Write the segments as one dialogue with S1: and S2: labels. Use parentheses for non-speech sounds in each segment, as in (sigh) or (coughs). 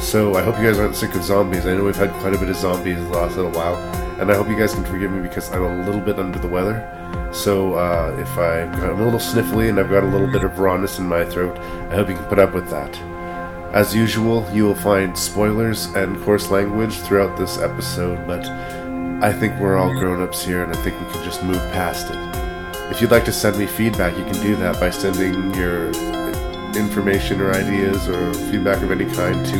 S1: So, I hope you guys aren't sick of zombies. I know we've had quite a bit of zombies the last little while, and I hope you guys can forgive me because I'm a little bit under the weather. So, uh, if I've got, I'm a little sniffly and I've got a little bit of rawness in my throat, I hope you can put up with that. As usual, you will find spoilers and coarse language throughout this episode, but I think we're all grown ups here and I think we can just move past it. If you'd like to send me feedback, you can do that by sending your information or ideas or feedback of any kind to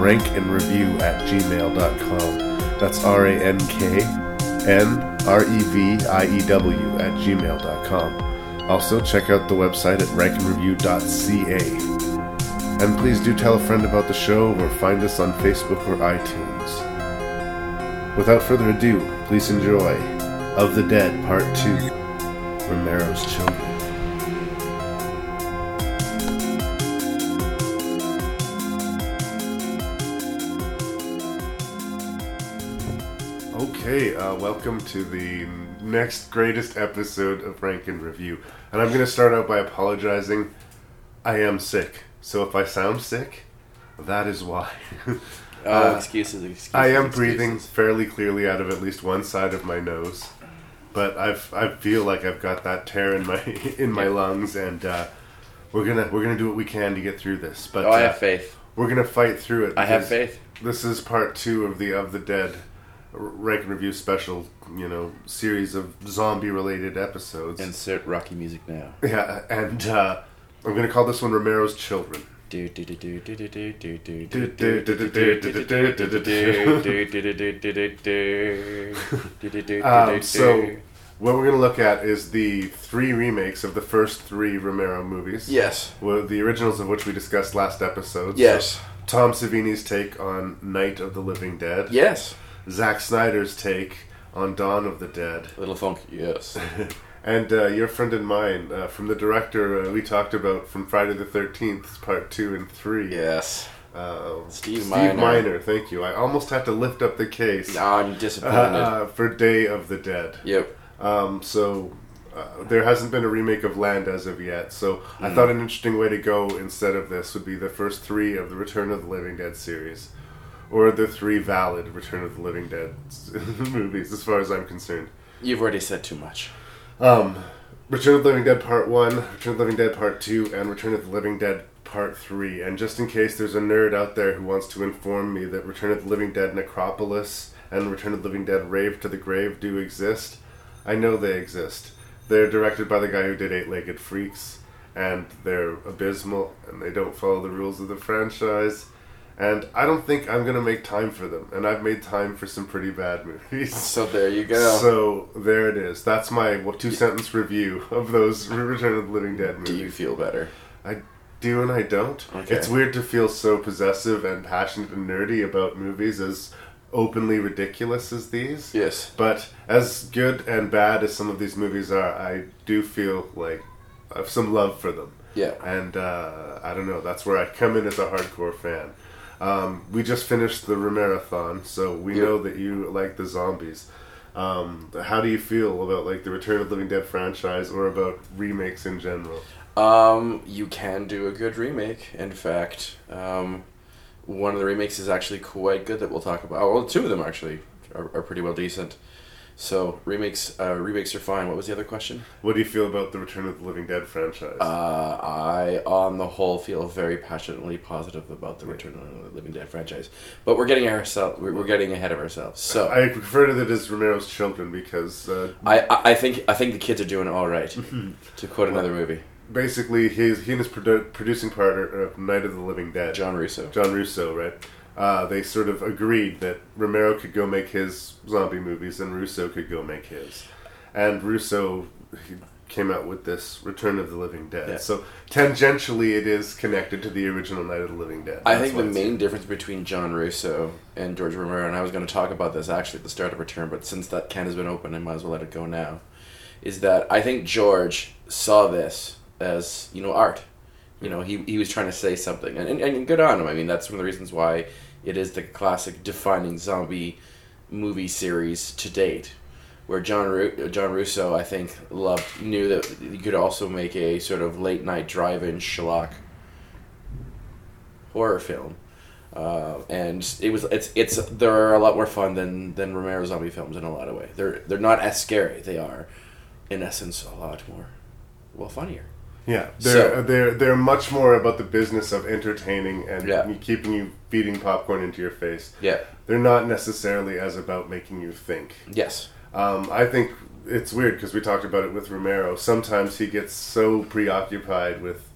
S1: rankandreview at gmail.com. That's R A N K N R E V I E W at gmail.com. Also, check out the website at rankandreview.ca. And please do tell a friend about the show or find us on Facebook or iTunes. Without further ado, please enjoy Of the Dead Part 2 Romero's Children. Okay, uh, welcome to the next greatest episode of Rank and Review. And I'm going to start out by apologizing. I am sick. So if I sound sick, that is why. (laughs)
S2: Oh, excuses, excuses.
S1: I am
S2: excuses.
S1: breathing fairly clearly out of at least one side of my nose, but I've I feel like I've got that tear in my in my lungs, and uh, we're gonna we're gonna do what we can to get through this. But
S2: Oh, I
S1: uh,
S2: have faith.
S1: we're gonna fight through it.
S2: I have
S1: because
S2: faith.
S1: This is part two of the of the dead r- rank and review special, you know, series of zombie related episodes.
S2: Insert Rocky music now.
S1: yeah, and uh, I'm gonna call this one Romero's Children.
S2: Do do do do do do do do do do do do do do do do do do
S1: Um,
S2: do do do
S1: so,
S2: do.
S1: what we're going to look at is the three remakes of the first three Romero movies.
S2: Yes.
S1: Well, the originals of which we discussed last episode.
S2: Yes.
S1: Tom Savini's take on Night of the Living Dead.
S2: Yes.
S1: Zack Snyder's take on Dawn of the Dead.
S2: Little funk. Yes.
S1: And uh, your friend and mine, uh, from the director uh, we talked about from Friday the 13th, part two and three.
S2: Yes.
S1: Uh,
S2: Steve
S1: Steve
S2: Miner.
S1: Miner. thank you. I almost had to lift up the case.
S2: Nah, I'm
S1: Uh,
S2: disappointed.
S1: uh, for Day of the Dead.
S2: Yep.
S1: Um, so uh, there hasn't been a remake of Land as of yet. So I thought an interesting way to go instead of this would be the first three of the Return of the Living Dead series, or the three valid Return of the Living Dead (laughs) s- movies, as far as I'm concerned.
S2: You've already said too much.
S1: Um, Return of the Living Dead Part 1, Return of the Living Dead Part 2, and Return of the Living Dead Part 3. And just in case there's a nerd out there who wants to inform me that Return of the Living Dead Necropolis and Return of the Living Dead Rave to the Grave do exist, I know they exist. They're directed by the guy who did Eight Legged Freaks, and they're abysmal, and they don't follow the rules of the franchise. And I don't think I'm gonna make time for them, and I've made time for some pretty bad (laughs) movies.
S2: So there you go.
S1: So there it is. That's my two sentence review of those (laughs) Return of the Living Dead
S2: Do you
S1: movies.
S2: feel better?
S1: I do and I don't.
S2: Okay.
S1: It's weird to feel so possessive and passionate and nerdy about movies as openly ridiculous as these.
S2: Yes.
S1: But as good and bad as some of these movies are, I do feel like I have some love for them.
S2: Yeah.
S1: And uh, I don't know, that's where I come in as a hardcore fan. Um, we just finished the Romerathon, so we
S2: Yeah.
S1: know that you like the zombies. Um, how do you feel about like the Return of the Living Dead franchise or about remakes in general?
S2: Um, you can do a good remake. In fact, um, one of the remakes is actually quite good that we'll talk about. Well, two of them actually are, are pretty well decent. So remakes, uh, remakes are fine. What was the other question?
S1: What do you feel about the Return of the Living Dead franchise?
S2: Uh, I, on the whole, feel very passionately positive about the Return of the Living Dead franchise. But we're getting ourselves, we're, we're getting ahead of ourselves. So
S1: I refer to that as Romero's Children because uh,
S2: I, I, I think I think the kids are doing all (laughs) right. to quote another movie,
S1: basically he's, he and his produ- producing partner of Night of the Living Dead,
S2: John Russo.
S1: John Russo, right? Uh, they sort of agreed that Romero could go make his zombie movies and Russo could go make his. And Russo he came out with this Return of the Living Dead.
S2: Yeah.
S1: So tangentially, it is connected to the original Night of the Living Dead.
S2: I
S1: That's
S2: think
S1: why
S2: the
S1: it's-
S2: main difference between John Russo and George Romero, and I was going to talk about this actually at the start of Return, but since that can has been open, I might as well let it go now, is that I think George saw this as, you know, art. You know, he, he was trying to say something. And, and, and good on him. I mean, that's one of the reasons why it is the classic defining zombie movie series to date. Where John Ru- John Russo, I think, loved knew that you could also make a sort of late night drive-in schlock horror film, uh, and it was it's it's they're a lot more fun than than Romero zombie films in a lot of way. They're they're not as scary. They are, in essence, a lot more, well, funnier.
S1: Yeah, they're
S2: So-
S1: they're they're much more about the business of entertaining and
S2: Yeah.
S1: you- keeping you feeding popcorn into your face.
S2: Yeah.
S1: They're not necessarily as about making you think.
S2: Yes.
S1: Um, I think it's weird because we talked about it with Romero. Sometimes he gets so preoccupied with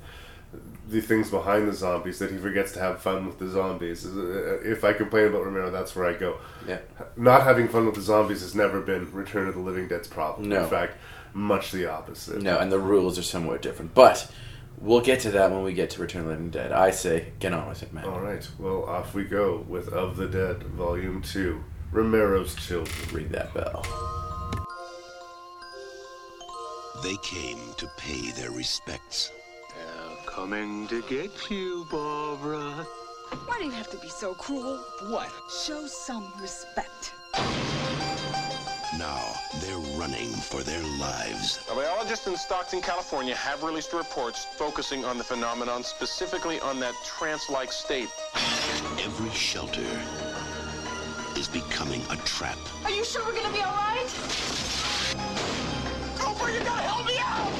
S1: the things behind the zombies that he forgets to have fun with the zombies. Uh, If I complain about Romero, that's where I go.
S2: Yeah.
S1: Not having fun with the zombies has never been Return of the Living Dead's problem.
S2: No.
S1: In fact, much the opposite.
S2: No, and the rules are somewhat different, but. We'll get to that when we get to Return of the Living Dead. I say, get on with it, man.
S1: All right. Well, off we go with Of the Dead, Volume 2, Romero's Children.
S2: Ring that bell.
S3: They came to pay their respects.
S4: They're coming to get you, Barbara.
S5: Why do you have to be so cruel? What? Show some respect.
S3: Now they're running for their lives.
S6: A biologist in Stockton, California have released reports focusing on the phenomenon, specifically on that trance-like state.
S3: Every shelter is becoming a trap.
S5: Are you sure we're gonna be alright? Cooper, you gotta help me out!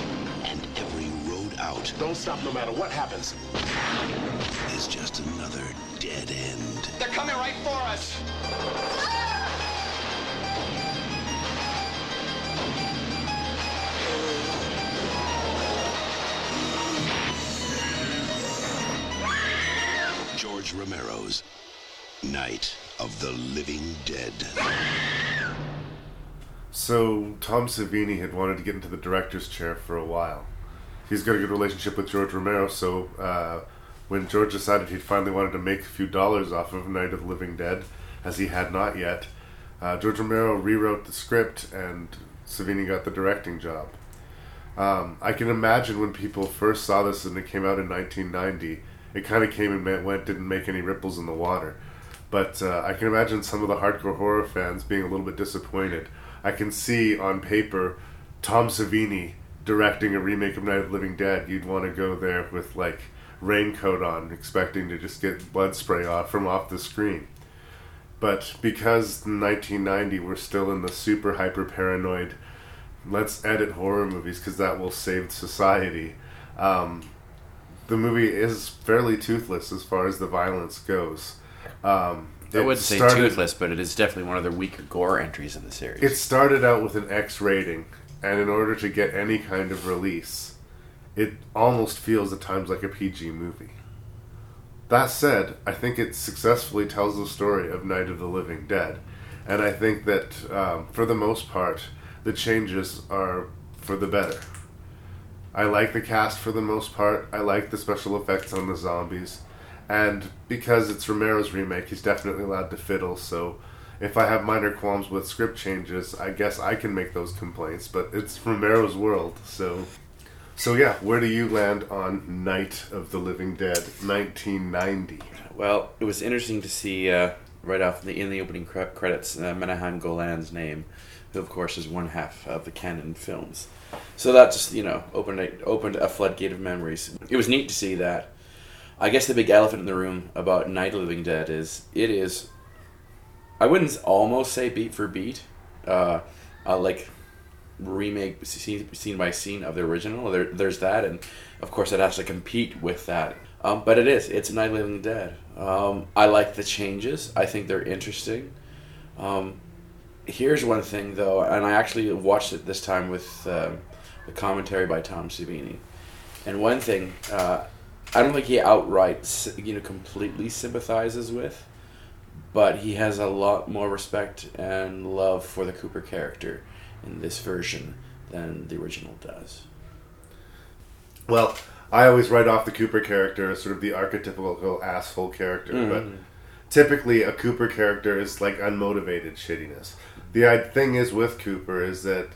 S3: And every road out
S6: Don't stop no matter what happens.
S3: is just another dead end.
S6: They're coming right for us.
S3: George Romero's Night of the Living Dead.
S1: So, Tom Savini had wanted to get into the director's chair for a while. He's got a good relationship with George Romero, so uh, when George decided he finally wanted to make a few dollars off of Night of the Living Dead, as he had not yet, uh, George Romero rewrote the script and Savini got the directing job. Um, I can imagine when people first saw this and it came out in 1990, it kind of came and went- went, didn't make any ripples in the water. But uh, I can imagine some of the hardcore horror fans being a little bit disappointed. I can see on paper Tom Savini directing a remake of Night of the Living Dead. You'd want to go there with like raincoat on, expecting to just get blood spray off from off the screen. But because 1990, we're still in the super hyper paranoid let's edit horror movies because that will save society. Um, the movie is fairly toothless as far as the violence goes. Um,
S2: I
S1: it
S2: wouldn't say
S1: started-
S2: toothless, but it is definitely one of the weaker gore entries in the series.
S1: It started out with an X rating, and in order to get any kind of release, it almost feels at times like a PG movie. That said, I think it successfully tells the story of Night of the Living Dead, and I think that um, for the most part, the changes are for the better. I like the cast for the most part. I like the special effects on the zombies. And because it's Romero's remake, he's definitely allowed to fiddle, so if I have minor qualms with script changes, I guess I can make those complaints, but it's Romero's world, so so yeah, where do you land on Night of the Living Dead 1990?
S2: Well, it was interesting to see uh, right off the, in the opening cre- credits uh, Menahem Golan's name, of course, is one half of the canon films. So that just you know opened a, opened a floodgate of memories. It was neat to see that. I guess the big elephant in the room about Night of the Living Dead is it is. I wouldn't almost say beat for beat, uh, uh, like remake scene, scene by scene of the original. There, there's that, and of course it has to compete with that. Um, but it is. It's Night of the Living Dead. Um, I like the changes. I think they're interesting. Um, here's one thing though, and I actually watched it this time with um, the commentary by Tom Savini. And one thing, uh, I don't think he outright, s- you know, completely sympathizes with, but he has a lot more respect and love for the Cooper character in this version than the original does.
S1: Well, I always write off the Cooper character as sort of the archetypical asshole character, but typically a Cooper character is like unmotivated shittiness. The i- thing is with Cooper is that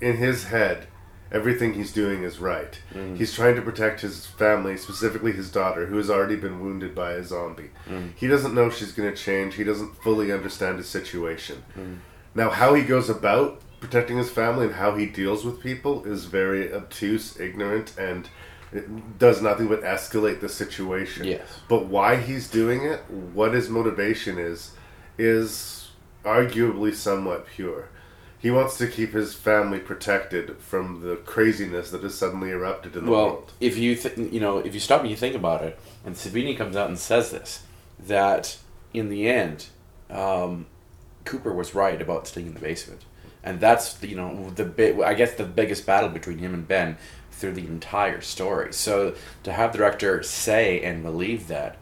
S1: in his head, everything he's doing is right. He's trying to protect his family, specifically his daughter, who has already been wounded by a zombie. He doesn't know she's going to change, he doesn't fully understand his situation. Now, how he goes about protecting his family and how he deals with people is very obtuse, ignorant, and it does nothing but escalate the situation.
S2: Yes.
S1: But why he's doing it, what his motivation is, is arguably somewhat pure. He wants to keep his family protected from the craziness that has suddenly erupted in the
S2: Well,
S1: world.
S2: if you th- you know if you stop and you think about it, and Savini comes out and says this that in the end, um, Cooper was right about staying in the basement, and that's you know the bit I guess the biggest battle between him and Ben through the entire story. So to have the director say and believe that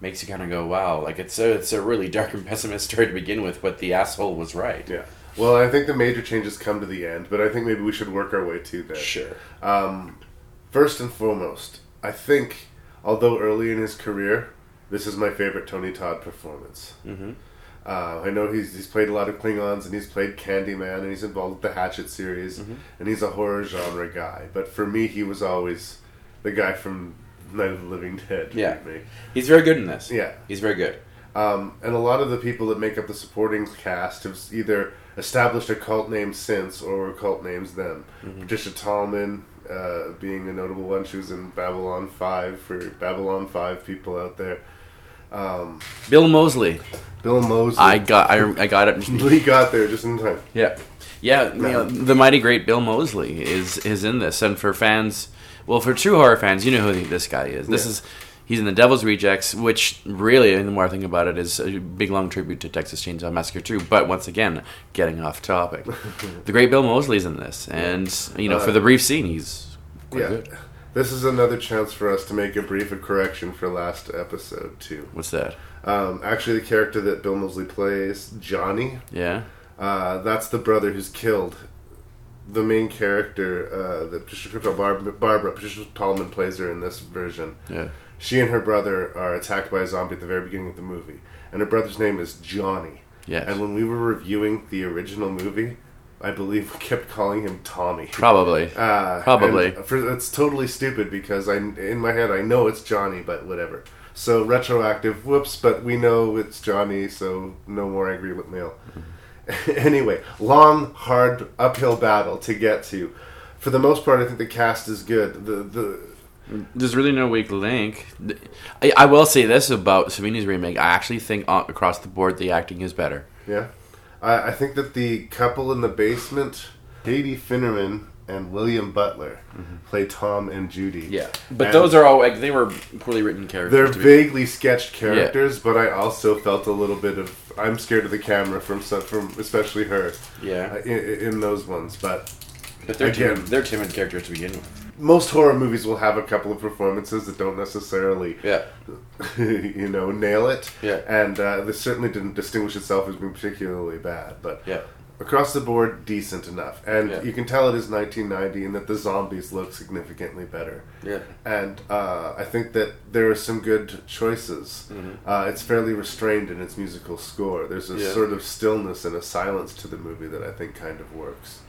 S2: makes you kind of go wow, like it's a it's a really dark and pessimistic story to begin with, but the asshole was right.
S1: Yeah. Well, I think the major changes come to the end, but I think maybe we should work our way to that.
S2: Sure.
S1: First and foremost, I think, although early in his career, this is my favorite Tony Todd performance. Mm-hmm. Uh, I know he's, he's played a lot of Klingons and he's played Candyman and he's involved with the Hatchet series and he's a horror genre guy. But for me, he was always the guy from Night of the Living Dead.
S2: Yeah.
S1: remake.
S2: He's very good in this.
S1: Yeah.
S2: He's very good.
S1: Um, and a lot of the people that make up the supporting cast have either established a cult name since or were cult names then.
S2: Mm-hmm.
S1: Patricia Tallman uh, being a notable one. She was in Babylon 5 for Babylon 5 people out there.
S2: Bill Mosley.
S1: Bill Mosley. (laughs)
S2: I got I, I got it.
S1: Lee got there just in time.
S2: Yeah, yeah. You know, the mighty great Bill Mosley is is in this, and for fans, well, for true horror fans, you know who this guy is. This
S1: Yeah.
S2: is he's in the Devil's Rejects, which really, the more I think about it, is a big long tribute to Texas Chainsaw Massacre 2. But once again, getting off
S1: (laughs)
S2: topic, the great Bill Mosley's in this, and you know, for the brief scene, he's quite
S1: Uh, yeah.
S2: good.
S1: This is another chance for us to make a brief correction for last episode, too.
S2: What's that?
S1: Um, actually, the character that Bill Mosley plays, Johnny,
S2: Yeah,
S1: Uh, that's the brother who's killed. The main character, uh, the Patricia Bar- Barbara, Patricia Tallman plays her in this version.
S2: yeah.
S1: She and her brother are attacked by a zombie at the very beginning of the movie, and her brother's name is Johnny.
S2: Yes.
S1: And when we were reviewing the original movie, I believe we kept calling him Tommy.
S2: Probably.
S1: Uh,
S2: Probably.
S1: and For, that's totally stupid because I, in my head, I know it's Johnny, but whatever. So retroactive, whoops, but we know it's Johnny, so no more angry with mail. (laughs) anyway, long, hard, uphill battle to get to. For the most part, I think the cast is good. The the
S2: There's really no weak link. I, I will say this about Savini's remake. I actually think uh, across the board the acting is better.
S1: yeah, I, I think that the couple in the basement, Katie Finnerman and William Butler, play Tom and Judy.
S2: Mm-hmm. Yeah, but
S1: And-
S2: those are all like they were poorly written
S1: They're
S2: characters. to be-
S1: vaguely sketched characters, but I also felt a little bit of I'm scared of the camera from some, from especially her.
S2: Yeah.
S1: uh, in, in those ones, but
S2: but they're timid,
S1: again-
S2: they're timid characters to begin with.
S1: most horror movies will have a couple of performances that don't necessarily,
S2: Yeah,
S1: (laughs) you know, nail it.
S2: Yeah.
S1: and uh, this certainly didn't distinguish itself as being particularly bad, but
S2: yeah,
S1: across the board decent enough, and
S2: Yeah.
S1: you can tell it is 1990 and that the zombies look significantly better.
S2: yeah.
S1: and uh, I think that there are some good choices. Uh, it's fairly restrained in its musical score. There's a
S2: Yeah.
S1: sort of stillness and a silence to the movie that I think kind of works.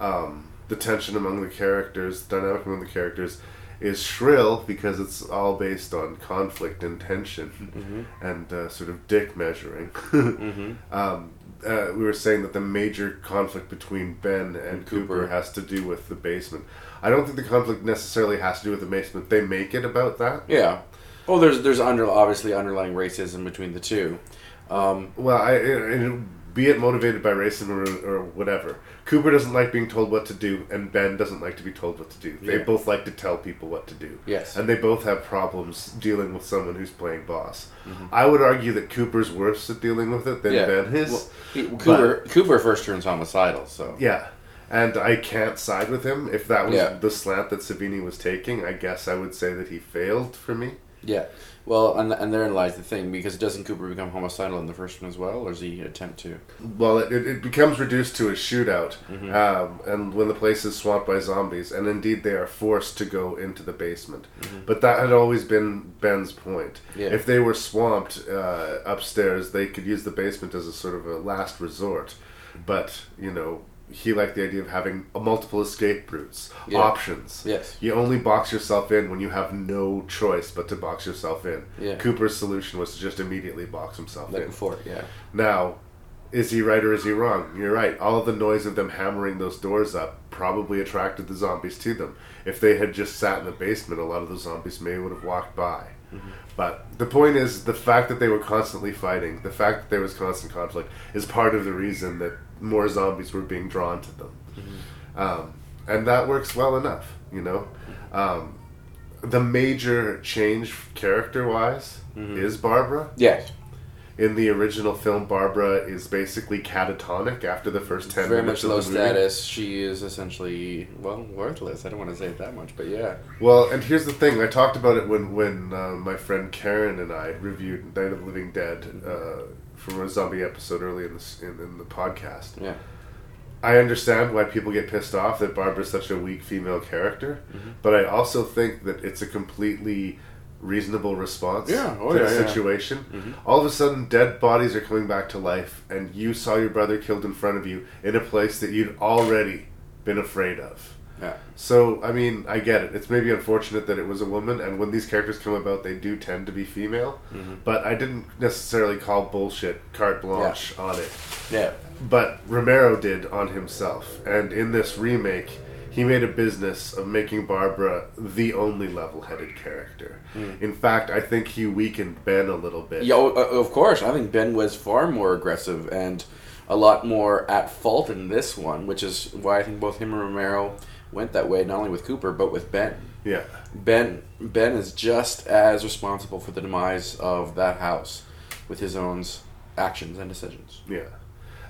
S1: Um, the tension among the characters, the dynamic among the characters, is shrill because it's all based on Mm-hmm. conflict and tension and uh, sort of dick measuring. (laughs) Um, uh, we were saying that the major conflict between Ben and Cooper.
S2: Cooper.
S1: has to do with the basement. I don't think the conflict necessarily has to do with the basement. They make it about that.
S2: Yeah. Well, there's there's under obviously underlying racism between the two. Um,
S1: Well, I, and be it motivated by racism or, or whatever, Cooper doesn't like being told what to do, and Ben doesn't like to be told what to do. They
S2: Yeah.
S1: both like to tell people what to do.
S2: Yes.
S1: And they both have problems dealing with someone who's playing boss. I would argue that Cooper's worse at dealing with it than
S2: Mm-hmm. yeah.
S1: Ben is.
S2: Well, he- Cooper Cooper first turns homicidal, so
S1: Yeah. And I can't side with him. If that was
S2: Yeah.
S1: the slant that Savini was taking, I guess I would say that he failed for me.
S2: Yeah. Well, and and therein lies the thing because doesn't Cooper become homicidal in the first one as well, or does he attempt to?
S1: Well, it, it, it becomes reduced to a shootout,
S2: Mm-hmm.
S1: um, and when the place is swamped by zombies, and indeed they are forced to go into the basement. But that had always been Ben's point.
S2: Mm-hmm. Yeah.
S1: If they were swamped uh, upstairs, they could use the basement as a sort of a last resort. But you know, he liked the idea of having multiple escape routes,
S2: Yeah.
S1: options.
S2: Yes.
S1: You only box yourself in when you have no choice but to box yourself in.
S2: Yeah.
S1: Cooper's solution was to just immediately box himself
S2: Like
S1: in.
S2: before, yeah.
S1: Now, is he right or is he wrong? You're right. All the noise of them hammering those doors up probably attracted the zombies to them. If they had just sat in the basement, a lot of the zombies may would have walked by. But the point is, the fact that they were constantly fighting, the fact that there was constant conflict, is part of the reason that more zombies were being drawn to them. Um, and that works well enough, you know? Um, the major change character wise is Barbara
S2: Yeah.
S1: in the original film, Barbara is basically catatonic after the first ten
S2: Very
S1: minutes
S2: much low
S1: of the movie.
S2: status. She is essentially well worthless. I don't want to say it that much, but yeah.
S1: Well, and here's the thing: I talked about it when when uh, my friend Karen and I reviewed Night of the Living Dead uh, from a zombie episode early in, this, in in the podcast.
S2: Yeah.
S1: I understand why people get pissed off that Barbara's such a weak female character,
S2: Mm-hmm.
S1: but I also think that it's a completely reasonable response
S2: Yeah, oh
S1: to
S2: yeah,
S1: the
S2: yeah. Mm-hmm.
S1: situation. All of a sudden, dead bodies are coming back to life, and you saw your brother killed in front of you in a place that you'd already been afraid of.
S2: Yeah.
S1: So, I mean, I get it. It's maybe unfortunate that it was a woman, and when these characters come about, they do tend to be female,
S2: Mm-hmm.
S1: but I didn't necessarily call bullshit carte blanche on it
S2: Yeah.
S1: but Romero did on himself. And in this remake, he made a business of making Barbara the only level headed character. In fact, I think he weakened Ben a little bit.
S2: Yeah, o- o- of course. I think Ben was far more aggressive and a lot more at fault in this one, which is why I think both him and Romero went that way, not only with Cooper but with Ben.
S1: Yeah.
S2: Ben Ben is just as responsible for the demise of that house with his own s- actions and decisions.
S1: Yeah.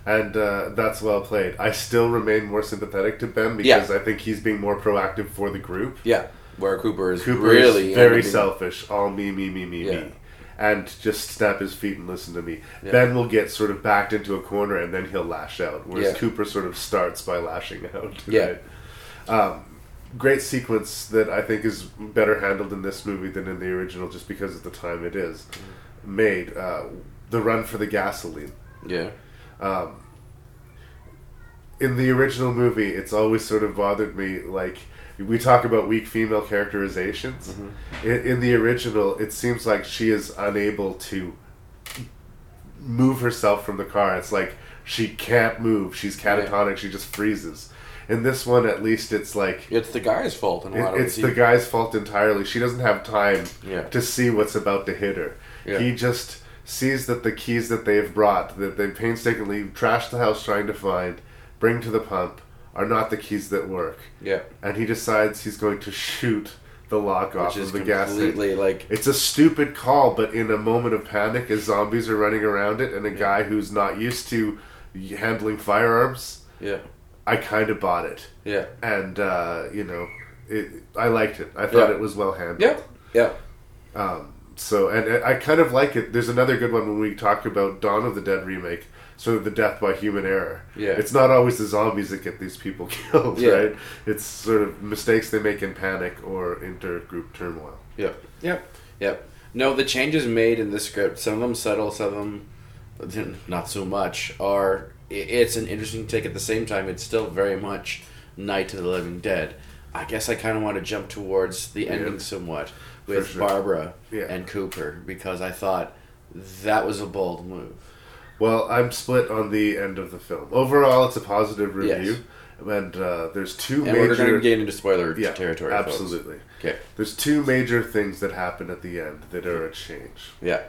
S1: And uh, that's well played. I still remain more sympathetic to Ben because
S2: Yeah.
S1: I think he's being more proactive for the group.
S2: Yeah, where Cooper is
S1: Cooper
S2: really
S1: is very
S2: ending-
S1: selfish, all me, me, me, me,
S2: Yeah.
S1: me. And just snap his feet and listen to me.
S2: Yeah.
S1: Ben will get sort of backed into a corner and then he'll lash out, whereas
S2: Yeah.
S1: Cooper sort of starts by lashing out. (laughs)
S2: Yeah.
S1: right? Um, great sequence that I think is better handled in this movie than in the original, just because of the time it is
S2: Mm.
S1: made. Uh, the run for the gasoline
S2: Yeah,
S1: in the original movie, it's always sort of bothered me. Like we talk about weak female characterizations. In, in the original, it seems like she is unable to move herself from the car. It's like she can't move. She's catatonic. She just freezes. In this one, at least, it's like
S2: it's the guy's fault in a lot
S1: it-
S2: of
S1: it's
S2: ways.
S1: the guy's fault entirely. She doesn't have time
S2: Yeah.
S1: to see what's about to hit her.
S2: Yeah.
S1: He just sees that the keys that they've brought, that they painstakingly trashed the house trying to find, bring to the pump, are not the keys that work.
S2: Yeah,
S1: And he decides he's going to shoot the lock off
S2: which is
S1: of the gas tank.
S2: completely like
S1: It's a stupid call, but in a moment of panic, as zombies are running around it, and a guy who's not used to handling firearms,
S2: yeah,
S1: I kind of bought it
S2: yeah,
S1: and uh, you know, it, I liked it. I thought
S2: Yeah.
S1: it was well handled.
S2: yeah, yeah.
S1: So, and, and I kind of like it. There's another good one when we talk about Dawn of the Dead remake, sort of the death by human error.
S2: Yeah.
S1: It's not always the zombies that get these people (laughs) killed,
S2: Yeah.
S1: right? It's sort of mistakes they make in panic or intergroup turmoil.
S2: Yep. Yep. Yep. No, the changes made in the script, some of them subtle, some of them (laughs) not so much, are. i- It's an interesting take. At the same time, it's still very much Night of the Living Dead. I guess I kind of want to jump towards the ending somewhat with
S1: sure.
S2: Barbara
S1: Yeah.
S2: and Cooper because I thought that was a bold move.
S1: Well, I'm split on the end of the film. Overall, it's a positive
S2: Yes.
S1: review, and uh, there's two
S2: And
S1: major
S2: we're going to get into spoiler
S1: yeah,
S2: territory. folks.
S1: Absolutely.
S2: Okay.
S1: There's two major things that happen at the end that are a change.
S2: Yeah.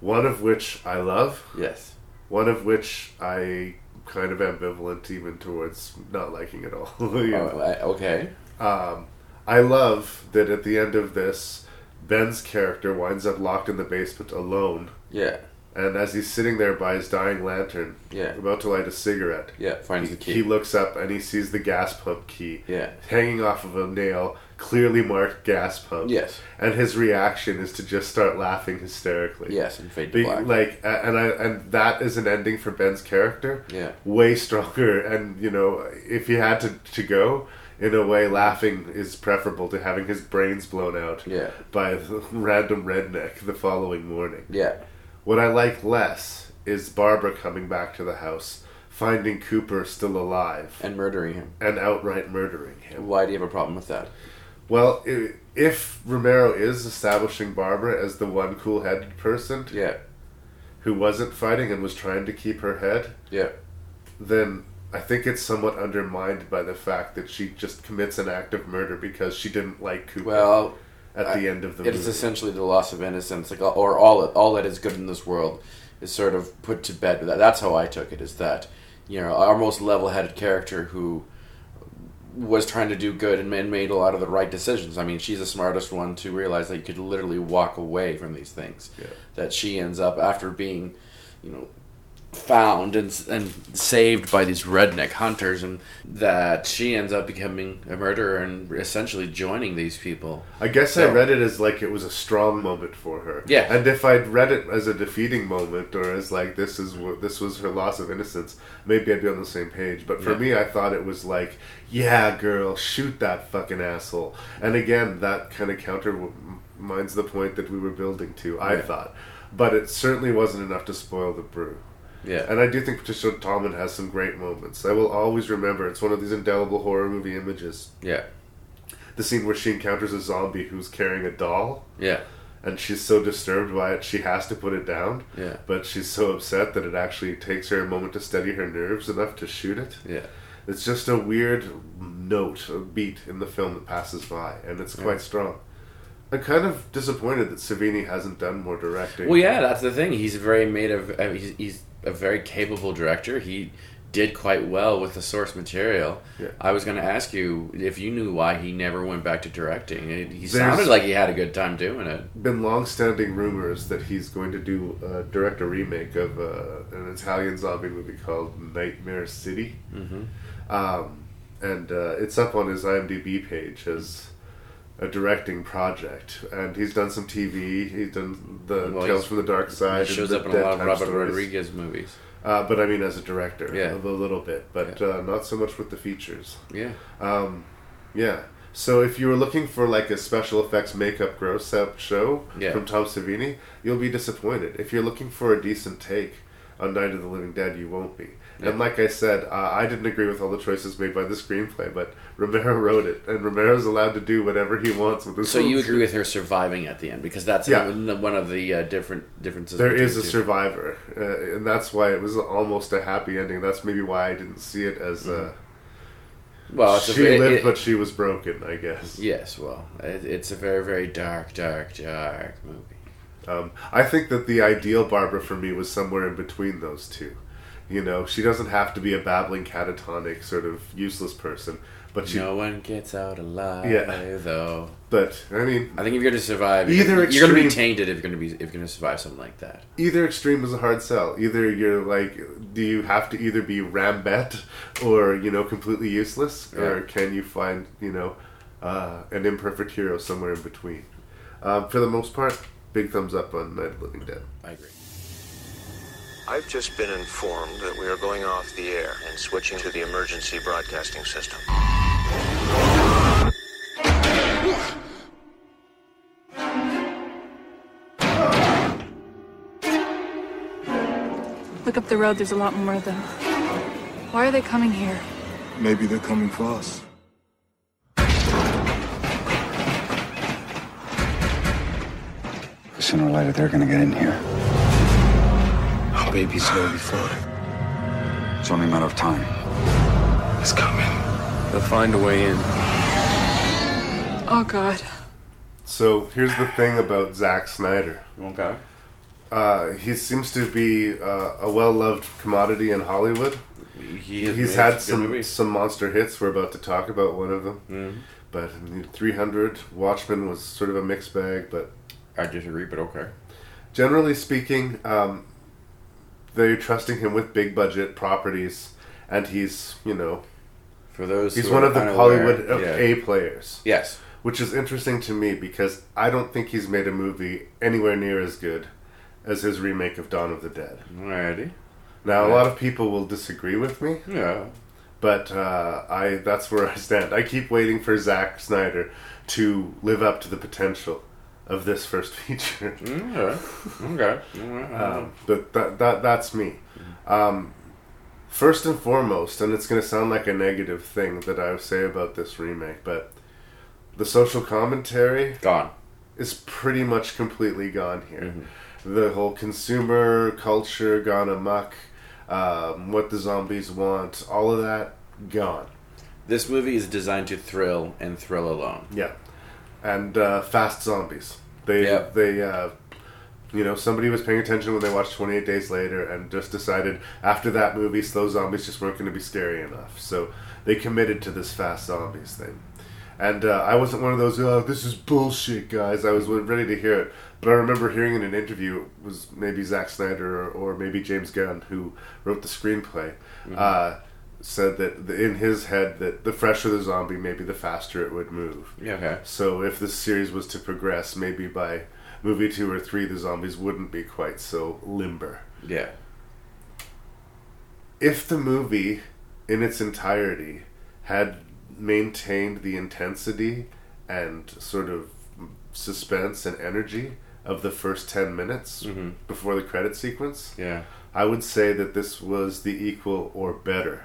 S1: One of which I love.
S2: Yes.
S1: One of which I kind of ambivalent even towards not liking at all. (laughs) You know?
S2: Oh, I- okay.
S1: I love that at the end of this, Ben's character winds up locked in the basement alone,
S2: Yeah.
S1: and as he's sitting there by his dying lantern,
S2: Yeah.
S1: about to light a cigarette,
S2: Yeah. Finds the
S1: he
S2: key.
S1: looks up and he sees the gas pump key
S2: Yeah.
S1: hanging off of a nail, clearly marked gas pump.
S2: Yes.
S1: And his reaction is to just start laughing hysterically.
S2: Yes. And fade to
S1: Be-
S2: black.
S1: like a- and I and that is an ending for Ben's character.
S2: Yeah.
S1: Way stronger and you know, if he had to, to go, in a way laughing is preferable to having his brains blown out
S2: Yeah.
S1: by a (laughs) random redneck the following morning.
S2: yeah.
S1: What I like less is Barbara coming back to the house, finding Cooper still alive
S2: And murdering him.
S1: and outright murdering him.
S2: Why do you have a problem with that?
S1: Well, i- if Romero is establishing Barbara as the one cool headed person
S2: Yeah.
S1: who wasn't fighting and was trying to keep her head,
S2: Yeah.
S1: then I think it's somewhat undermined by the fact that she just commits an act of murder because she didn't like Cooper
S2: Well,
S1: at
S2: I-
S1: the end of the
S2: it
S1: movie.
S2: is essentially the loss of innocence, like uh, or all all that is good in this world is sort of put to bed. That- That's how I took it. Is that you know our most level-headed character who was trying to do good and ma- and made a lot of the right decisions. I mean, she's the smartest one to realize that you could literally walk away from these things.
S1: Yeah.
S2: That she ends up after being, you know, found and and saved by these redneck hunters, and that she ends up becoming a murderer and essentially joining these people.
S1: I guess I
S2: So-
S1: read it as like it was a strong moment for her.
S2: Yeah.
S1: And if I'd read it as a defeating moment or as like this is wh- this was her loss of innocence, maybe I'd be on the same page. But for
S2: Yeah.
S1: me, I thought it was like, yeah, girl, shoot that fucking asshole. And again, that kind of countermines the point that we were building to. I
S2: Yeah.
S1: thought, but it certainly wasn't enough to spoil the brew.
S2: Yeah.
S1: And I do think Patricia Tallman has some great moments. I will always remember. It's one of these indelible horror movie images.
S2: Yeah,
S1: The scene where she encounters a zombie who's carrying a doll.
S2: yeah,
S1: and she's so disturbed by it she has to put it down
S2: Yeah.
S1: but she's so upset that it actually takes her a moment to steady her nerves enough to shoot it
S2: yeah,
S1: it's just a weird note a beat in the film that passes by and it's quite strong i'm kind of disappointed that savini hasn't done more directing
S2: Well, yeah, that's the thing. He's very made of. I mean, he's, he's a very capable director. He did quite well with the source material.
S1: Yeah.
S2: I was going to ask you if you knew why he never went back to directing. It, he
S1: There's-
S2: sounded like he had a good time doing it.
S1: been long-standing rumors that he's going to do uh, direct a remake of uh, an Italian zombie movie called Nightmare City, mm-hmm. um, and uh, it's up on his IMDb page as a directing project. And he's done some TV. He's done the
S2: Well,
S1: Tales
S2: he's-
S1: from the Dark Side.
S2: It shows
S1: and
S2: up
S1: the
S2: in a
S1: Dead
S2: lot of
S1: Time
S2: Robert
S1: Stories.
S2: Rodriguez movies.
S1: Uh, but I mean, as a director,
S2: Yeah.
S1: a little bit, but uh, not so much with the features.
S2: Yeah,
S1: Yeah. So if you were looking for like a special effects makeup gross up show
S2: Yeah.
S1: from Tom Savini, you'll be disappointed. If you're looking for a decent take on Night of the Living Dead, you won't be. And like I said, uh, I didn't agree with all the choices made by the screenplay, but Romero (laughs) wrote it, and Romero's allowed to do whatever he wants with this.
S2: so you agree with her surviving at the end because that's
S1: Yeah.
S2: one of the uh, different differences.
S1: There
S2: between
S1: is
S2: the
S1: a
S2: two.
S1: survivor, uh, and that's why it was almost a happy ending. That's maybe why I didn't see it as uh,
S2: Well, it's a-
S1: she
S2: Mm-hmm. Uh, it-
S1: lived,
S2: it-
S1: but she was broken. I guess.
S2: yes. Well, it, it's a very, very dark, dark, dark movie.
S1: Um, I think that the ideal Barbara for me was somewhere in between those two. You know, she doesn't have to be a babbling, catatonic, sort of useless person, but she.
S2: no one gets out alive,
S1: Yeah.
S2: though.
S1: But I mean,
S2: I think if you're going to survive,
S1: Either
S2: you're, you're going to be
S1: extreme-
S2: tainted if you're going to be if you're going to survive something like that.
S1: either extreme is a hard sell. Either you're like, do you have to either be Rambet or you know completely useless, or
S2: Yeah.
S1: can you find you know uh, an imperfect hero somewhere in between? Um, for the most part, big thumbs up on Night of the Living Dead.
S2: I agree.
S7: I've just been informed that we are going off the air and switching to the emergency broadcasting system.
S8: Look up the road, there's a lot more of them. Why are they coming here?
S9: Maybe they're coming for us. Sooner or later, they're gonna get in here.
S3: How
S10: baby's here before.
S11: It's only a matter of time.
S10: It's coming.
S11: They'll find a way in.
S8: Oh, God.
S1: So here's the thing about Zack Snyder.
S2: Okay.
S1: Uh, he seems to be uh, a well-loved commodity in Hollywood.
S2: He has
S1: He's
S2: made
S1: had
S2: good
S1: some
S2: movies.
S1: some monster hits. We're about to talk about one of them.
S2: Mhm.
S1: But I mean, 300 Watchmen was sort of a mixed bag. But
S2: I disagree. But okay.
S1: generally speaking, um, they're trusting him with big budget properties, and he's you know,
S2: for those
S1: he's
S2: who
S1: one
S2: are
S1: of the
S2: unaware,
S1: Hollywood of
S2: yeah.
S1: A players.
S2: Yes.
S1: which is interesting to me because I don't think he's made a movie anywhere near as good as his remake of Dawn of the Dead.
S2: Alrighty.
S1: Now a
S2: Yeah.
S1: lot of people will disagree with me.
S2: Yeah.
S1: But uh, I that's where I stand. I keep waiting for Zack Snyder to live up to the potential of this first (laughs) feature.
S2: Okay. Okay. Alright.
S1: Um, but that, that that's me. Um, first and foremost, and it's going to sound like a negative thing that I say about this remake, but the social commentary
S2: gone
S1: is pretty much completely gone here. The whole consumer culture gone amok. Um, what the zombies want, all of that gone.
S2: This movie is designed to thrill and thrill alone.
S1: Yeah, and uh, fast zombies. They
S2: Yeah.
S1: they uh, you know somebody was paying attention when they watched Twenty Eight Days Later and just decided after that movie, slow zombies just weren't going to be scary enough. So they committed to this fast zombies thing. And uh, I wasn't one of those. Oh, this is bullshit, guys. I was ready to hear it, but I remember hearing in an interview it was maybe Zack Snyder or, or maybe James Gunn who wrote the screenplay. Uh, said that the, in his head that the fresher the zombie, maybe the faster it would move.
S2: Yeah, okay.
S1: So if this series was to progress, maybe by movie two or three, the zombies wouldn't be quite so limber.
S2: Yeah.
S1: If the movie, in its entirety, had maintained the intensity and sort of suspense and energy of the first 10 minutes before the credit sequence,
S2: Yeah.
S1: I would say that this was the equal or better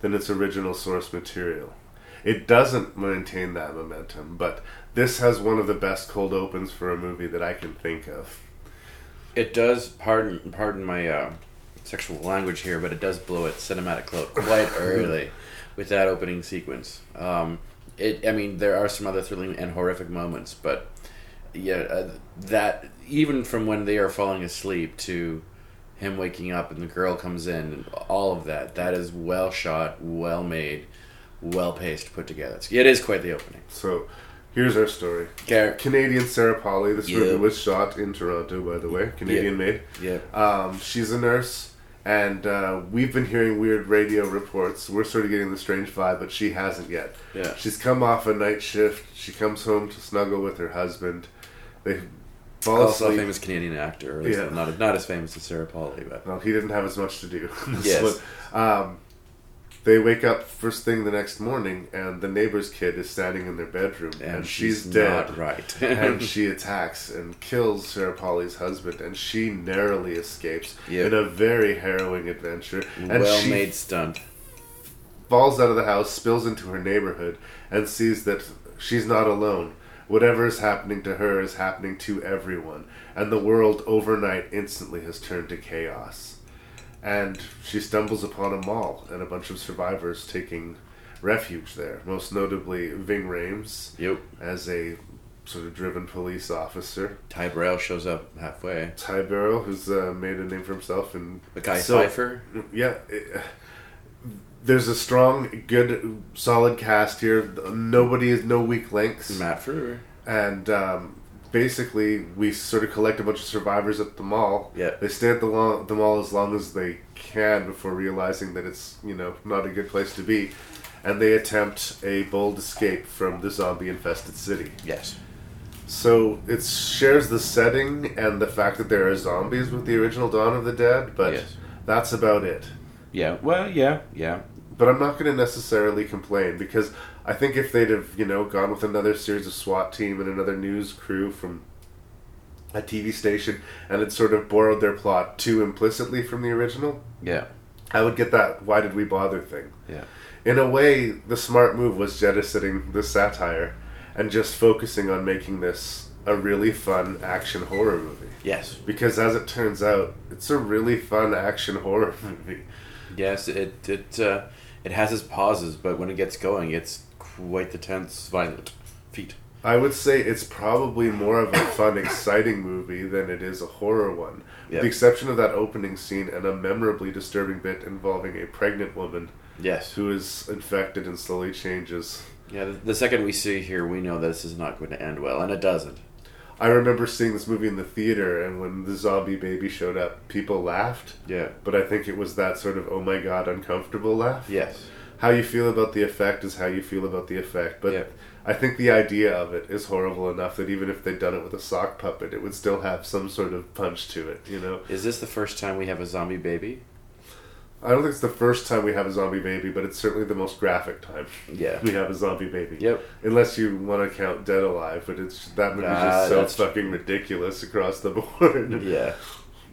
S1: than its original source material. It doesn't maintain that momentum, but this has one of the best cold opens for a movie that I can think of.
S2: It does. Pardon, pardon my uh, sexual language here, but it does blow its cinematic load quite early with that opening sequence. Um, it. I mean, there are some other thrilling and horrific moments, but yeah, uh, that even from when they are falling asleep to him waking up and the girl comes in, and all of that. That is well shot, well made, well paced, put together. It is quite the opening.
S1: So, here's our story.
S2: Okay.
S1: Canadian Sarah Polly. This
S2: Yeah.
S1: movie was shot in Toronto, by the way. Canadian made.
S2: Yeah.
S1: Um, she's a nurse, and uh, we've been hearing weird radio reports. We're sort of getting the strange vibe, but she hasn't yet.
S2: Yeah.
S1: She's come off a night shift. She comes home to snuggle with her husband. They fall
S2: Also a
S1: asleep.
S2: famous Canadian actor. Or at least
S1: Yeah.
S2: Not not as famous as Sarah Pauli, but
S1: Well, he didn't have as much to do. (laughs) This
S2: Yes.
S1: one. Um, they wake up first thing the next morning, and the neighbor's kid is standing in their bedroom, and,
S2: And
S1: she's,
S2: she's
S1: dead.
S2: not right. (laughs)
S1: and she attacks and kills Sarah Polly's husband, and she narrowly escapes
S2: Yep.
S1: in a very harrowing adventure. And she
S2: well-made stunt.
S1: falls out of the house, spills into her neighborhood, and sees that she's not alone. Whatever is happening to her is happening to everyone, and the world overnight instantly has turned to chaos. And she stumbles upon a mall and a bunch of survivors taking refuge there, most notably Ving Rames
S2: Yep.
S1: as a sort of driven police officer.
S2: Ty Burrell shows up halfway.
S1: Ty Burrell, who's uh, made a name for himself in
S2: Mackay
S1: So-
S2: Pfeiffer.
S1: Yeah, it- there's a strong, good, solid cast here. Nobody is no weak links,
S2: Matt Frewer.
S1: and um, basically we sort of collect a bunch of survivors at the mall.
S2: Yeah.
S1: they stay at the, long, the mall as long as they can before realizing that it's you know not a good place to be, and they attempt a bold escape from the zombie infested city.
S2: Yes.
S1: So it shares the setting and the fact that there are zombies with the original Dawn of the Dead, but
S2: Yes.
S1: that's about it.
S2: Yeah. Well, yeah, yeah.
S1: But I'm not going to necessarily complain because I think if they'd have, you know, gone with another series of SWAT team and another news crew from a TV station and had sort of borrowed their plot too implicitly from the original,
S2: Yeah.
S1: I would get that why did we bother thing.
S2: Yeah.
S1: In a way, the smart move was jettisoning the satire and just focusing on making this a really fun action horror movie.
S2: Yes.
S1: Because as it turns out, it's a really fun action horror (laughs) movie.
S2: Yes, it it uh, it has its pauses, but when it gets going, it's quite the tense, violent feat.
S1: I would say it's probably more of a fun, exciting movie than it is a horror one. With
S2: Yep.
S1: the exception of that opening scene and a memorably disturbing bit involving a pregnant woman.
S2: Yes.
S1: Who is infected and slowly changes.
S2: Yeah, the, the second we see here, we know this is not going to end well, and it doesn't.
S1: I remember seeing this movie in the theater, and when the zombie baby showed up, people laughed.
S2: Yeah.
S1: But I think it was that sort of, oh my god, uncomfortable laugh.
S2: Yes.
S1: How you feel about the effect is how you feel about the effect. But
S2: Yeah.
S1: I think the idea of it is horrible enough that even if they'd done it with a sock puppet, it would still have some sort of punch to it, you know?
S2: Is this the first time we have a zombie baby?
S1: I don't think it's the first time we have a zombie baby, but it's certainly the most graphic time.
S2: Yeah.
S1: We have a zombie baby.
S2: Yep.
S1: Unless you want to count Dead Alive, but it's that movie's
S2: Ah,
S1: just so
S2: that's-
S1: fucking ridiculous across the (laughs) board.
S2: Yeah.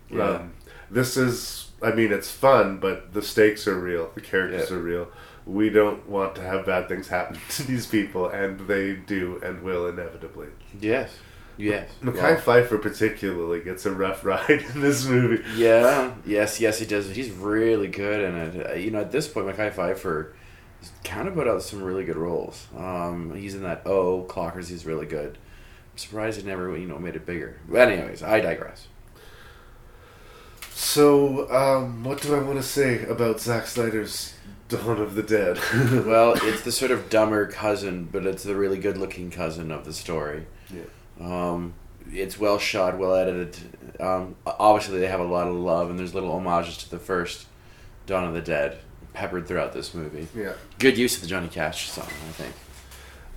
S2: Yeah.
S1: Um, this is, I mean, it's fun, but the stakes are real. The characters
S2: Yeah.
S1: are real. We don't want to have bad things happen (laughs) to these people, and they do and will inevitably.
S2: Yes. Yes.
S1: Mackay
S2: Wow.
S1: Pfeiffer particularly gets a rough (laughs) ride in this movie.
S2: Yeah. Yes. Yes, he does. He's really good in it. Uh, You know, at this point, Mackay Pfeiffer has kind of put out some really good roles. Um, he's in that Oh Clockers. He's really good. I'm surprised he never, you know, made it bigger. But anyways, I digress.
S1: So, um, what do I want to say about Zack Snyder's Dawn of the Dead? (laughs)
S2: well, it's the sort of dumber cousin, but it's the really good-looking cousin of the story. Yeah. Um, it's well shot, well edited. Um, obviously, they have a lot of love, and there's little homages to the first Dawn of the Dead peppered throughout this movie.
S1: Yeah.
S2: Good use of the Johnny Cash song, I think.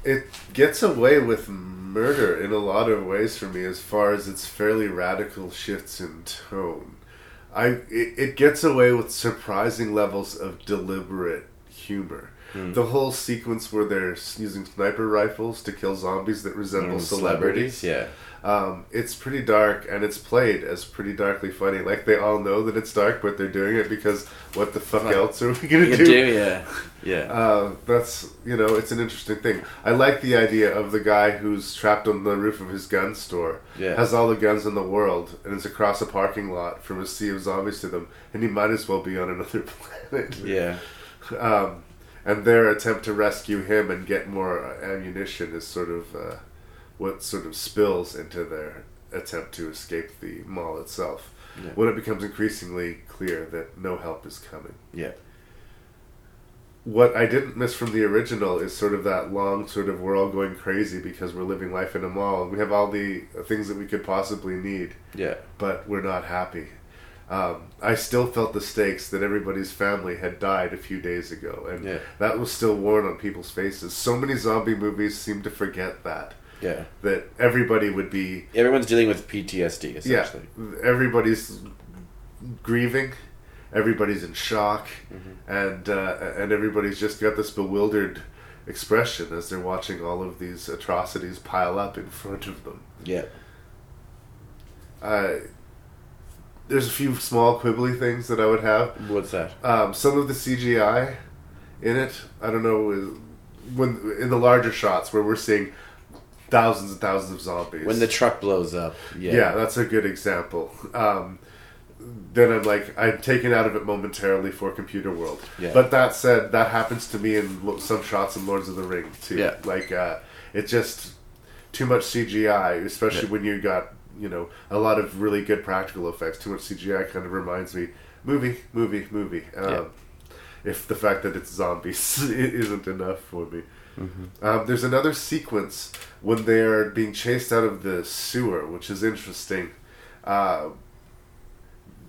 S1: It gets away with murder in a lot of ways for me as far as its fairly radical shifts in tone. I it, it gets away with surprising levels of deliberate humor.
S2: Hmm.
S1: The whole sequence where they're s- using sniper rifles to kill zombies that resemble
S2: Mm,
S1: celebrities.
S2: celebrities, yeah.
S1: Um, it's pretty dark and it's played as pretty darkly funny. Like they all know that it's dark, but they're doing it because what the fuck
S2: Fuck.
S1: else are we gonna
S2: (laughs)
S1: do?
S2: You can do, yeah. Yeah.
S1: Uh, that's you know, it's an interesting thing. I like the idea of the guy who's trapped on the roof of his gun store.
S2: Yeah.
S1: Has all the guns in the world and is across a parking lot from a sea of zombies to them, and he might as well be on another (laughs) planet.
S2: Yeah.
S1: Um, and their attempt to rescue him and get more uh, ammunition is sort of uh, what sort of spills into their attempt to escape the mall itself.
S2: Yeah.
S1: When it becomes increasingly clear that no help is coming
S2: Yeah.
S1: what I didn't miss from the original is sort of that long sort of we're all going crazy because we're living life in a mall and we have all the things that we could possibly need,
S2: Yeah.
S1: but we're not happy. Um, I still felt the stakes that everybody's family had died a few days ago, and
S2: Yeah.
S1: that was still worn on people's faces. So many zombie movies seem to forget that
S2: Yeah.
S1: that everybody would be
S2: Everyone's dealing with PTSD,
S1: yeah,
S2: essentially.
S1: everybody's grieving, everybody's in shock,
S2: Mm-hmm.
S1: and uh, and everybody's just got this bewildered expression as they're watching all of these atrocities pile up in front of them.
S2: Yeah.
S1: Uh, there's a few small quibbly things that I would have.
S2: What's that?
S1: Um, some of the CGI in it, I don't know, is- when in the larger shots where we're seeing thousands and thousands of zombies.
S2: When the truck blows up. Yeah.
S1: Yeah. that's a good example. Um, then I'm like, I'm taken out of it momentarily for Computer World.
S2: Yeah.
S1: But that said, that happens to me in lo- some shots in Lords of the Ring too.
S2: Yeah.
S1: Like, uh, it's just too much CGI, especially
S2: Yeah.
S1: when you got you know a lot of really good practical effects. Too much CGI kind of reminds me movie, movie, movie. Um,
S2: Yeah.
S1: If the fact that it's zombies (laughs) i- isn't enough for me. Um, there's another sequence when they are being chased out of the sewer, which is interesting. Uh,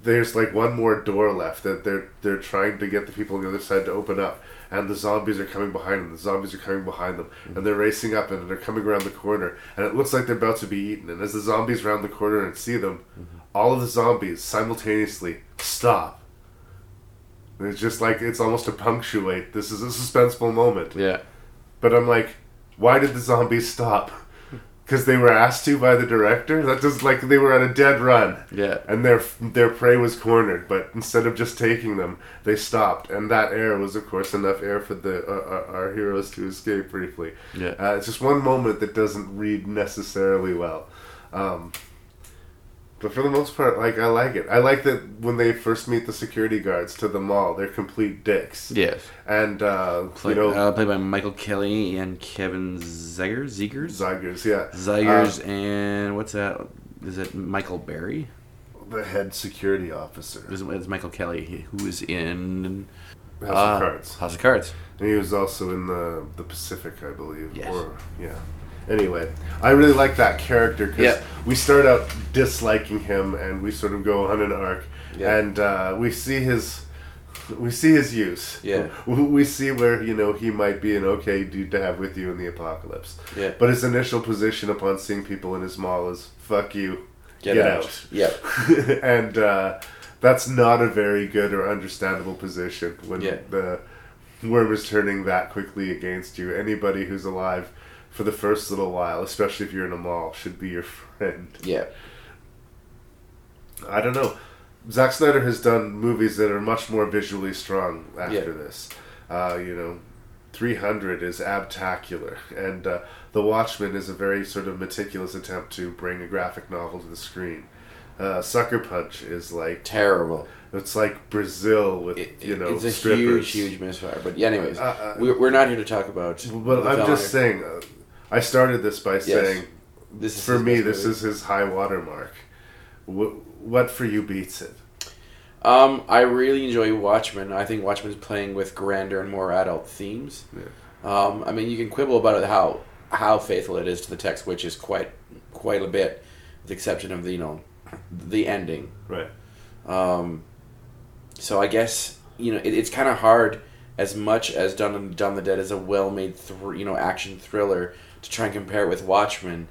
S1: there's like one more door left that they're they're trying to get the people on the other side to open up, and the zombies are coming behind them. The zombies are coming behind them, and they're racing up, and they're coming around the corner, and it looks like they're about to be eaten. And as the zombies round the corner and see them, all of the zombies simultaneously stop. And It's just like it's almost to punctuate. This is a suspenseful moment.
S2: Yeah.
S1: But I'm like, why did the zombies stop? because they were asked to by the director. That just like they were on a dead run.
S2: Yeah.
S1: And their their prey was cornered, but instead of just taking them, they stopped, and that air was, of course, enough air for the uh, our heroes to escape briefly.
S2: Yeah.
S1: Uh, it's just one moment that doesn't read necessarily well. Um, but for the most part, like I like it. I like that when they first meet the security guards to the mall, they're complete dicks.
S2: Yes.
S1: And uh,
S2: Played,
S1: you know,
S2: uh, played by Michael Kelly and Kevin Zegers. Zegers.
S1: Zegers, yeah. uh,
S2: Zegers and what's that? Is it Michael Berry?
S1: The head security officer.
S2: It's, it's Michael Kelly, who is in Ah,
S1: House of Cards.
S2: House of Cards.
S1: And he was also in the the Pacific, I believe.
S2: Yes.
S1: Or, yeah. Anyway, I really like that character because
S2: Yeah.
S1: we start out disliking him, and we sort of go on an arc,
S2: Yeah.
S1: and uh, we see his. We see his use.
S2: Yeah.
S1: We- We see where you know he might be an okay dude to have with you in the apocalypse.
S2: Yeah.
S1: But his initial position upon seeing people in his mall is "fuck you,
S2: Get out.
S1: Yep. (laughs) and uh, that's not a very good or understandable position when
S2: Yeah.
S1: the worm is turning that quickly against you. Anybody who's alive for the first little while, especially if you're in a mall, should be your friend.
S2: Yeah.
S1: I don't know. Zack Snyder has done movies that are much more visually strong after
S2: Yeah.
S1: this. Uh, you know, 300 is abtacular, and uh, The Watchmen is a very sort of meticulous attempt to bring a graphic novel to the screen. Uh, Sucker Punch is like
S2: Terrible.
S1: It's like Brazil with you know
S2: it's a
S1: strippers.
S2: huge, huge misfire. But yeah, anyways,
S1: Uh, uh,
S2: we're, we're not here to talk about.
S1: But
S2: the
S1: I'm
S2: film
S1: just
S2: here.
S1: saying, uh, I started this by saying,
S2: This is
S1: for
S2: his
S1: me,
S2: best
S1: this
S2: movie.
S1: is his high watermark. What, what for you beats it?
S2: Um, I really enjoy Watchmen. I think Watchmen's playing with grander and more adult themes. Um, I mean, you can quibble about it how how faithful it is to the text, which is quite quite a bit, with the exception of the you know the ending.
S1: Right.
S2: Um, so I guess you know it, it's kind of hard, as much as Done and Done the Dead is a well-made thr- you know action thriller to try and compare it with Watchmen.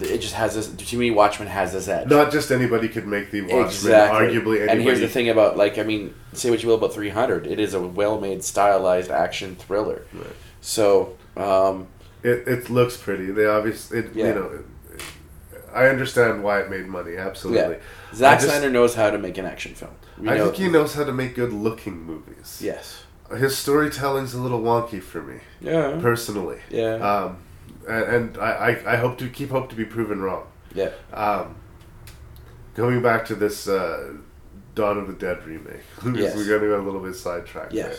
S2: It just has this. To me, Watchmen has this edge.
S1: Not just anybody could make the Watchmen. Arguably, anybody.
S2: And here's the thing about like I mean, say what you will about 300, it is a well-made, stylized action thriller.
S1: Right.
S2: So um,
S1: It, it looks pretty. They obviously, it,
S2: Yeah.
S1: you know, it- I understand why it made money. Absolutely.
S2: yeah, Zack
S1: I just-
S2: Snyder knows how to make an action film. We
S1: I
S2: know-
S1: think he knows how to make good looking movies.
S2: Yes.
S1: His storytelling's a little wonky for me.
S2: Yeah.
S1: Personally.
S2: Yeah.
S1: Um, and and I, I, I hope to keep hope to be proven wrong.
S2: Yeah.
S1: Um, going back to this uh, Dawn of the Dead remake, (laughs) because
S2: Yes.
S1: we're going to a little bit sidetracked. there.
S2: Yes.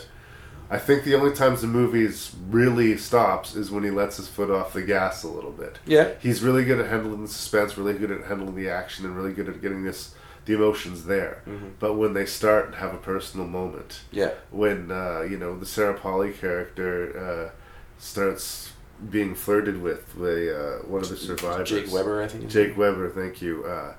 S1: I think the only times the movie's really stops is when he lets his foot off the gas a little bit.
S2: Yeah.
S1: He's really good at handling the suspense, really good at handling the action, and really good at getting this the emotions there. But when they start and have a personal moment,
S2: Mm-hmm. Yeah.
S1: when uh, you know the Sarah Polly character uh, starts being flirted with by uh, one of the survivors,
S2: Jake Weber, I think his
S1: Jake Weber, thank you. Uh,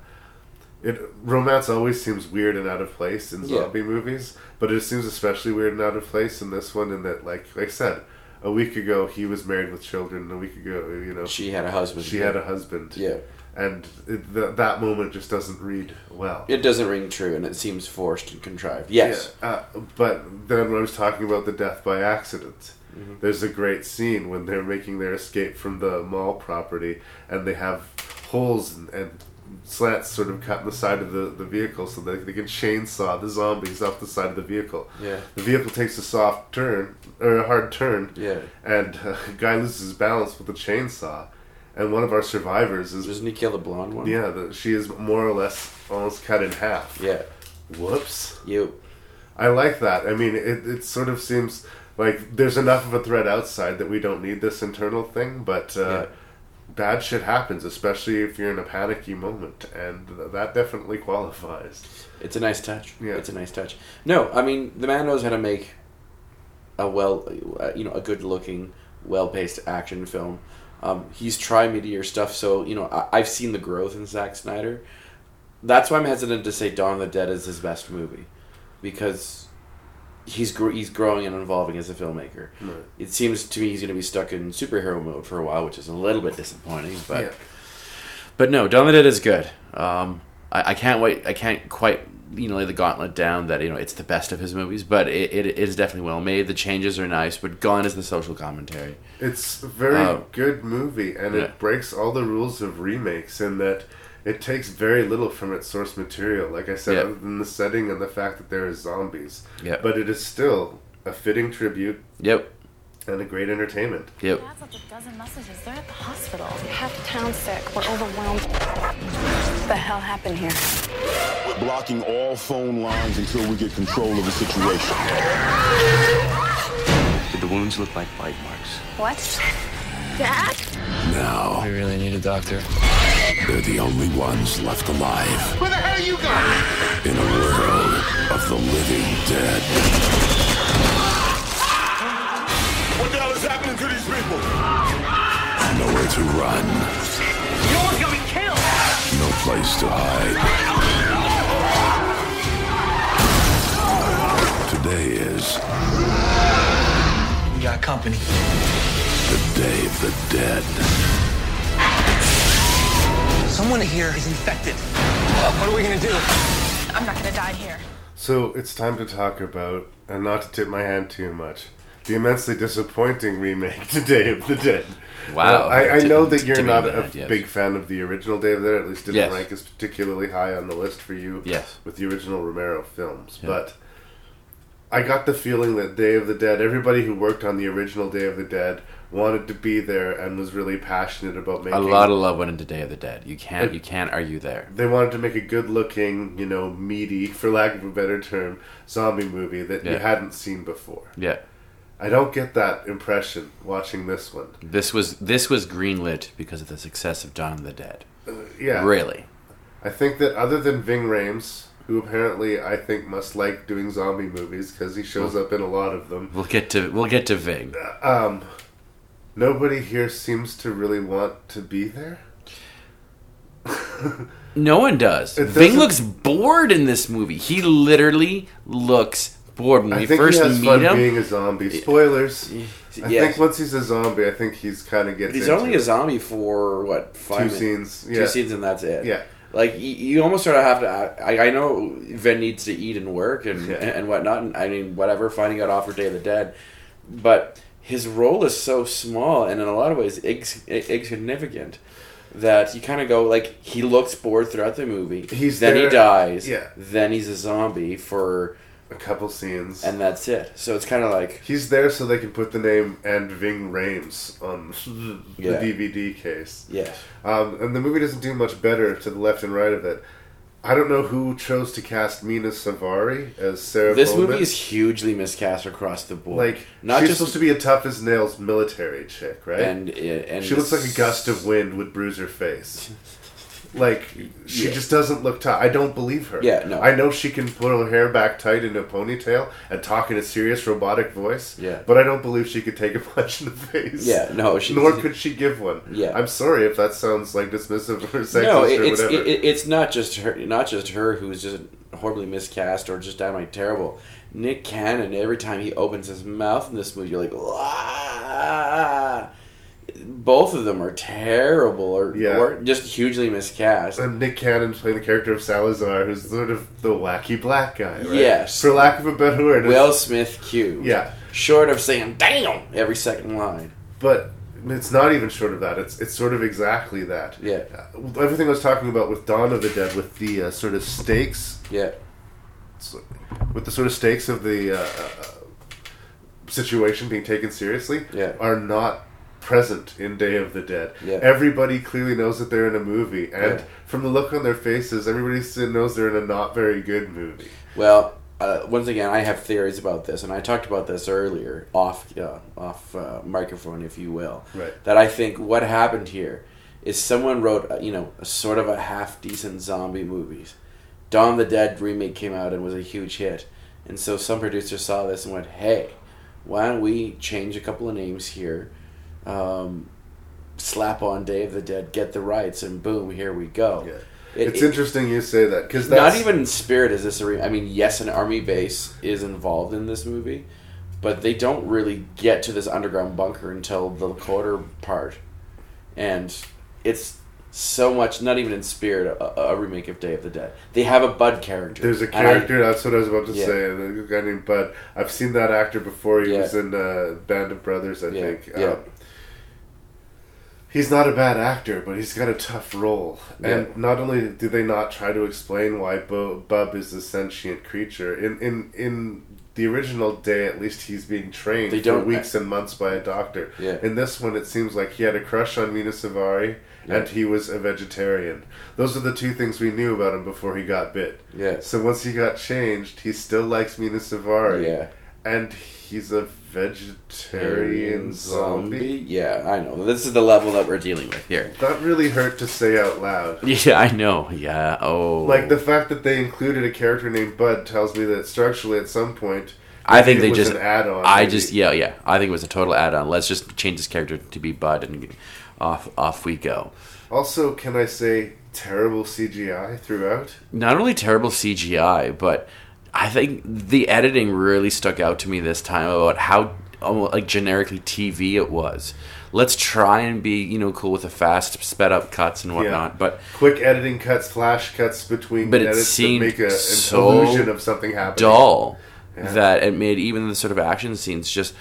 S1: it romance always seems weird and out of place in
S2: Yeah.
S1: zombie movies, but it seems especially weird and out of place in this one. In that, like, like I said, a week ago he was married with children. and A week ago, you know,
S2: She had a husband.
S1: She had a husband.
S2: Yeah.
S1: and it, th- that moment just doesn't read well.
S2: It doesn't ring true, and it seems forced and contrived. Yes.
S1: Yeah, uh, but then when I was talking about the death by accident,
S2: Mm-hmm.
S1: there's a great scene when they're making their escape from the mall property and they have holes and, and slats sort of cut in the side of the, the vehicle so that they can chainsaw the zombies off the side of the vehicle.
S2: Yeah.
S1: The vehicle takes a soft turn, or a hard turn,
S2: Yeah.
S1: and (laughs) uh, a guy loses his balance with a chainsaw. And one of our survivors is
S2: Doesn't he kill the blonde one?
S1: yeah, the, she is more or less almost cut in half.
S2: Yeah.
S1: Whoops.
S2: You.
S1: I like that. I mean, it, it sort of seems like there's enough of a threat outside that we don't need this internal thing, but uh,
S2: Yeah.
S1: bad shit happens, especially if you're in a panicky moment, and th- that definitely qualifies.
S2: It's a nice touch.
S1: Yeah.
S2: It's a nice touch. No, I mean the man knows how to make a well, uh, you know, a good-looking, well-paced action film. Um, he's tried meteor stuff, so you know I- I've seen the growth in Zack Snyder. That's why I'm hesitant to say Dawn of the Dead is his best movie, because he's gr- he's growing and evolving as a filmmaker.
S1: Right.
S2: It seems to me he's going to be stuck in superhero mode for a while, which is a little bit disappointing. But
S1: Yeah.
S2: but no, Dawn of the Dead is good. Um, I, I can't wait. I can't quite you know lay the gauntlet down that you know it's the best of his movies, but it, it is definitely well made. The changes are nice, but gone is the social commentary.
S1: It's a very uh, good movie, and yeah. it breaks all the rules of remakes in that it takes very little from its source material. Like I said, yep. other than the setting and the fact that there are zombies,
S2: yep.
S1: but it is still a fitting tribute.
S2: Yep.
S1: And a great entertainment.
S2: Yep.
S12: That's like a dozen messages. They're at the hospital.
S8: Half the town's sick. We're overwhelmed. What the hell happened here?
S13: We're blocking all phone lines until we get control of the situation.
S14: Did the wounds look like bite marks?
S12: What? Dad?
S14: No.
S15: We really need a doctor.
S3: They're the only ones left alive.
S16: Where the hell you going?
S3: In a world of the living dead.
S13: What the hell is happening to these people?
S3: Nowhere to run.
S16: No one's gonna be killed.
S3: No place to hide. Today is.
S15: We got company.
S3: The Day of the Dead.
S15: Someone here is infected. What are we gonna do?
S12: I'm not gonna die here.
S1: So it's time to talk about, and not to tip my hand too much, the immensely disappointing remake (laughs) to Day of the Dead.
S2: Wow.
S1: Uh, I, I, know that you're not a big fan of the original Day of the Dead, at least didn't yes. rank as particularly high on the list for you
S2: yes.
S1: with the original Romero films. Yeah. But I got the feeling that Day of the Dead, everybody who worked on the original Day of the Dead wanted to be there and was really passionate about making
S2: a lot of love went into Day of the Dead. You can't it, you can't argue there.
S1: They wanted to make a good looking, you know, meaty, for lack of a better term, zombie movie that yeah. you hadn't seen before.
S2: Yeah.
S1: I don't get that impression watching this one.
S2: This was this was greenlit because of the success of Dawn of the Dead.
S1: Uh, yeah,
S2: really.
S1: I think that other than Ving Rhames, who apparently I think must like doing zombie movies because he shows up in a lot of them.
S2: We'll get to we'll get to Ving.
S1: Um, nobody here seems to really want to be there.
S2: no one does. Ving looks bored in this movie. He literally looks bored when I we think first he has meet fun him.
S1: Being a zombie, spoilers. Yeah. I think once he's a zombie, I think he's kind of gets.
S2: He's only a zombie for what
S1: five two minutes. scenes,
S2: yeah. two scenes, and that's it.
S1: Yeah,
S2: like you, you almost sort of have to. I, I, know Ven needs to eat and work and yeah. and whatnot. And I mean, whatever, finding out offer Day of the Dead, but his role is so small and in a lot of ways insignificant that you kind of go like he looks bored throughout the movie.
S1: He's
S2: then
S1: there,
S2: he dies.
S1: Yeah.
S2: Then he's a zombie for
S1: a couple scenes,
S2: and that's it. So it's kind of like
S1: he's there so they can put the name and Ving Rhames on (laughs) the
S2: yeah.
S1: DVD case.
S2: Yeah,
S1: um, and the movie doesn't do much better to the left and right of it. I don't know who chose to cast Mina Savari as Sarah.
S2: This
S1: Bowman.
S2: movie is hugely miscast across the board.
S1: Like,
S2: not
S1: she's
S2: just
S1: supposed to be a tough as nails military chick, right?
S2: And and
S1: she looks like a gust of wind would bruise her
S2: (laughs)
S1: face. Like she yeah. just doesn't look tight. I don't believe her.
S2: Yeah, no.
S1: I know she can put her hair back tight into a ponytail and talk in a serious robotic voice.
S2: Yeah.
S1: But I don't believe she could take a (laughs) punch in the face.
S2: Yeah, no. She,
S1: Nor could she give one.
S2: Yeah.
S1: I'm sorry if that sounds like dismissive or sexist
S2: no, it,
S1: or
S2: it's,
S1: whatever.
S2: It, it's not just her. Not just her who's just horribly miscast or just downright terrible. Nick Cannon, every time he opens his mouth in this movie, you're like, Wah! both of them are terrible or,
S1: yeah.
S2: or, just hugely miscast.
S1: And Nick Cannon playing the character of Salazar, who's sort of the wacky black guy, right?
S2: Yes.
S1: For lack of a better word.
S2: Will Smith Q.
S1: Yeah.
S2: Short of saying damn every second line.
S1: But it's not even short of that. It's it's sort of exactly that.
S2: Yeah.
S1: Everything I was talking about with Dawn of the Dead, with the uh, sort of stakes.
S2: Yeah.
S1: With the sort of stakes of the uh, situation being taken seriously,
S2: yeah.
S1: are not present in Day of the Dead.
S2: Yeah.
S1: Everybody clearly knows that they're in a movie, and
S2: yeah.
S1: from the look on their faces, everybody still knows they're in a not very good movie.
S2: Well, uh, once again, I have theories about this, and I talked about this earlier off uh, off uh, microphone, if you will.
S1: Right.
S2: That I think what happened here is someone wrote, uh, you know, a sort of a half decent zombie movies. Dawn of the Dead remake came out and was a huge hit, and so some producer saw this and went, "Hey, why don't we change a couple of names here?" Um, slap on Day of the Dead, get the rights, and boom, here we go.
S1: Yeah. It, it's it, interesting you say that because not
S2: even in spirit is this a. Re- I mean, yes, an army base is involved in this movie, but they don't really get to this underground bunker until the quarter part, and it's so much, not even in spirit, a, a remake of Day of the Dead. They have a Bud character.
S1: There's a
S2: And
S1: character. that's what I was about to
S2: Yeah.
S1: say. A guy named Bud. I've seen that actor before. He
S2: Yeah.
S1: was in uh, Band of Brothers, I
S2: Yeah,
S1: think.
S2: yeah.
S1: Um, he's not a bad actor, but he's got a tough role.
S2: Yeah.
S1: And not only do they not try to explain why Bo- Bub is a sentient creature in in in. The original day, at least, he's being trained
S2: They
S1: for
S2: don't-
S1: weeks and months by a doctor.
S2: Yeah.
S1: In this one, it seems like he had a crush on Mina Savari,
S2: Yeah.
S1: and he was a vegetarian. Those are the two things we knew about him before he got bit.
S2: Yeah.
S1: So once he got changed, he still likes Mina Savari.
S2: Yeah.
S1: And he's a vegetarian zombie.
S2: Yeah, I know. This is the level that we're dealing with here.
S1: That really hurt to say out loud.
S2: (laughs) Yeah, I know. Yeah. Oh.
S1: Like the fact that they included a character named Bud tells me that structurally, at some point,
S2: I think
S1: it
S2: they
S1: was
S2: just
S1: an add-on.
S2: I
S1: maybe.
S2: just yeah yeah. I think it was a total add-on. Let's just change this character to be Bud and off off we go.
S1: also can I say terrible CGI throughout?
S2: Not only terrible CGI, but I think the editing really stuck out to me this time about how almost like generically TV it was. Let's try and be you know cool with the fast sped up cuts and whatnot, but
S1: Quick editing cuts, flash cuts between
S2: but it
S1: edits
S2: seemed
S1: that make a, an
S2: so
S1: illusion of something happening.
S2: dull
S1: Yeah.
S2: that it made even the sort of action scenes just.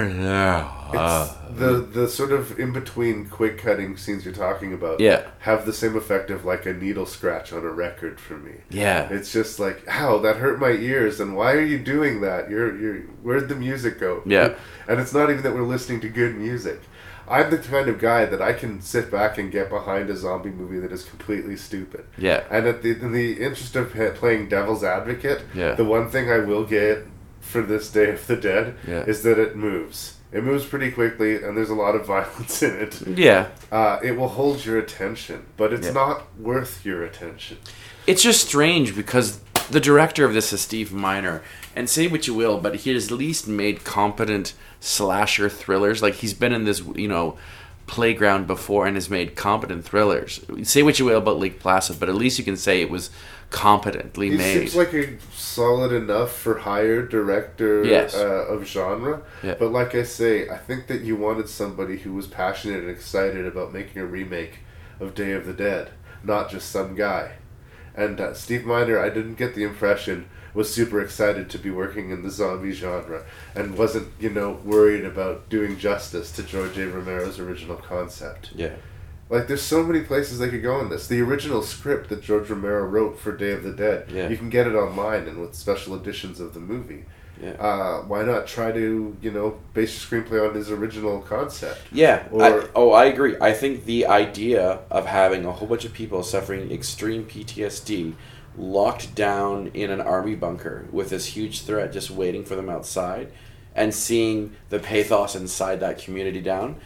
S2: Uh,
S1: It's the the sort of in between quick cutting scenes you're talking about
S2: Yeah.
S1: have the same effect of like a needle scratch on a record for me.
S2: Yeah.
S1: It's just like, ow, that hurt my ears and why are you doing that? You're you're where'd the music go?
S2: Yeah.
S1: And it's not even that we're listening to good music. I'm the kind of guy that I can sit back and get behind a zombie movie that is completely stupid.
S2: Yeah.
S1: And at the in the interest of pa- playing devil's advocate,
S2: Yeah.
S1: the one thing I will get for this Day of the Dead
S2: Yeah.
S1: is that it moves. It moves pretty quickly, and there's a lot of (laughs) violence in it.
S2: Yeah.
S1: Uh, it will hold your attention, but it's
S2: Yeah.
S1: not worth your attention.
S2: It's just strange because the director of this is Steve Miner, and say what you will, but he has at least made competent slasher thrillers. Like he's been in this, you know, playground before and has made competent thrillers. Say what you will about Lake Placid, but at least you can say it was competently
S1: He
S2: made.
S1: seems like a solid enough for hire director
S2: Yes.
S1: uh, of genre.
S2: Yeah.
S1: But like I say, I think that you wanted somebody who was passionate and excited about making a remake of Day of the Dead, not just some guy. And uh, Steve Miner, I didn't get the impression, was super excited to be working in the zombie genre and wasn't, you know, worried about doing justice to George A. Romero's original concept.
S2: yeah.
S1: Like, there's so many places they could go in this. The original script that George Romero wrote for Day of the Dead,
S2: Yeah.
S1: you can get it online and with special editions of the movie.
S2: Yeah.
S1: Uh, why not try to, you know, base your screenplay on his original concept?
S2: Yeah.
S1: Or,
S2: I, oh, I agree. I think the idea of having a whole bunch of people suffering extreme PTSD locked down in an army bunker with this huge threat just waiting for them outside and seeing the pathos inside that community down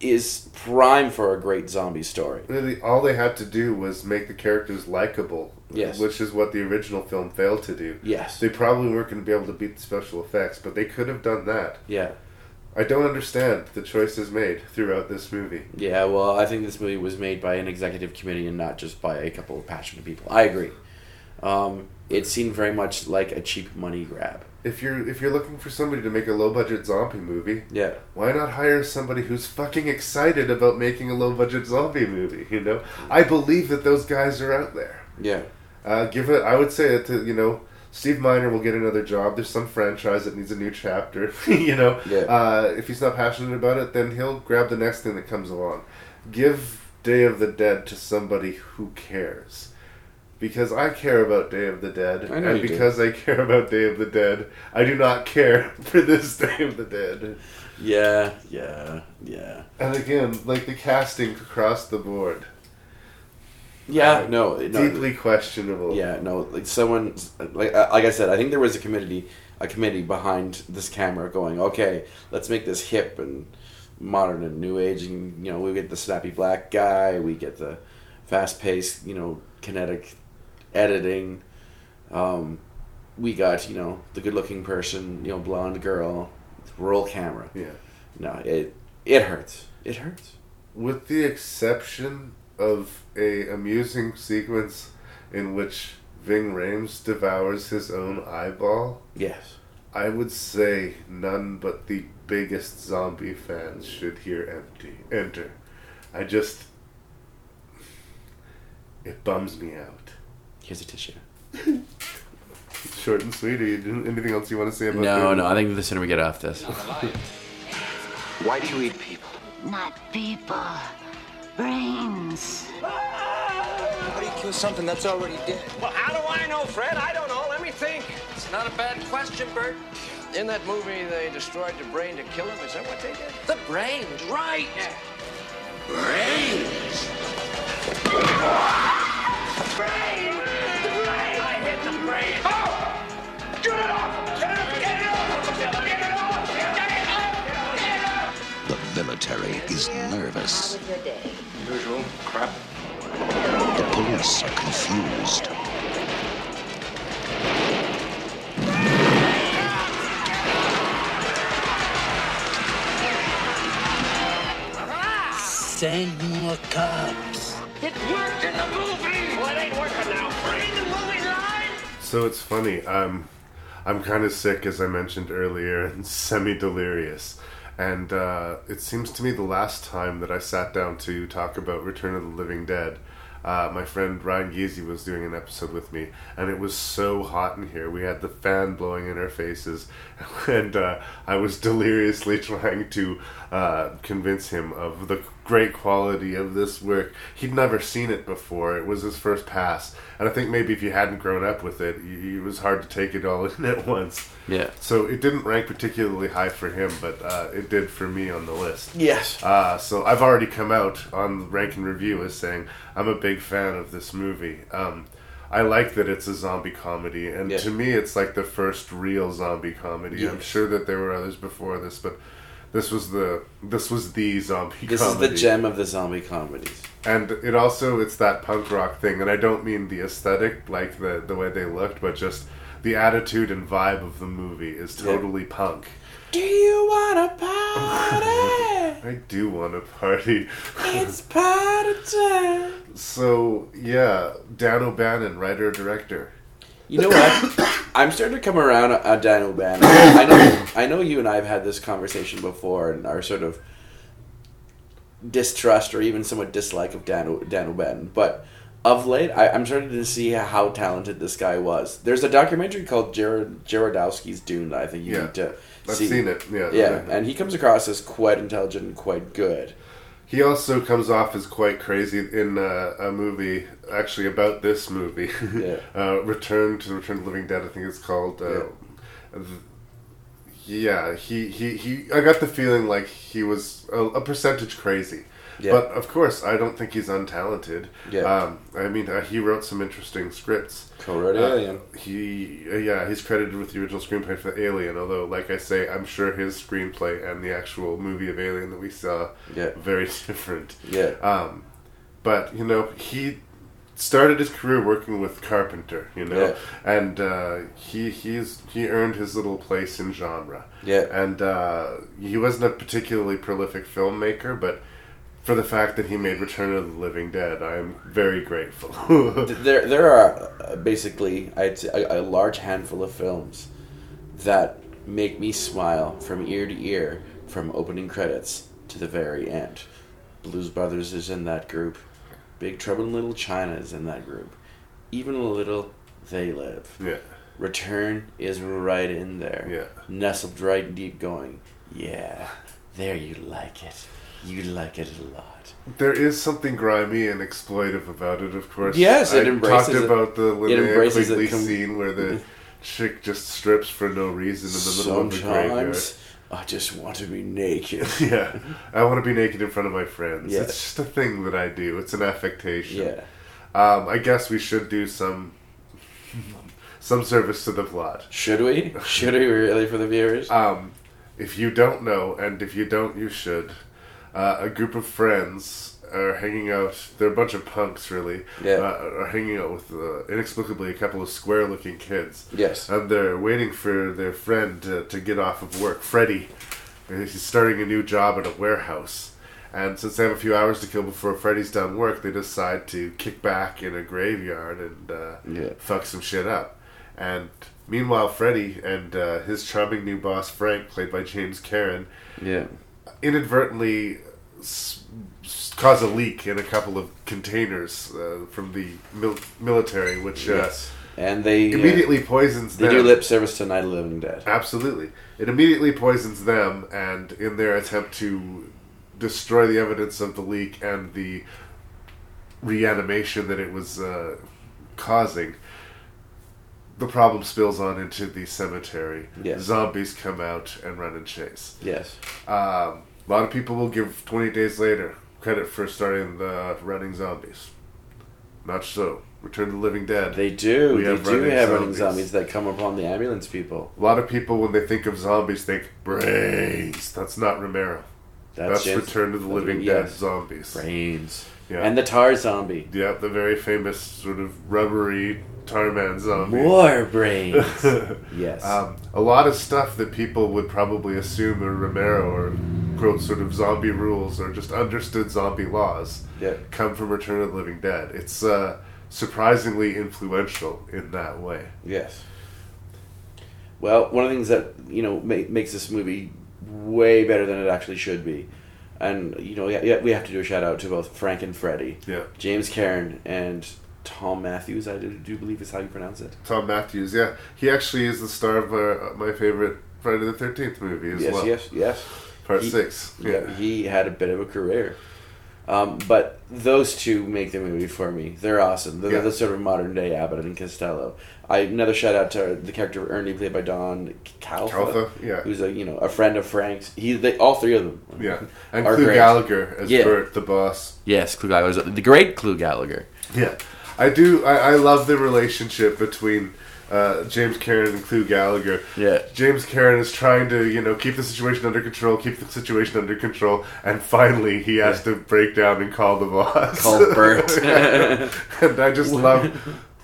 S2: is prime for a great zombie story.
S1: really, all they had to do was make the characters likable.
S2: Yes.
S1: Which is what the original film failed to do.
S2: Yes.
S1: They probably weren't going to be able to beat the special effects, but they could have done that.
S2: Yeah.
S1: I don't understand the choices made throughout this movie.
S2: Yeah, well, I think this movie was made by an executive committee and not just by a couple of passionate people. I agree. Um, it seemed very much like a cheap money grab.
S1: If you're if you're looking for somebody to make a low budget zombie movie,
S2: Yeah.
S1: Why not hire somebody who's fucking excited about making a low budget zombie movie? You know, I believe that those guys are out there.
S2: Yeah.
S1: Uh, give it. I would say that to, you know, Steve Miner will get another job. There's some franchise that needs a new chapter. (laughs) you know,
S2: Yeah.
S1: uh, if he's not passionate about it, then he'll grab the next thing that comes along. Give Day of the Dead to somebody who cares. Because I care about Day of the Dead,
S2: I know
S1: and
S2: you do.
S1: because I care about Day of the Dead, I do not care (laughs) for this Day of the Dead.
S2: Yeah, yeah, yeah.
S1: And again, like the casting across the board,
S2: Yeah, no, no,
S1: deeply questionable.
S2: Yeah, no, like someone, like uh, like I said, I think there was a committee, a committee behind this camera going, okay, let's make this hip and modern and new age, and you know, we get the snappy black guy, we get the fast paced, you know, kinetic editing, um, we got you know the good looking person, you know, blonde girl, roll camera.
S1: Yeah.
S2: No, it it hurts. It hurts.
S1: With the exception of a amusing sequence in which Ving Rhames devours his own eyeball,
S2: Yes.
S1: I would say none but the biggest zombie fans should hear empty enter. I just It bums me out.
S2: Here's a tissue.
S1: Short and sweet. Are you- Anything else you want to say about
S2: No,
S1: that?
S2: no, I think the sooner we get off this.
S7: Why do you eat people?
S17: Not people. Brains.
S15: How do you kill something that's already dead?
S16: Well, how do I know, Fred? I don't know. Let me think.
S15: It's not a bad question, Bert.
S18: In that movie, they destroyed the brain to kill him. Is that what they did?
S15: The brains, right?
S18: Brains!
S16: Brain! The brain! I hit the brain! Oh! Get it off! Get it off! Get it off! Get it off! Get it off! Get it off!
S3: The military is nervous.
S18: Usual crap.
S3: The police are confused.
S15: Send more cops.
S16: It worked in the movie! Well, it ain't working now. Brain the movie line!
S1: So it's funny. Um, I'm kind of sick, as I mentioned earlier, (laughs) and semi delirious. And uh, it seems to me the last time that I sat down to talk about Return of the Living Dead, uh, my friend Ryan Geezy was doing an episode with me, and it was so hot in here. We had the fan blowing in our faces, (laughs) and uh, I was deliriously (laughs) trying to uh, convince him of the great quality of this work. He'd never seen it before. It was his first pass, and I think maybe if you hadn't grown up with it, y- it was hard to take it all (laughs) in at once.
S2: Yeah.
S1: So it didn't rank particularly high for him, but uh, it did for me on the list.
S2: Yes.
S1: Uh, so I've already come out on the rank and review as saying I'm a big fan of this movie. Um, I like that it's a zombie comedy, and
S2: Yeah.
S1: to me, it's like the first real zombie comedy. I'm
S2: Yes.
S1: sure that there were others before this, but this was the this was the zombie.
S2: This is
S1: comedy.
S2: the gem of the zombie comedies.
S1: And it also it's that punk rock thing, and I don't mean the aesthetic, like the the way they looked, but just the attitude and vibe of the movie is totally punk.
S16: Do you want a party?
S1: I do want to party. (laughs)
S16: it's party time!
S1: so yeah, Dan O'Bannon, writer director.
S2: You
S1: (coughs)
S2: know what? I'm starting to come around on Dan O'Bannon. I know, I know you and I have had this conversation before, and our sort of distrust or even somewhat dislike of Dan, O- Dan O'Bannon. But of late, I, I'm starting to see how talented this guy was. There's a documentary called Jared Jarodowski's Dune that I think you
S1: Yeah.
S2: need to
S1: I've
S2: see.
S1: seen it, yeah.
S2: yeah, and he comes across as quite intelligent and quite good.
S1: He also comes off as quite crazy in uh, a movie, actually about this movie,
S2: (laughs) Yeah.
S1: (laughs) uh, Return to Return to the Living Dead. I think it's called. Uh, th- yeah, he, he he. I got the feeling like he was a, a percentage crazy,
S2: Yeah.
S1: but of course I don't think he's untalented.
S2: Yeah.
S1: Um, I mean, uh, he wrote some interesting scripts.
S2: Co-wrote Alien.
S1: He uh, yeah, he's credited with the original screenplay for Alien. Although, like I say, I'm sure his screenplay and the actual movie of Alien that we saw
S2: Yeah.
S1: very (laughs) different.
S2: Yeah.
S1: Um, but you know, he started his career working with Carpenter. You know,
S2: Yeah.
S1: and uh, he he's he earned his little place in genre.
S2: Yeah.
S1: And uh, he wasn't a particularly prolific filmmaker, but. For the fact that he made Return of the Living Dead, I am very grateful. (laughs)
S2: there there are uh, basically I'd say a, a large handful of films that make me smile from ear to ear from opening credits to the very end. Blues Brothers is in that group. Big Trouble in Little China is in that group. Even a little they live.
S1: Yeah.
S2: Return is right in there.
S1: Yeah.
S2: Nestled right deep going. Yeah. There you like it. You like it a lot.
S1: There is something grimy and exploitive about it, of course.
S2: Yes, it
S1: I
S2: embraces
S1: talked
S2: it.
S1: about the
S2: It
S1: Linnea
S2: embraces it
S1: Quigley
S2: com-
S1: scene where
S2: (laughs)
S1: the chick just strips for no reason in the middle of the graveyard.
S2: Sometimes I just want to be naked.
S1: (laughs) Yeah, I want to be naked in front of my friends.
S2: Yeah.
S1: It's just a thing that I do. It's an affectation.
S2: Yeah.
S1: Um, I guess we should do some (laughs) some service to the plot.
S2: Should we? Should we really for the viewers?
S1: Um, if you don't know, and if you don't, you should. Uh, a group of friends are hanging out. They're a bunch of punks, really.
S2: Yeah.
S1: Uh, are hanging out with uh, inexplicably a couple of square-looking kids.
S2: Yes.
S1: And they're waiting for their friend to, to get off of work, Freddy. And He's starting a new job at a warehouse. And since they have a few hours to kill before Freddy's done work, they decide to kick back in a graveyard and uh,
S2: Yeah.
S1: fuck some shit up. And meanwhile, Freddy and uh, his charming new boss Frank, played by James Karen,
S2: Yeah.
S1: inadvertently s- s- cause a leak in a couple of containers uh, from the mil- military, which uh,
S2: Yes. And they uh,
S1: immediately poisons
S2: They
S1: them.
S2: do lip service to Night of the Living Dead.
S1: Absolutely. It immediately poisons them, and in their attempt to destroy the evidence of the leak and the reanimation that it was uh, causing, the problem spills on into the cemetery.
S2: Yes.
S1: Zombies come out and run and chase.
S2: Yes.
S1: Um, a lot of people will give 20 Days Later credit for starting the Running Zombies. Not so. Return to the Living Dead.
S2: They do. they do have running zombies that come upon the ambulance people.
S1: A lot of people, when they think of zombies, think brains. That's not Romero. That's,
S2: James-
S1: Return to the
S2: that's-
S1: Living
S2: yes.
S1: Dead zombies.
S2: Brains.
S1: Yeah.
S2: And the tar zombie.
S1: Yeah, the very famous sort of rubbery tarman zombie. (laughs)
S2: More brains. Yes.
S1: Um, a lot of stuff that people would probably assume are Romero or quote sort of zombie rules or just understood zombie laws
S2: Yeah.
S1: come from Return of the Living Dead. It's uh, surprisingly influential in that way.
S2: Yes. Well, one of the things that you know ma- makes this movie way better than it actually should be, and you know, yeah, yeah, we have to do a shout out to both Frank and Freddie,
S1: Yeah.
S2: James Karen and Tom Matthews. I do, do believe is how you pronounce it.
S1: Tom Matthews, yeah, he actually is the star of uh, my favorite Friday the Thirteenth movie as
S2: yes,
S1: well.
S2: yes, yes.
S1: Part
S2: He-
S1: six. Yeah.
S2: Yeah, he had a bit of a career. Um, but those two make the movie for me. They're awesome. They're
S1: Yeah.
S2: the sort of modern day Abbott and Costello. I another shout out to the character of Ernie played by Don Calfa,
S1: Calfa, yeah.
S2: who's a you know a friend of Frank's. He they all three of them.
S1: Yeah. And
S2: are
S1: Clu
S2: great.
S1: Gallagher as
S2: Yeah.
S1: Bert, the boss.
S2: Yes, Clu Gallagher, the great Clu Gallagher.
S1: Yeah, I do. I, I love the relationship between uh, James Karen and Clue Gallagher.
S2: Yeah.
S1: James Karen is trying to, you know, keep the situation under control, keep the situation under control, and finally he has to break down and call the boss.
S2: (laughs) Call Bert.
S1: (laughs) and I just
S2: (laughs)
S1: love.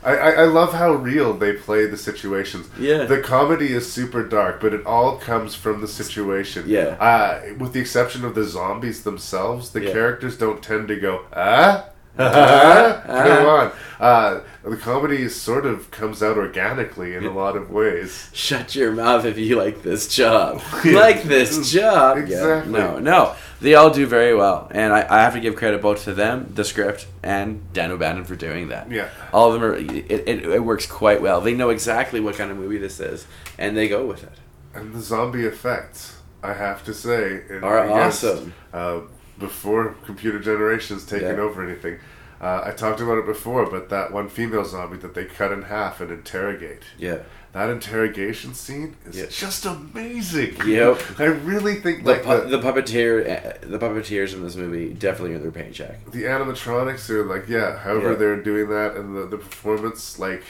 S1: I, I I love how real they play the situations.
S2: Yeah.
S1: The comedy is super dark, but it all comes from the situation.
S2: Yeah.
S1: Uh, with the exception of the zombies themselves, the
S2: Yeah.
S1: characters don't tend to go,
S2: (laughs)
S1: ah?
S2: Ah?
S1: Go on. Uh, the comedy is sort of comes out organically in a lot of ways.
S2: Shut your mouth if you like this job. like this job. Yeah,
S1: Exactly.
S2: No, no. They all do very well. And I, I have to give credit both to them, the script, and Dan O'Bannon for doing that.
S1: Yeah.
S2: All of them are, it, it, it works quite well. They know exactly what kind of movie this is, and they go with it.
S1: And the zombie effects, I have to say, in-
S2: Are
S1: against,
S2: awesome.
S1: Uh, before computer generations taken
S2: Yeah.
S1: over anything, uh, I talked about it before, but that one female zombie that they cut in half and interrogate.
S2: Yeah.
S1: That interrogation scene is
S2: Yeah.
S1: just amazing.
S2: Yep.
S1: (laughs) I really think
S2: The,
S1: like
S2: pu- the, puppeteer, the puppeteers in this movie definitely earned their paycheck.
S1: the animatronics are like yeah however
S2: Yeah.
S1: they're doing that and the, the performance like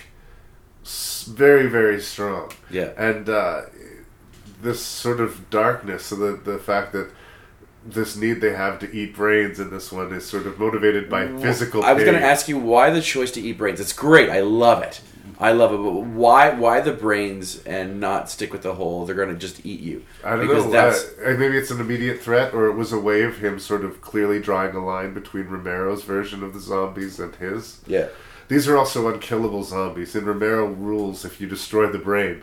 S1: s- very very strong
S2: Yeah.
S1: and uh, this sort of darkness so the, the fact that this need they have to eat brains in this one is sort of motivated by physical
S2: I was
S1: pain.
S2: going to ask you why the choice to eat brains. It's great. I love it. I love it. But why why the brains and not stick with the whole? They're going to just eat you.
S1: I don't know. uh, maybe it's an immediate threat, or it was a way of him sort of clearly drawing a line between Romero's version of the zombies and his.
S2: Yeah.
S1: These are also unkillable zombies. In Romero rules, if you destroy the brain,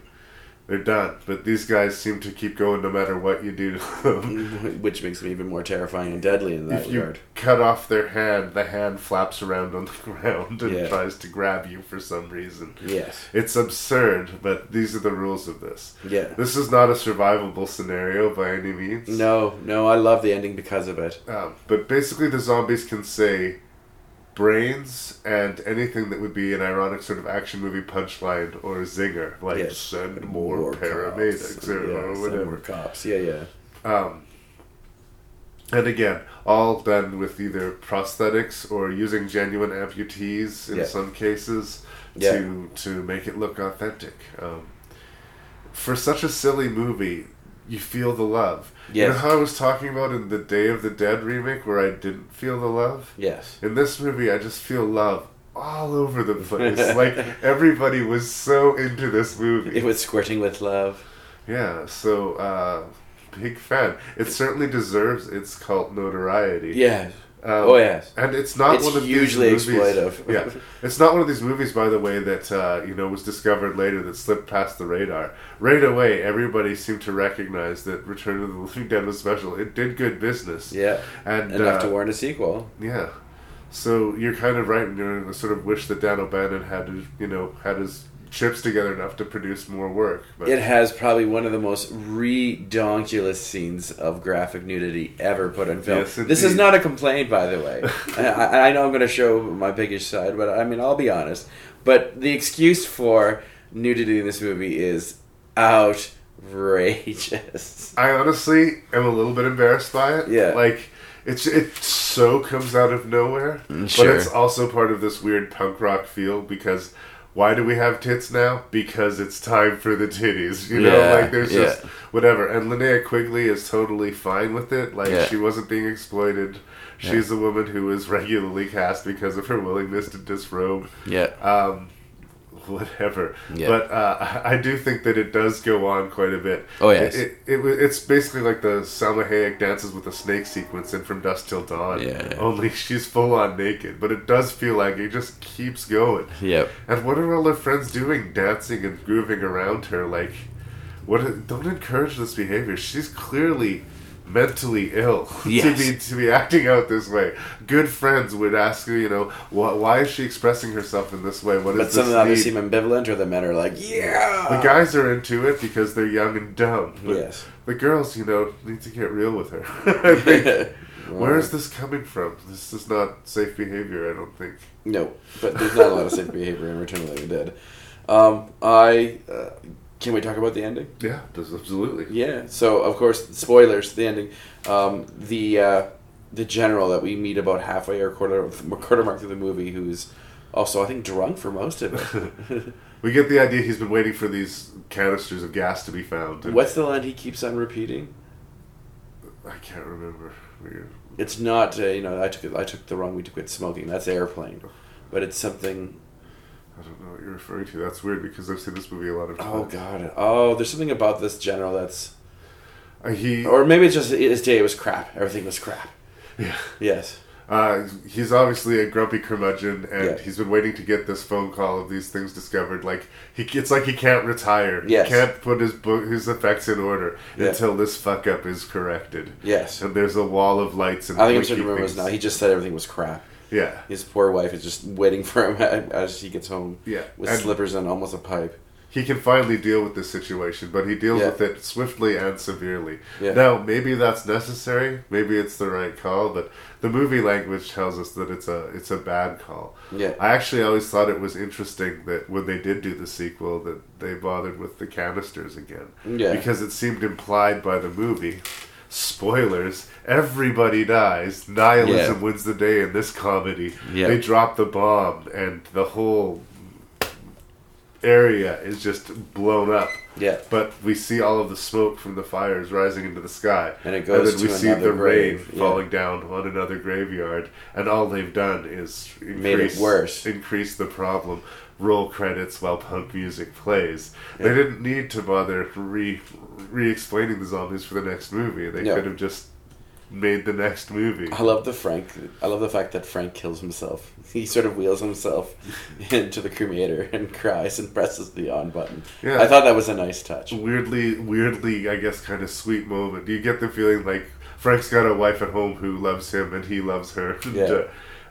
S1: they're done. But these guys seem to keep going no matter what you do to them.
S2: (laughs) which makes them even more terrifying and deadly in
S1: (laughs)
S2: that
S1: if you
S2: regard.
S1: cut off their hand, the hand flaps around on the (laughs) ground and
S2: Yeah.
S1: tries to grab you for some reason.
S2: Yes.
S1: It's absurd, but these are the rules of this.
S2: Yeah.
S1: This is not a survivable scenario by any means.
S2: No, no, I love the ending because of it.
S1: Um, but basically, the zombies can say brains and anything that would be an ironic sort of action movie punchline or zinger, like
S2: Yes.
S1: send more, paramedics
S2: cops.
S1: or,
S2: Yeah,
S1: or
S2: send more
S1: whatever.
S2: cops. Yeah, yeah.
S1: Um, and again, all done with either prosthetics or using genuine amputees in
S2: Yeah.
S1: some cases
S2: Yeah.
S1: to to make it look authentic. Um, for such a silly movie, you feel the love. You know
S2: Yes.
S1: how I was talking about in the Day of the Dead remake where I didn't feel the love?
S2: Yes.
S1: In this movie, I just feel love all over the place.
S2: (laughs)
S1: like, everybody was so into this movie.
S2: It was squirting with love.
S1: Yeah, so, uh, big fan. It certainly deserves its cult notoriety.
S2: Yeah.
S1: Um,
S2: oh yes,
S1: and it's not
S2: It's
S1: one of
S2: hugely
S1: these movies- (laughs)
S2: exploitive.
S1: yeah, it's not one of these movies, by the way, that uh, you know was discovered later that slipped past the radar. Right away, everybody seemed to recognize that Return of the Living Dead was special. It did good business.
S2: Yeah,
S1: and
S2: enough
S1: uh,
S2: to warrant a sequel.
S1: Yeah. So you're kind of right, and you sort of wish that Dan O'Bannon had, his- you know, had his chips together enough to produce more work. But
S2: It has probably one of the most redonkulous scenes of graphic nudity ever put in film.
S1: Yes,
S2: this is
S1: indeed.
S2: not a complaint, by the
S1: (laughs)
S2: way. I- I, I know I'm going to show my piggish side, but I mean, I'll be honest. But the excuse for nudity in this movie is outrageous.
S1: I honestly am a little bit embarrassed by it.
S2: Yeah.
S1: Like it's it so comes out of nowhere,
S2: Mm,
S1: but
S2: sure.
S1: it's also part of this weird punk rock feel because why do we have tits now? Because it's time for the titties. You know,
S2: Yeah,
S1: like there's
S2: yeah.
S1: just whatever. And Linnea Quigley is totally fine with it. Like
S2: Yeah.
S1: she wasn't being exploited.
S2: Yeah.
S1: She's a woman who is regularly cast because of her willingness to disrobe.
S2: Yeah.
S1: Um, (laughs) whatever.
S2: Yeah.
S1: But uh, (laughs) I do think that it does go on quite a bit.
S2: Oh, yes.
S1: It, it, it, wa- it's basically like the Salma Hayek dances with a snake sequence in From Dusk Till Dawn.
S2: Yeah.
S1: Only she's full on naked, but it does feel like it just keeps going.
S2: Yep.
S1: And what are all her friends doing, dancing and grooving around her? Like, what? Don't encourage this behavior. She's clearly mentally ill (laughs)
S2: Yes.
S1: to be to be acting out this way. Good friends would ask you, you know, why, why is she expressing herself in this way? What is
S2: But some of
S1: this
S2: them
S1: need?
S2: seem ambivalent, or the men are like, yeah.
S1: The guys are into it because they're young and dumb. But
S2: Yes.
S1: The girls, you know, need to get real with her. (laughs) I think. (laughs) Where
S2: Right.
S1: is this coming from? This is not safe behavior, I don't think.
S2: No, but there's not a lot of safe behavior in Return of the Living Dead. Um, I uh, can we talk about the ending?
S1: Yeah, there's absolutely.
S2: Yeah. So of course, spoilers. The ending. Um, the uh, the general that we meet about halfway or quarter quarter mark through the movie, who's also I think drunk for most of
S1: (laughs)
S2: it.
S1: We get the idea he's been waiting for these canisters of gas to be found. and-
S2: What's the line he keeps on repeating?
S1: I can't remember. Weird.
S2: It's not uh, you know I took it, I took the wrong week to quit smoking. That's airplane, but it's something.
S1: I don't know what you're referring to. That's weird because I've seen this movie a lot of times.
S2: Oh god. Oh, there's something about this general that's.
S1: Uh, he
S2: Or maybe it's just his day was crap. Everything was crap.
S1: Yeah.
S2: Yes.
S1: Uh, he's obviously a grumpy curmudgeon, and
S2: Yeah.
S1: he's been waiting to get this phone call of these things discovered. Like he, it's like he can't retire.
S2: Yes.
S1: He can't put his book, his effects in order
S2: Yeah.
S1: until this fuck up is corrected.
S2: Yes.
S1: And there's a wall of lights and.
S2: I think I'm
S1: winky
S2: starting to remember this
S1: things.
S2: now. He just said everything was crap.
S1: Yeah.
S2: His poor wife is just waiting for him (laughs) as he gets home.
S1: Yeah.
S2: With
S1: And-
S2: slippers and almost a pipe.
S1: he can finally deal with this situation, but he deals
S2: Yeah.
S1: with it swiftly and severely.
S2: Yeah.
S1: Now, maybe that's necessary. Maybe it's the right call, but the movie language tells us that it's a it's a bad call.
S2: Yeah.
S1: I actually always thought it was interesting that when they did do the sequel, that they bothered with the canisters again.
S2: Yeah.
S1: Because it seemed implied by the movie. Spoilers: Everybody dies. Nihilism
S2: Yeah.
S1: wins the day in this comedy.
S2: Yeah.
S1: They drop the bomb, and the whole area is just blown up.
S2: Yeah.
S1: But we see all of the smoke from the fires rising into the sky.
S2: And it goes
S1: then we
S2: to
S1: see
S2: another
S1: the rain
S2: grave, yeah.
S1: falling down on another graveyard. And all they've done is increase,
S2: Made it worse.
S1: increase the problem, roll credits while punk music plays.
S2: Yeah.
S1: They didn't need to bother re re explaining the zombies for the next movie. They
S2: No.
S1: could have just made the next movie.
S2: I love the Frank. I love the fact that Frank kills himself. (laughs) He sort of wheels himself (laughs) into the cremator and (laughs) cries and presses the on button.
S1: Yeah.
S2: I thought that was a nice touch.
S1: weirdly, weirdly, I guess, kind of sweet moment. You get the feeling like Frank's got a wife at home who loves him and he loves her. (laughs) And,
S2: Yeah.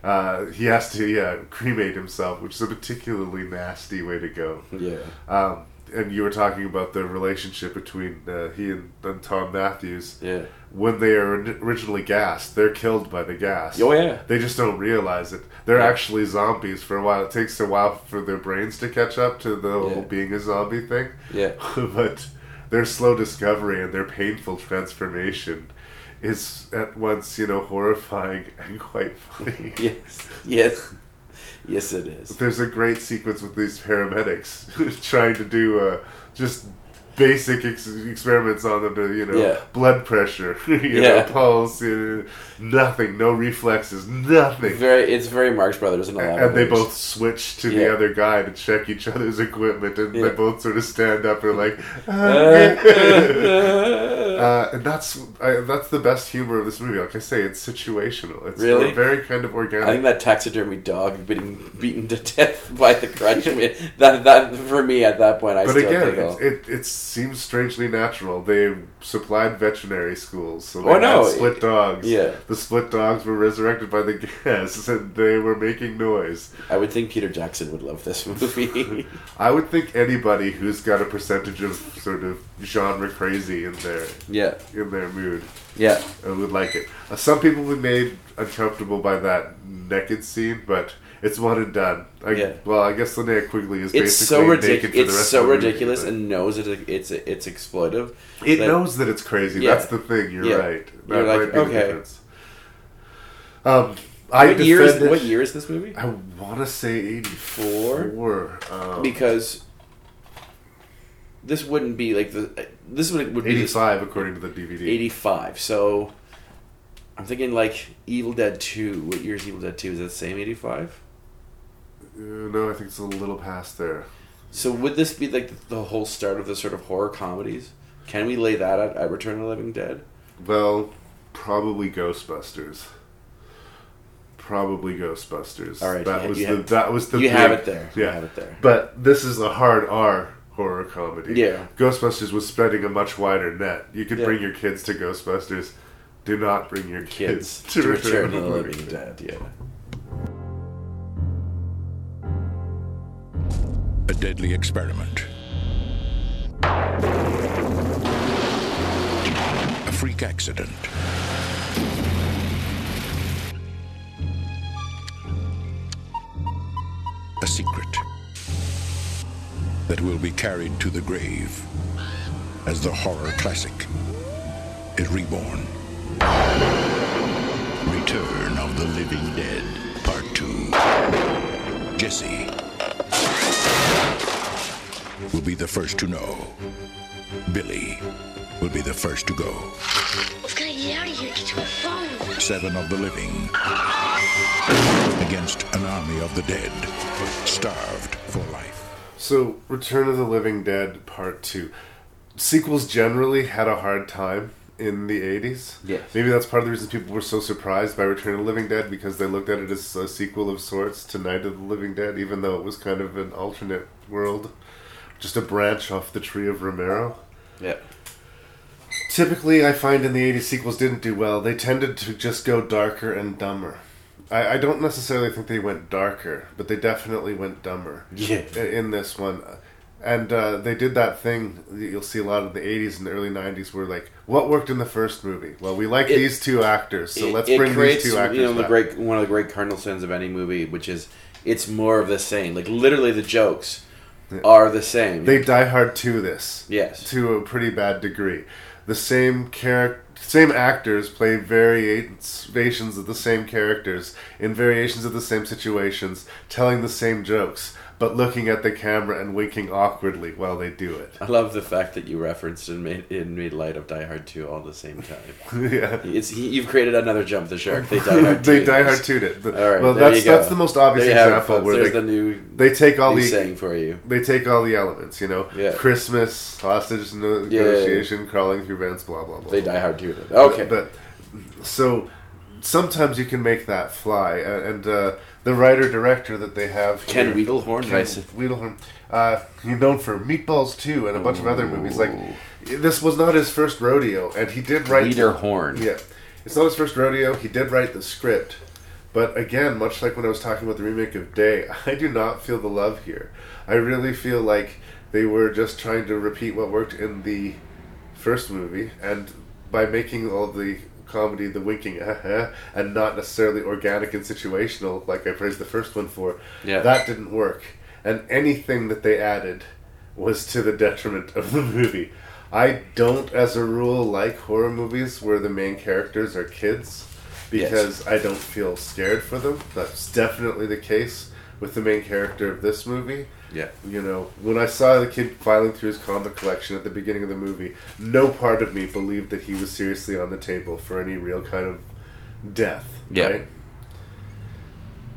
S1: uh, he has to yeah, cremate himself, which is a particularly nasty way to go.
S2: Yeah.
S1: Um, and you were talking about the relationship between uh, he and, and Tom Matthews.
S2: Yeah.
S1: When they are originally gassed, they're killed by the gas.
S2: Oh, yeah.
S1: They just don't realize it. They're
S2: Yeah.
S1: actually zombies for a while. It takes a while for their brains to catch up to the
S2: Yeah.
S1: whole being a zombie thing
S2: Yeah.
S1: (laughs) but their slow discovery and their painful transformation is at once, you know, horrifying (laughs) and quite funny.
S2: Yes. Yes. Yes, it is.
S1: (laughs) There's a great sequence with these paramedics trying to do uh, just basic ex- experiments on them to you know
S2: Yeah.
S1: blood pressure, (laughs) you know,
S2: Yeah.
S1: pulse, you know, nothing, no reflexes, nothing.
S2: Very, it's very Marx Brothers in a lot of
S1: And they
S2: ways.
S1: both switch to
S2: Yeah.
S1: the other guy to check each other's equipment, and
S2: Yeah.
S1: they both sort of stand up and are
S2: (laughs)
S1: like, "Ah."
S2: Uh,
S1: uh, and that's I, that's the best humor of this movie. Like I say, it's situational. It's
S2: Really?
S1: very kind of organic.
S2: I think that taxidermy dog being beaten to death (laughs) by the crutch. I mean, that that for me at that point, I
S1: but
S2: still
S1: again,
S2: think.
S1: it,
S2: I'll-
S1: it, it seems strangely natural. They supplied veterinary schools, so they
S2: Oh, no,
S1: had split dogs.
S2: yeah.
S1: the split dogs were resurrected by the (laughs) guests, and they were making noise.
S2: I would think Peter Jackson would love this movie. (laughs)
S1: I would think anybody who's got a percentage of sort of genre crazy in their
S2: Yeah.
S1: in their mood,
S2: Yeah.
S1: uh, would like it. Uh, some people would be made uncomfortable by that naked scene, but. It's one and done. I,
S2: Yeah.
S1: Well, I guess Linnea Quigley is
S2: it's so
S1: basically naked
S2: ridiculous.
S1: for the
S2: It's
S1: rest
S2: so
S1: of the movie,
S2: ridiculous
S1: but-
S2: and knows it, it's it's exploitive.
S1: It knows that it's crazy. That's the thing. You're
S2: Yeah.
S1: right. That
S2: You're like,
S1: might be the
S2: okay.
S1: difference. Um, I
S2: what year is
S1: defended-
S2: what year is this movie?
S1: I want to say eighty four. Um,
S2: because this wouldn't be like the this would would be
S1: eighty five, according to the DVD.
S2: eighty five. So I'm thinking like Evil Dead Two. What year is Evil Dead Two? Is that the same eighty five?
S1: Uh, no, I think it's a little past there.
S2: So would this be like the whole start of the sort of horror comedies? Can we lay that at, at Return of the Living Dead?
S1: Well, probably Ghostbusters. Probably Ghostbusters.
S2: All right,
S1: that
S2: you-
S1: was
S2: you
S1: the
S2: have-
S1: that was the
S2: you have it there. You
S1: Yeah,
S2: have it there.
S1: But this is a hard R horror comedy.
S2: Yeah.
S1: Ghostbusters was spreading a much wider net. You could
S2: Yeah.
S1: bring your kids to Ghostbusters. Do not bring your kids,
S2: Kids (laughs) to Return of the Living Dead. Yeah.
S3: A deadly experiment. A freak accident. A secret that will be carried to the grave as the horror classic is reborn. Return of the Living Dead, Part 2. Jesse will be the first to know. Billy will be the first to go.
S16: We've got to get out of here. Get to our phone.
S3: Seven of the living against an army of the dead, starved for life.
S1: So, Return of the Living Dead Part 2. Sequels generally had a hard time in the 80s.
S2: Yes.
S1: Maybe that's part of the reason people were so surprised by Return of the Living Dead because they looked at it as a sequel of sorts to Night of the Living Dead, even though it was kind of an alternate world. Just a branch off the tree of Romero.
S2: Yeah.
S1: Typically, I find in the 80s sequels didn't do well. They tended to just go darker and dumber. I, I don't necessarily think they went darker, but they definitely went dumber
S2: Yeah.
S1: i- in this one. And uh, they did that thing that you'll see a lot in the 80s and the early 90s where, like, what worked in the first movie? Well, we like
S2: It-
S1: these two actors, so
S2: it-
S1: let's
S2: it
S1: bring
S2: creates,
S1: these two actors
S2: You know, the
S1: back.
S2: great one of the great cardinal sins of any movie, which is it's more of the same. Like literally, the jokes are the same.
S1: They Die Hard to this.
S2: Yes.
S1: To a pretty bad degree. The same character, same actors play variations of the same characters in variations of the same situations, telling the same jokes, but looking at the camera and winking awkwardly while they do
S2: (laughs)
S1: it.
S2: I love the fact that you referenced and made and made light of Die Hard Two all at the same time.
S1: Yeah.
S2: it's he, you've created another jump the shark. (laughs) They Die
S1: (laughs)
S2: Hard.
S1: they
S2: Two.
S1: die hard tooed it.
S2: All right,
S1: well,
S2: there
S1: that's
S2: you go.
S1: that's the most obvious
S2: There you have it,
S1: example
S2: folks.
S1: where
S2: There's
S1: they,
S2: the new
S1: they take all
S2: new
S1: the
S2: saying for you.
S1: They take all the elements, you know,
S2: Yeah.
S1: Christmas, hostage no-
S2: Yeah, yeah, yeah.
S1: negotiation, crawling through vents, blah blah blah.
S2: They Die Hard tooed it. Okay.
S1: but, but- so sometimes you can make that fly, uh, and uh, the writer director that they have here-
S2: Ken Wiedelhorn,
S1: Ken
S2: nice.
S1: Wiedelhorn, uh, he's known for Meatballs Two and a bunch of other movies. Like this was not his first rodeo, and he did write
S2: Wiedelhorn.
S1: Yeah, it's not his first rodeo. He did write the script, but again, much like when I was talking about the remake of Day, (laughs) I do not feel the love here. I really feel like they were just trying to repeat what worked in the first movie, and by making all the comedy, the winking, (laughs) uh-huh, and not necessarily organic and situational, like I praised the first one for,
S2: Yeah.
S1: that didn't work. And anything that they added was to the detriment of the movie. I don't, as a rule, like horror movies where the main characters are kids
S2: Yes.
S1: because I don't feel scared for them. That's definitely the case. with the main character of this movie.
S2: Yeah.
S1: You know, when I saw the kid filing through his comic collection at the beginning of the movie, no part of me believed that he was seriously on the table for any real kind of death.
S2: Yeah.
S1: Right?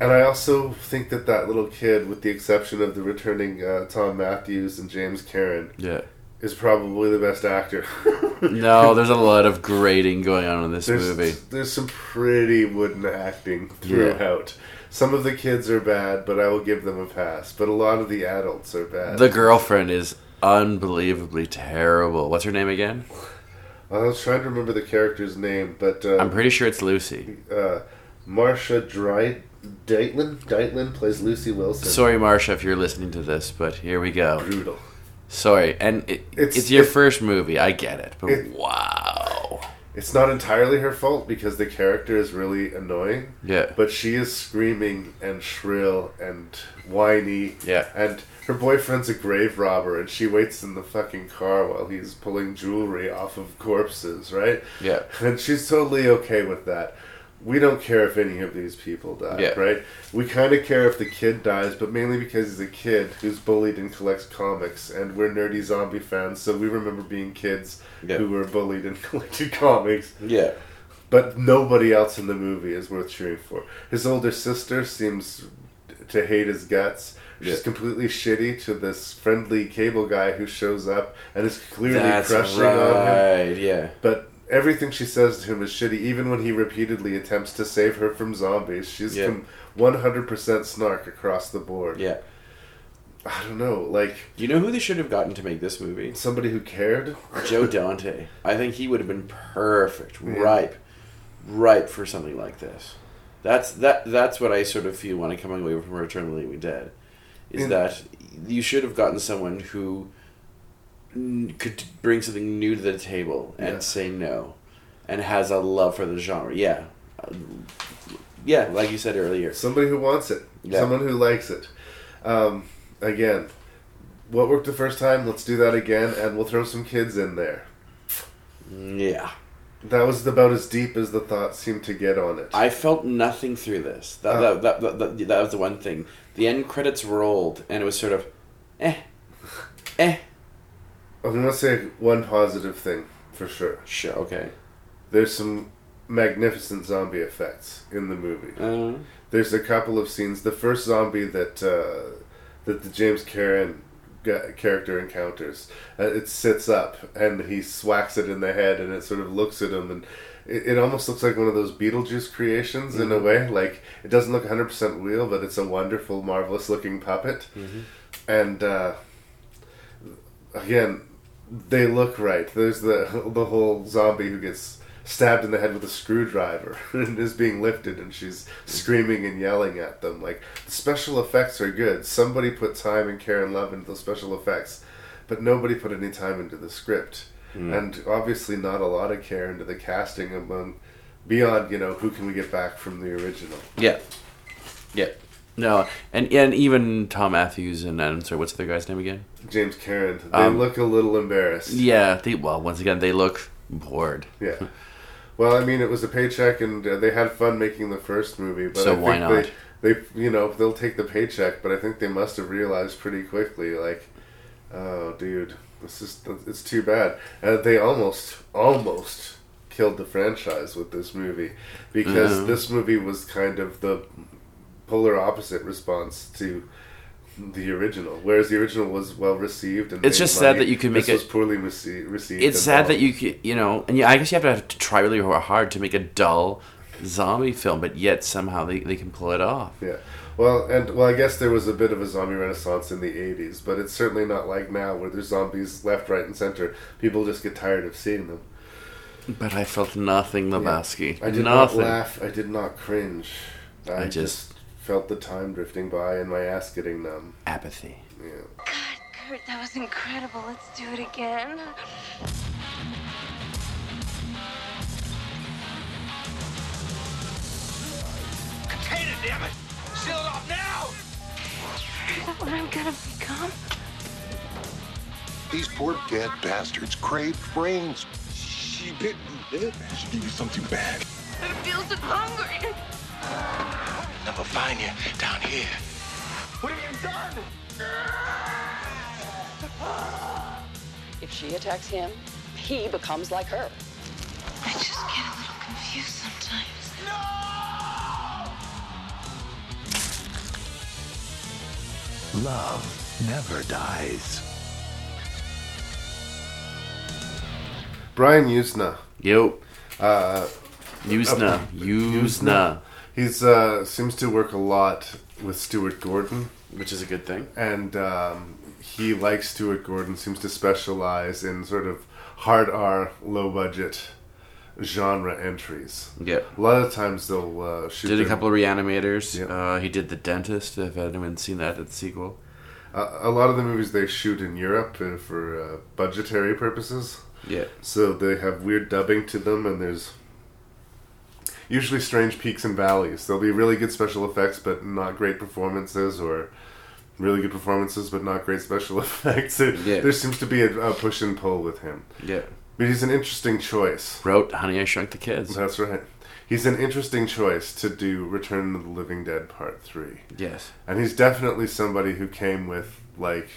S1: And I also think that that little kid, with the exception of the returning uh, Tom Matthews and James Karen,
S2: Yeah.
S1: is probably the best
S2: (laughs)
S1: actor.
S2: No, there's a lot of grading going on in this
S1: there's,
S2: movie.
S1: There's some pretty wooden acting throughout. Some of the kids are bad, but I will give them a pass. But a lot of the adults are bad.
S2: The girlfriend is unbelievably terrible. What's her name again?
S1: I was trying to remember the character's name, but uh,
S2: I'm pretty sure it's Lucy.
S1: uh, Marsha Dry Deitlin Deitlin plays Lucy Wilson.
S2: Sorry, Marsha, if you're listening to this, but here we go.
S1: Brutal.
S2: Sorry, and it,
S1: It's-
S2: it's, your
S1: it-
S2: first movie. I get it, but
S1: it-
S2: wow.
S1: It's not entirely her fault because the character is really annoying.
S2: Yeah.
S1: But she is screaming and shrill and whiny.
S2: Yeah.
S1: And her boyfriend's a grave robber and she waits in the fucking car while he's pulling jewelry off of corpses, right?
S2: Yeah.
S1: And she's totally okay with that. We don't care if any of these people die,
S2: Yeah.
S1: right? We kind of care if the kid dies, but mainly because he's a kid who's bullied and collects comics, and we're nerdy zombie fans, so we remember being kids
S2: Yeah.
S1: who were bullied and (laughs) collected comics.
S2: Yeah.
S1: But nobody else in the movie is worth cheering for. His older sister seems to hate his guts. She's
S2: Yeah.
S1: completely shitty to this friendly cable guy who shows up and is clearly
S2: That's
S1: crushing on him.
S2: right. Yeah.
S1: But everything she says to him is shitty, even when he repeatedly attempts to save her from zombies. She's
S2: Yeah.
S1: com- 100% snark across the board.
S2: Yeah.
S1: I don't know, like
S2: You know who they should have gotten to make this movie?
S1: somebody who cared?
S2: Joe Dante. I think he would have been perfect,
S1: Yeah.
S2: ripe, ripe for something like this. That's that. That's what I sort of feel when I come away from Return of the Living Dead, is
S1: Yeah.
S2: that you should have gotten someone who n- could bring something new to the table and
S1: Yeah.
S2: say no, and has a love for the genre. Yeah, Uh, yeah, like you said earlier.
S1: Somebody who wants it.
S2: Yeah.
S1: Someone who likes it. Um, again, what worked the first time, let's do that again, and we'll throw some kids in there.
S2: Yeah.
S1: That was about as deep as the thought seemed to get on it.
S2: I felt nothing through this. That,
S1: Oh.
S2: that, that, that, that, that was the one thing. The end credits rolled, and it was sort of, eh, eh.
S1: I'm going to say one positive thing for sure.
S2: Sure, okay.
S1: There's some magnificent zombie effects in the movie.
S2: Uh,
S1: There's a couple of scenes. The first zombie that uh, that the James Karen ga- character encounters, uh, it sits up and he swacks it in the head, and it sort of looks at him, and it, it almost looks like one of those Beetlejuice creations in a way. Like it doesn't look 100 percent real, but it's a wonderful, marvelous looking puppet, and. Uh, again, they look right. There's the the whole zombie who gets stabbed in the head with a screwdriver (laughs) and is being lifted, and she's screaming and yelling at them. Like the special effects are good. Somebody put time and care and love into the special effects, but nobody put any time into the script, and obviously not a lot of care into the casting among. Beyond, you know, who can we get back from the original?
S2: yeah. Yeah. No, and and even Tom Matthews and I'm sorry, what's the guy's name again?
S1: James Karen. They
S2: Um,
S1: look a little embarrassed.
S2: Yeah, they well once again they look bored.
S1: (laughs) Yeah. Well, I mean, it was a paycheck, and uh, they had fun making the first movie. But
S2: So
S1: I
S2: why
S1: think They, they, you know, they'll take the paycheck, but I think they must have realized pretty quickly, like, oh, dude, this is it's too bad. And they almost, almost killed the franchise with this movie because
S2: Mhm.
S1: this movie was kind of the polar opposite response to the original whereas the original was well received and
S2: It's
S1: made
S2: just sad
S1: money,
S2: that you can make
S1: this was
S2: it-
S1: poorly rece- received
S2: It's
S1: and
S2: sad that
S1: bombed.
S2: you c- you know, and yeah, I guess you have to, have to try really hard to make a dull zombie film, but yet somehow they, they can pull it off.
S1: Yeah. Well, and well, I guess there was a bit of a zombie renaissance in the '80s, but it's certainly not like now where there's zombies left, right, and center. People just get tired of seeing them.
S2: But I felt nothing, Lebowski.
S1: I did
S2: nothing.
S1: not laugh. I did not cringe. I,
S2: I
S1: just,
S2: just-
S1: felt the time drifting by and my ass getting numb.
S2: Apathy.
S1: Yeah.
S8: Kurt, that was incredible. Let's do it again.
S16: Container, damn it! Seal it off now!
S8: Is that what I'm gonna become?
S10: These poor dead bastards craved brains. She bit me dead. She gave you something bad.
S8: It feels hungry.
S10: Never find you down here.
S16: What have you done?
S5: If she attacks him, he becomes like her.
S17: I just get a little confused sometimes.
S16: No!
S14: Love never dies.
S1: Brian Usna.
S2: Yo.
S1: Uh,
S2: Usna. Usna.
S1: He's uh, seems to work a lot with Stuart Gordon,
S2: which is a good thing.
S1: And um, he likes Stuart Gordon. Seems to specialize in sort of hard R, low budget genre entries.
S2: Yeah.
S1: A lot of times they'll uh, shoot.
S2: Did
S1: them.
S2: a couple of reanimators.
S1: Yeah.
S2: Uh, he did The Dentist, if anyone's seen that, it's a sequel.
S1: Uh, a lot of the movies they shoot in Europe uh, for uh, budgetary purposes.
S2: Yeah.
S1: So they have weird dubbing to them, and there's usually strange peaks and valleys. There'll be really good special effects, but not great performances, or really good performances, but not great special (laughs) effects. There-
S2: Yeah.
S1: There seems to be a, a push and pull with him.
S2: Yeah.
S1: But he's an interesting choice.
S2: Wrote Honey, I Shrunk the Kids.
S1: That's right. He's an interesting choice to do Return of the Living Dead Part 3.
S2: Yes.
S1: And he's definitely somebody who came with like,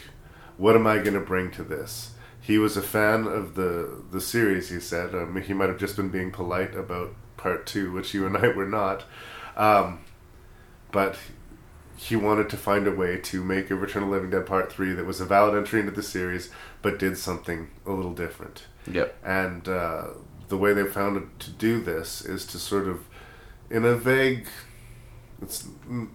S1: what am I going to bring to this? He was a fan of the the series. He said um, he might have just been being polite about part two, which you and I were not. Um, but he wanted to find a way to make a Return of the Living Dead Part Three that was a valid entry into the series, but did something a little different.
S2: Yep.
S1: And uh, the way they found to do this is to sort of, in a vague, it's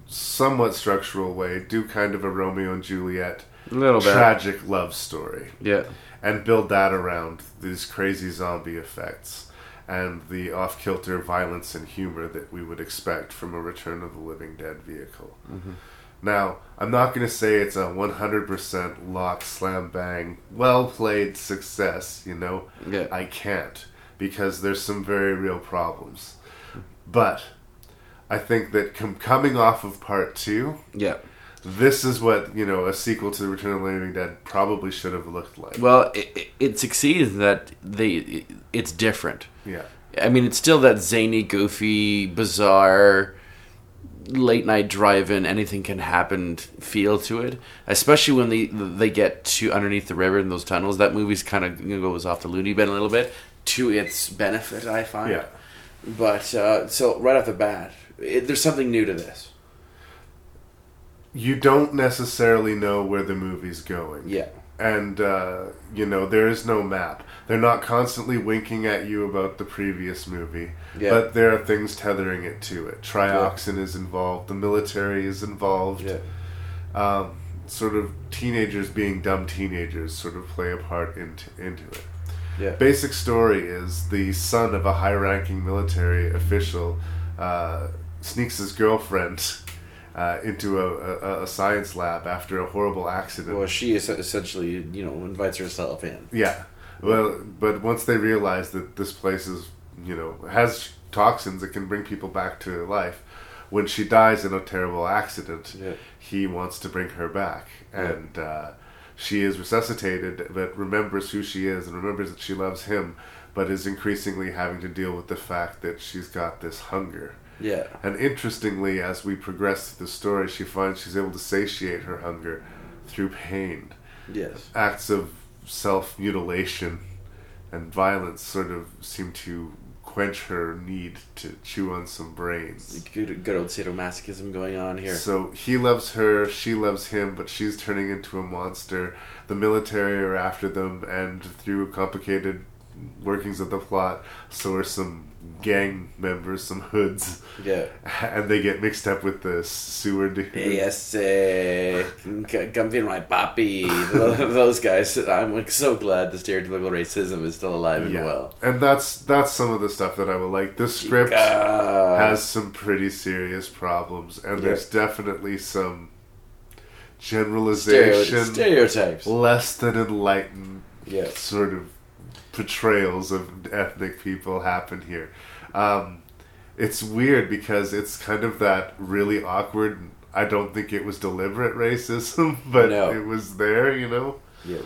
S1: somewhat structural way, do kind of a Romeo and Juliet
S2: Little bit.
S1: tragic love story.
S2: Yeah.
S1: And build that around these crazy zombie effects and the off kilter violence and humor that we would expect from a Return of the Living Dead vehicle.
S2: Mm-hmm.
S16: Mhm.
S1: Now, I'm not going to say it's a 100% lock, slam, bang, well played success, you know?
S2: Yeah.
S1: I can't because there's some very real problems. But I think that com- coming off of part two,
S2: Yeah.
S1: this is what, you know, a sequel to The Return of the Living Dead probably should have looked like.
S2: Well, it, it, it succeeds in that they it, it's different.
S1: Yeah.
S2: I mean, it's still that zany, goofy, bizarre, late night drive-in, anything can happen feel to it. Especially when they they get to underneath the river in those tunnels. That movie's kind of goes off the loony bin a little bit to its benefit, I find.
S1: Yeah.
S2: But uh, so right off the bat, it, there's something new to this.
S1: you don't necessarily know where the movie's going.
S2: Yeah.
S1: And, uh, you know, there is no map. They're not constantly winking at you about the previous movie,
S2: Yeah.
S1: but there are things tethering it to it. Trioxin is involved, the military is involved.
S2: Yeah.
S1: Um, sort of teenagers being dumb teenagers sort of play a part into, into it.
S2: Yeah.
S1: Basic story is the son of a high ranking military official uh, sneaks his girlfriend uh, into a, a, a science lab after a horrible accident.
S2: Well, she es- essentially, you know, invites herself in.
S1: Yeah. Well, but once they realize that this place is, you know, has toxins that can bring people back to life, when she dies in a terrible accident,
S2: Yeah.
S1: he wants to bring her back.
S2: Yeah.
S1: And uh, she is resuscitated, but remembers who she is and remembers that she loves him, but is increasingly having to deal with the fact that she's got this hunger.
S2: Yeah.
S1: And interestingly, as we progress through the story, she finds she's able to satiate her hunger through pain
S2: Yes.
S1: acts of self mutilation and violence sort of seem to quench her need to chew on some brains.
S2: Good, good old sadomasochism going on here.
S1: So he loves her, she loves him, but she's turning into a monster. The military are after them, and through complicated workings of the plot, so are some gang members, some hoods. (laughs)
S2: Yeah.
S1: And they get mixed up with the sewer dude.
S2: Yes, eh, c- come be my papi. Those guys. I'm like so glad the stereotypical racism is still alive and
S1: Yeah.
S2: well.
S1: And that's that's some of the stuff that I would like. This script
S2: Chica.
S1: has some pretty serious problems, and
S2: Uh, Yeah.
S1: there's definitely some
S2: Stereo-
S1: generalization,
S2: stereotypes.
S1: less than enlightened
S2: Yeah.
S1: sort of portrayals of ethnic people happen here. Um, it's weird because it's kind of that really awkward. I don't think it was deliberate racism, (laughs) but
S2: No.
S1: it was there, you know.
S2: Yeah.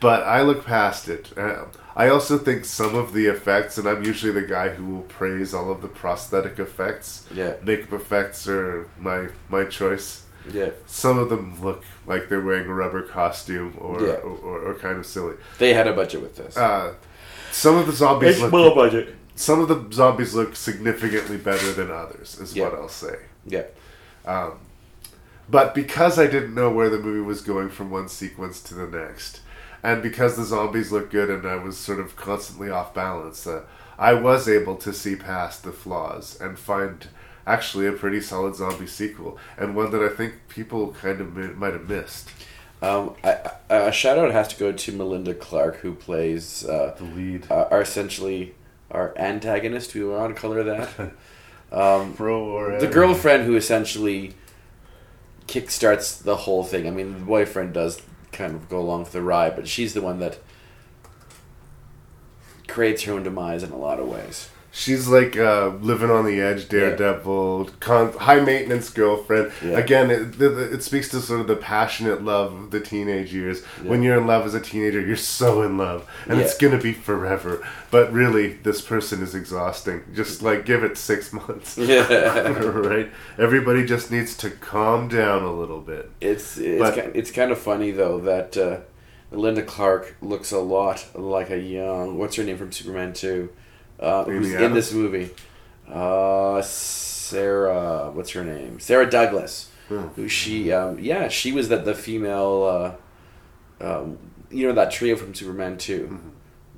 S1: But I look past it. Uh, I also think some of the effects, and I'm usually the guy who will praise all of the prosthetic effects.
S2: Yeah.
S1: Makeup effects are my my choice.
S2: Yeah.
S1: Some of them look like they're wearing a rubber costume or
S2: Yeah.
S1: or, or, or kind of silly.
S2: They had a budget with this.
S1: Uh, some of the zombies
S2: It's
S1: look
S2: small budget.
S1: Some of the zombies look significantly better than others, is what I'll say.
S2: Yeah.
S1: Um, but because I didn't know where the movie was going from one sequence to the next, and because the zombies looked good and I was sort of constantly off balance, uh, I was able to see past the flaws and find actually a pretty solid zombie sequel, and one that I think people kind of mi- might have missed.
S2: Um, I, I, a shout out has to go to Melinda Clark, who plays uh,
S1: the lead.
S2: Uh, our essentially our antagonist. We want to color that. Um,
S1: Pro or
S2: the
S1: enemy.
S2: girlfriend who essentially kickstarts the whole thing. I mean, the boyfriend does kind of go along for the ride, but she's the one that creates her own demise in a lot of ways.
S1: She's like uh, living on the edge, daredevil, con- high maintenance girlfriend.
S2: Yeah.
S1: Again, it, the, the- it speaks to sort of the passionate love of the teenage years.
S2: Yeah.
S1: When you're in love as a teenager, you're so in love, and it's
S2: Yeah.
S1: gonna be forever. But really, this person is exhausting. Just like give it six (laughs) months, (laughs)
S2: Yeah.
S1: right? Everybody just needs to calm down a little bit.
S2: It's it's,
S1: But-
S2: ki- it's kind of funny though that uh, Linda Clark looks a lot like a young what's her name from Superman two, uh,
S1: Amy
S2: who's in
S1: Adams?
S2: this movie, uh, Sarah what's her name Sarah Douglas,
S1: Hmm.
S2: who she um, yeah she was that the female, uh, um, you know that trio from Superman 2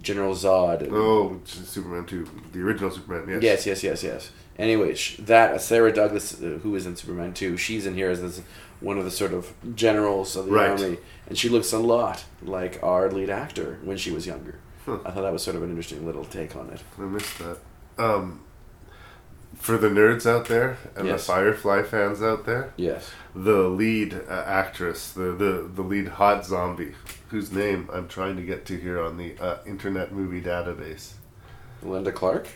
S2: General Zod. and-
S1: Mm-hmm. Oh, Superman two, the original Superman. Yes.
S2: Yes, yes, yes, yes. Anyways, that Sarah Douglas, uh, who is in Superman 2, she's in here as this, one of the sort of generals of the
S1: Right.
S2: army, and she looks a lot like our lead actor when she was younger.
S1: Huh.
S2: I thought that was sort of an interesting little take on it.
S1: I missed that. Um, for the nerds out there and
S2: Yes.
S1: the Firefly fans out there,
S2: Yes.
S1: the lead uh, actress, the, the the lead hot zombie, whose name I'm trying to get to here on the uh, Internet Movie Database,
S2: Linda Clark,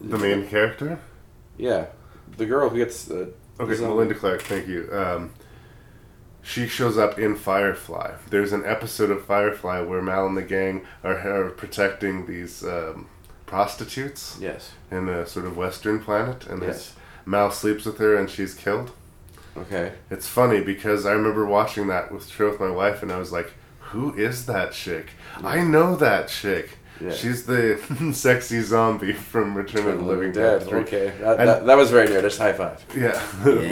S1: the main character.
S2: yeah, the girl who gets uh,
S1: Okay,
S2: zombie.
S1: Melinda Clark, thank you. Um, she shows up in Firefly. There's an episode of Firefly where Mal and the gang are, are protecting these um, prostitutes.
S2: Yes.
S1: In a sort of Western planet, and
S2: Yes.
S1: it's- Mal sleeps with her, and she's killed.
S2: Okay.
S1: It's funny because I remember watching that with True with my wife, and I was like, "Who is that chick? I know that chick.
S2: Yeah.
S1: She's the (laughs) sexy zombie from Return of the Living Dead."
S2: Dead. Okay, that,
S1: And-
S2: that, that was very nerdish. High five.
S1: yeah.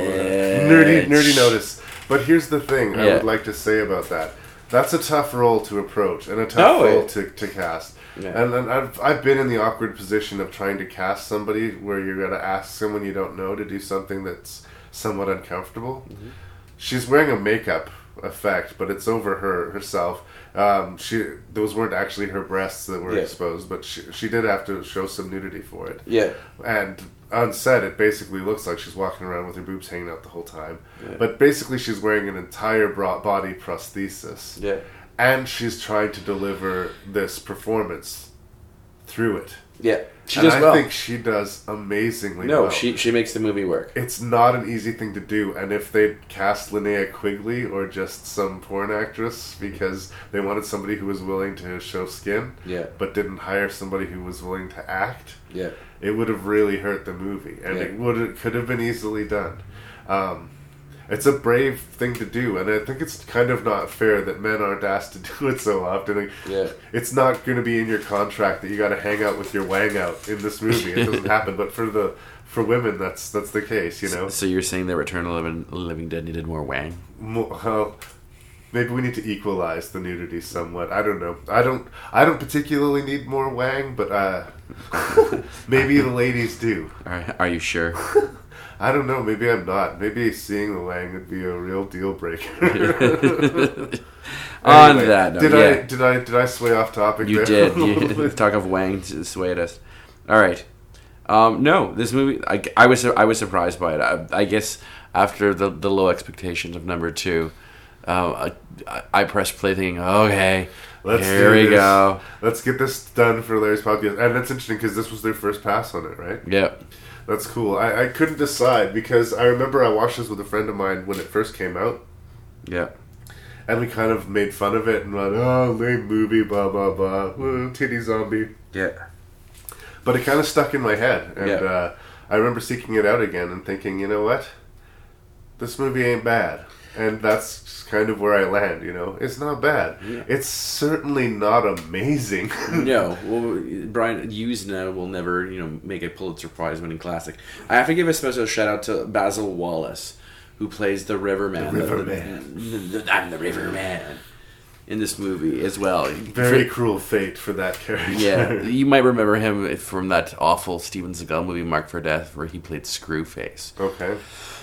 S1: nerdy nerdy
S2: Yes.
S1: notice. But here's the thing I
S2: Yeah.
S1: would like to say about that. That's a tough role to approach and a tough
S2: No, it-
S1: role to, to cast.
S2: Yeah.
S1: And, and I've, I've been in the awkward position of trying to cast somebody where you're going to ask someone you don't know to do something that's somewhat uncomfortable.
S2: Mm-hmm.
S1: She's wearing a makeup effect, but it's over her herself. Um, she those weren't actually her breasts that were
S2: Yeah.
S1: exposed, but she, she did have to show some nudity for it.
S2: Yeah.
S1: And on set, it basically looks like she's walking around with her boobs hanging out the whole time.
S2: Yeah.
S1: But basically, she's wearing an entire bra- body prosthesis.
S2: Yeah.
S1: And she's trying to deliver this performance through it.
S2: Yeah, she
S1: and
S2: does
S1: I
S2: well.
S1: think she does amazingly
S2: No,
S1: well.
S2: she she makes the movie work.
S1: It's not an easy thing to do, and if they cast Linnea Quigley or just some porn actress because they wanted somebody who was willing to show skin,
S2: Yeah.
S1: but didn't hire somebody who was willing to act,
S2: Yeah.
S1: it would have really hurt the movie, and
S2: Yeah.
S1: it would it could have been easily done. Um, it's a brave thing to do, and I think it's kind of not fair that men aren't asked to (laughs) do it so often. Like,
S2: Yeah.
S1: It's not going to be in your contract that you got to hang out with your wang out in this movie. It
S2: (laughs)
S1: doesn't happen, but for the for women, that's that's the case, you know.
S2: So you're saying that Return of the Living, Living Dead needed more Wang?
S1: Mo- Well, maybe we need to equalize the nudity somewhat. I don't know. I don't. I don't particularly need more wang, but
S2: (laughs)
S1: uh, (laughs) maybe the ladies do.
S2: Are, are you sure?
S1: I don't know. Maybe I'm not. Maybe seeing the Wang would be a real deal breaker.
S2: (laughs)
S1: (laughs)
S2: On
S1: Anyway,
S2: that note,
S1: did
S2: yeah.
S1: I did I did I sway off topic?
S2: You
S1: (laughs) there?
S2: did. You, (laughs) talk of Wang s- swayed us. All right. Um, no, this movie. I, I was I was surprised by it. I, I guess after the the low expectations of number two, uh, I, I pressed play thinking, okay,
S1: Let's
S2: here
S1: do
S2: we
S1: this.
S2: go.
S1: Let's get this done for Larry's podcast. And that's interesting because this was their first pass on it, right?
S2: Yep.
S1: That's cool. I, I couldn't decide because I remember I watched this with a friend of mine when it first came out.
S2: Yeah.
S1: And we kind of made fun of it and went, oh, lame movie, blah, blah, blah. Woo, titty zombie.
S2: Yeah.
S1: But it kind of stuck in my head. And
S2: Yeah.
S1: uh, I remember seeking it out again and thinking, you know what? this movie ain't bad. And that's kind of where I land, you know? It's not bad. Yeah. It's certainly not amazing.
S2: no. Well, Brian Usna will never, you know, make a Pulitzer Prize winning classic. I have to give a special shout out to Basil Wallace, who plays the Riverman.
S1: The Riverman.
S2: The, the, I'm the Riverman in this movie as well.
S1: Very for, cruel fate for that character.
S2: Yeah, you might remember him from that awful Steven Seagal movie Mark for Death, where he played Screwface.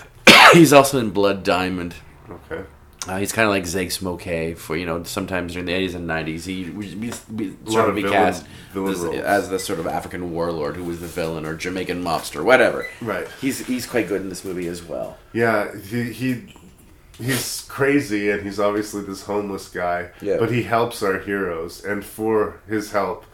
S1: (laughs) Okay.
S2: he's also in Blood Diamond.
S1: Okay.
S2: Uh, he's kind of like Zeke Smokey for you know sometimes during the eighties and nineties he he's, he's
S1: a sort
S2: of
S1: be cast villain
S2: as, as the sort of African warlord who was the villain or Jamaican mobster whatever
S1: right
S2: he's he's quite good in this movie as well
S1: yeah he, he he's crazy and he's obviously this homeless guy
S2: yeah.
S1: but he helps our heroes and for his help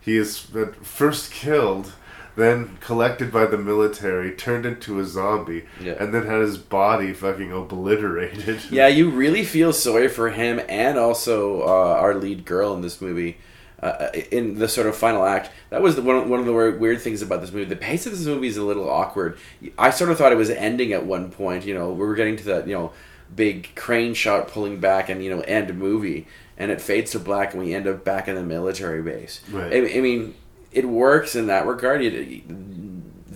S1: he is first killed then collected by the military, turned into a zombie,
S2: yeah.
S1: and then had his body fucking obliterated.
S2: (laughs) Yeah, you really feel sorry for him, and also uh, our lead girl in this movie. Uh, in the sort of final act, that was the, one, one of the weird, weird things about this movie. The pace of this movie is a little awkward. I sort of thought it was ending at one point. You know, we were getting to that you know big crane shot pulling back and you know end movie, and it fades to black, and we end up back in the military base.
S1: Right.
S2: I, I mean, it works in that regard. It,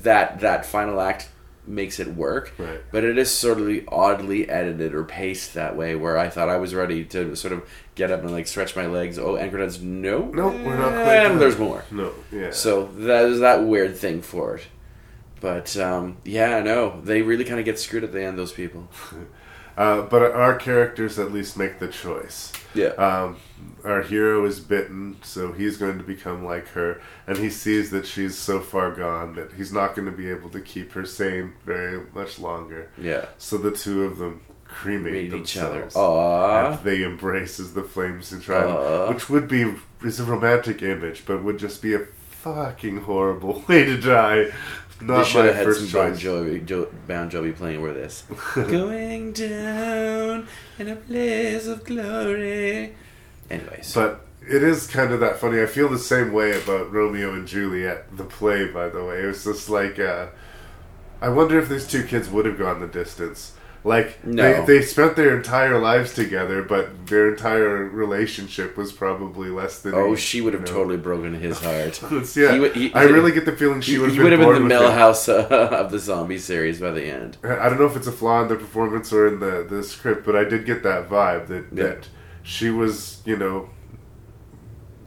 S2: that that final act makes it work,
S1: right.
S2: but it is sort of oddly edited or paced that way. Where I thought I was ready to sort of get up and like stretch my legs. Oh, anchor nuts. No,
S1: no, we're not.
S2: and there's more.
S1: No, yeah.
S2: So that is that weird thing for it. But um, yeah, no, they really kind of get screwed at the end. Those people.
S1: Uh, but our characters at least make the choice.
S2: Yeah.
S1: Um, our hero is bitten, so he's going to become like her, and he sees that she's so far gone that he's not going to be able to keep her sane very much longer.
S2: Yeah.
S1: So the two of them cremate
S2: each other.
S1: Aww. And they embrace as the flames drive, which would be is a romantic image, but would just be a fucking horrible (laughs) way to die. Not
S2: they should
S1: my
S2: have had
S1: first
S2: some Bon
S1: choice.
S2: Jovi, jo- Bon Jovi playing
S1: (laughs)
S2: with this. Going down in a place of glory. Anyways,
S1: But it is kind of that funny. I feel the same way about Romeo and Juliet, the play, by the way. It was just like, uh, I wonder if these two kids would have gone the distance. Like,
S2: No.
S1: they, they spent their entire lives together, but their entire relationship was probably less than.
S2: oh,
S1: eight,
S2: she would have
S1: you know?
S2: totally broken his
S1: (laughs)
S2: heart.
S1: It's- yeah.
S2: He would- he-
S1: I really get the feeling she
S2: he-
S1: would have
S2: he would
S1: been
S2: have been
S1: born
S2: the
S1: with him.
S2: Melhouse uh, of (laughs) the zombie series by the end.
S1: I don't know if it's a flaw in the performance or in the, the script, but I did get that vibe that,
S2: Yeah.
S1: that she was, you know,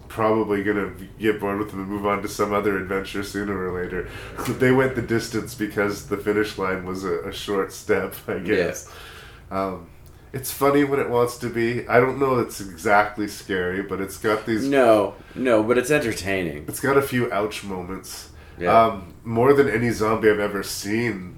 S1: probably going to get bored with him and move on to some other adventure sooner or later. (laughs) they went the distance because the finish line was a, a short step, I guess. Um, it's funny when it wants to be. I don't know it's exactly scary, but it's got these.
S2: No, no, but it's entertaining.
S1: It's got a few ouch moments.
S2: Yeah.
S1: Um, more than any zombie I've ever seen,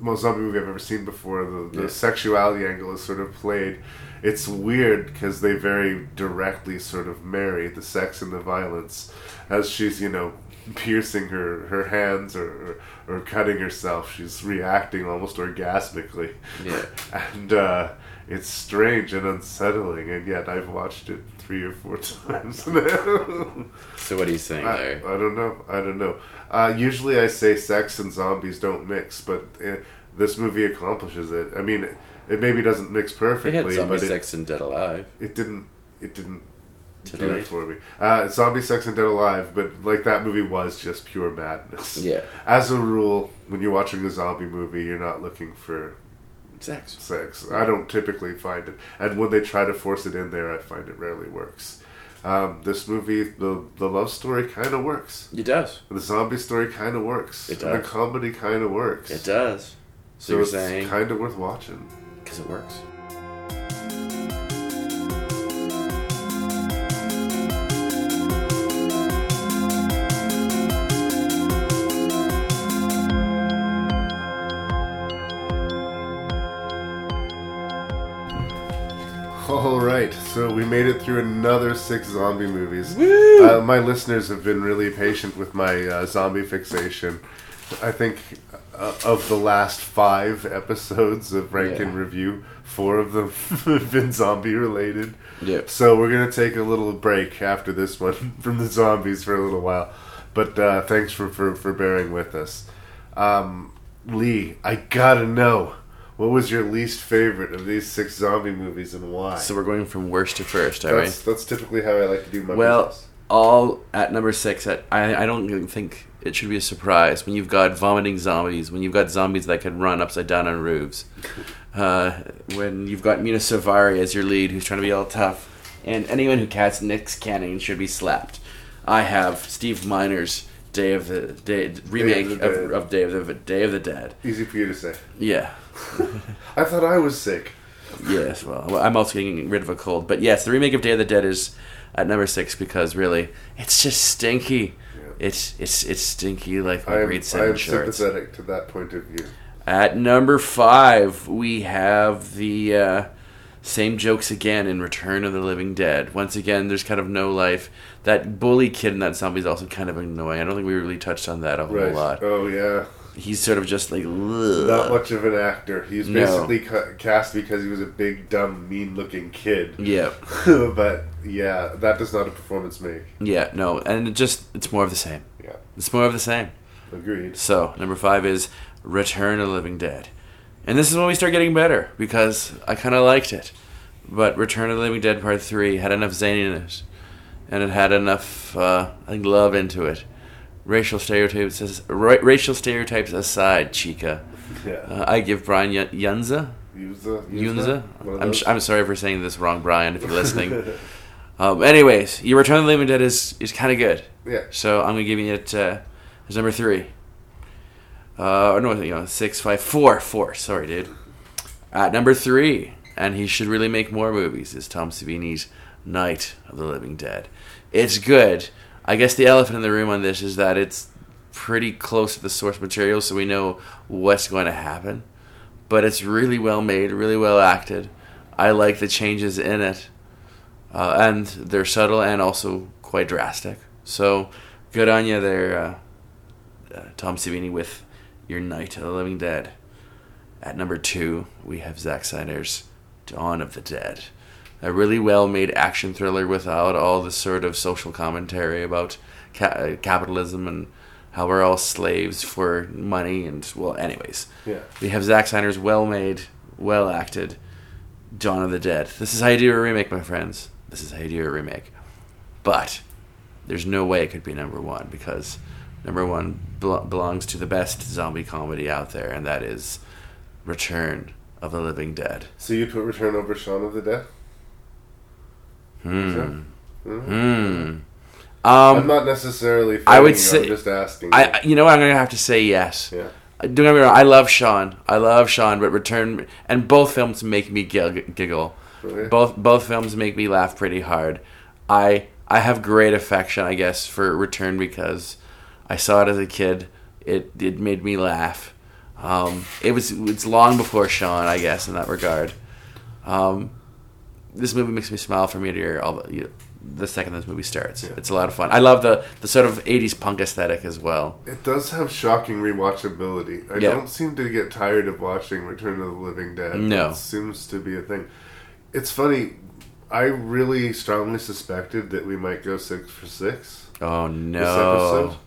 S1: most zombie movie I've ever seen before, the, the
S2: Yeah.
S1: sexuality angle is sort of played. It's weird because they very directly sort of marry the sex and the violence as she's, you know, piercing her, her hands or, or, or cutting herself. She's reacting almost orgasmically.
S2: Yeah.
S1: and uh, it's strange and unsettling, and yet I've watched it three or four (laughs) times now.
S2: So what are you saying
S1: I,
S2: there?
S1: I don't know. I don't know. Uh, usually, I say sex and zombies don't mix, but eh, this movie accomplishes it. I mean, it, it maybe doesn't mix
S2: They had
S1: perfectly,
S2: zombie
S1: but it,
S2: sex and Dead Alive.
S1: it didn't. It didn't do
S2: Totally.
S1: it for me. Uh, zombie sex and Dead Alive, but like that movie was just pure madness.
S2: Yeah.
S1: As a rule, when you're watching a zombie movie, you're not looking for
S2: Sex.
S1: sex. I don't typically find it, and when they try to force it in there, I find it rarely works. Um, this movie, the the love story kind of works.
S2: It does.
S1: The zombie story kind of works.
S2: It
S1: And the
S2: does.
S1: comedy kind of works.
S2: It does. So,
S1: So
S2: you're
S1: it's
S2: saying
S1: kind of worth watching.
S2: because it works.
S1: All right, so we made it through another six zombie movies.
S2: Woo!
S1: Uh, my listeners have been really patient with my uh, zombie fixation. I think uh, of the last five episodes of Rank and
S2: Yeah.
S1: Review, four of them (laughs) have been zombie related.
S2: Yeah.
S1: So we're gonna take a little break after this one (laughs) from the zombies for a little while, but uh, thanks for, for for bearing with us. Um, Lee, I gotta know What was your least favorite of these six zombie movies and why?
S2: So we're going from worst to first, all right?
S1: That's, that's typically how I like to do my
S2: well,
S1: business.
S2: all at number six. At, I I don't even think it should be a surprise when you've got vomiting zombies, when you've got zombies that can run upside down on roofs, uh, when you've got Mina Savari as your lead, who's trying to be all tough, and anyone who casts Nick's Cannon should be slapped. I have Steve Miner's Day of the Day remake
S1: the
S2: of,
S1: Dead.
S2: of Day of the Day of the Dead.
S1: Easy for you to say.
S2: Yeah.
S1: I thought I was sick.
S2: Yes, well, well, I'm also getting rid of a cold. But yes, the remake of Day of the Dead is at number six because really, it's just stinky. It's it's it's stinky like
S1: I
S2: my
S1: am,
S2: grade
S1: I
S2: seven
S1: am
S2: shorts.
S1: sympathetic to that point of view.
S2: At number five, we have the uh, same jokes again in Return of the Living Dead. Once again, there's kind of no life. That bully kid in that zombie is also kind of annoying. I don't think we really touched on that a whole
S1: Right.
S2: lot.
S1: Oh yeah.
S2: He's sort of just like
S1: Not
S2: "Ugh."
S1: much of an actor. He was
S2: No.
S1: basically ca- cast because he was a big, dumb, mean-looking kid.
S2: Yeah.
S1: (laughs) but yeah, that does not a performance make.
S2: Yeah, no, and it just it's more of the same.
S1: Yeah.
S2: It's more of the same.
S1: Agreed.
S2: So number five is Return of the Living Dead, and this is when we start getting better because I kind of liked it, but Return of the Living Dead Part Three had enough zaniness, and it had enough uh, I think love into it. Racial stereotypes, as, ra- racial stereotypes aside, Chica.
S1: Yeah.
S2: Uh, I give Brian y- Yunza.
S1: Yunza?
S2: Yunza.
S1: One of
S2: I'm,
S1: those?
S2: sh- I'm sorry for saying this wrong, Brian, if
S1: (laughs)
S2: you're listening. um, anyways, your Return of the Living Dead is, is kind of good.
S1: Yeah.
S2: So I'm going to give you it uh, as number three. Uh, or no, you know, six, five, four, four. Sorry, dude. At number three, and he should really make more movies, is Tom Savini's Night of the Living Dead. It's good. I guess the elephant in the room on this is that it's pretty close to the source material, so we know what's going to happen. But it's really well made, really well acted. I like the changes in it, uh, and they're subtle and also quite drastic. So good on you there, uh, uh, Tom Savini with your Night of the Living Dead. At number two, we have Zack Snyder's Dawn of the Dead, a really well-made action thriller without all the sort of social commentary about ca- uh, capitalism and how we're all slaves for money and well, anyways.
S1: Yeah.
S2: We have Zack Snyder's well-made, well-acted Dawn of the Dead. This is how you do a remake, my friends. This is how you do a remake. But there's no way it could be number one because number one bel- belongs to the best zombie comedy out there, and that is Return of the Living Dead.
S1: So you put Return over Shaun of the Dead?
S2: Hmm.
S1: So-
S2: Hmm. Um,
S1: I'm not necessarily.
S2: I would
S1: fighting
S2: say.
S1: you, I'm just asking.
S2: I, I- you know, what? I'm gonna have to say yes.
S1: Yeah.
S2: Uh, Don't get me wrong. I love Sean. I love Sean, but Return and both films make me gil- giggle.
S1: Really?
S2: Both both films make me laugh pretty hard. I I have great affection, I guess, for Return because I saw it as a kid. It it made me laugh. Um, it was it's long before Sean, I guess, in that regard. Um, this movie makes me smile from ear to ear all the, you the second this movie starts. It's a lot of fun. I love the the sort of '80s punk aesthetic as well.
S1: It does have shocking rewatchability. I
S2: Yeah.
S1: don't seem to get tired of watching Return of the Living Dead.
S2: No.
S1: It seems to be a thing. It's funny. I really strongly suspected that we might go six for six.
S2: Oh no!
S1: This episode.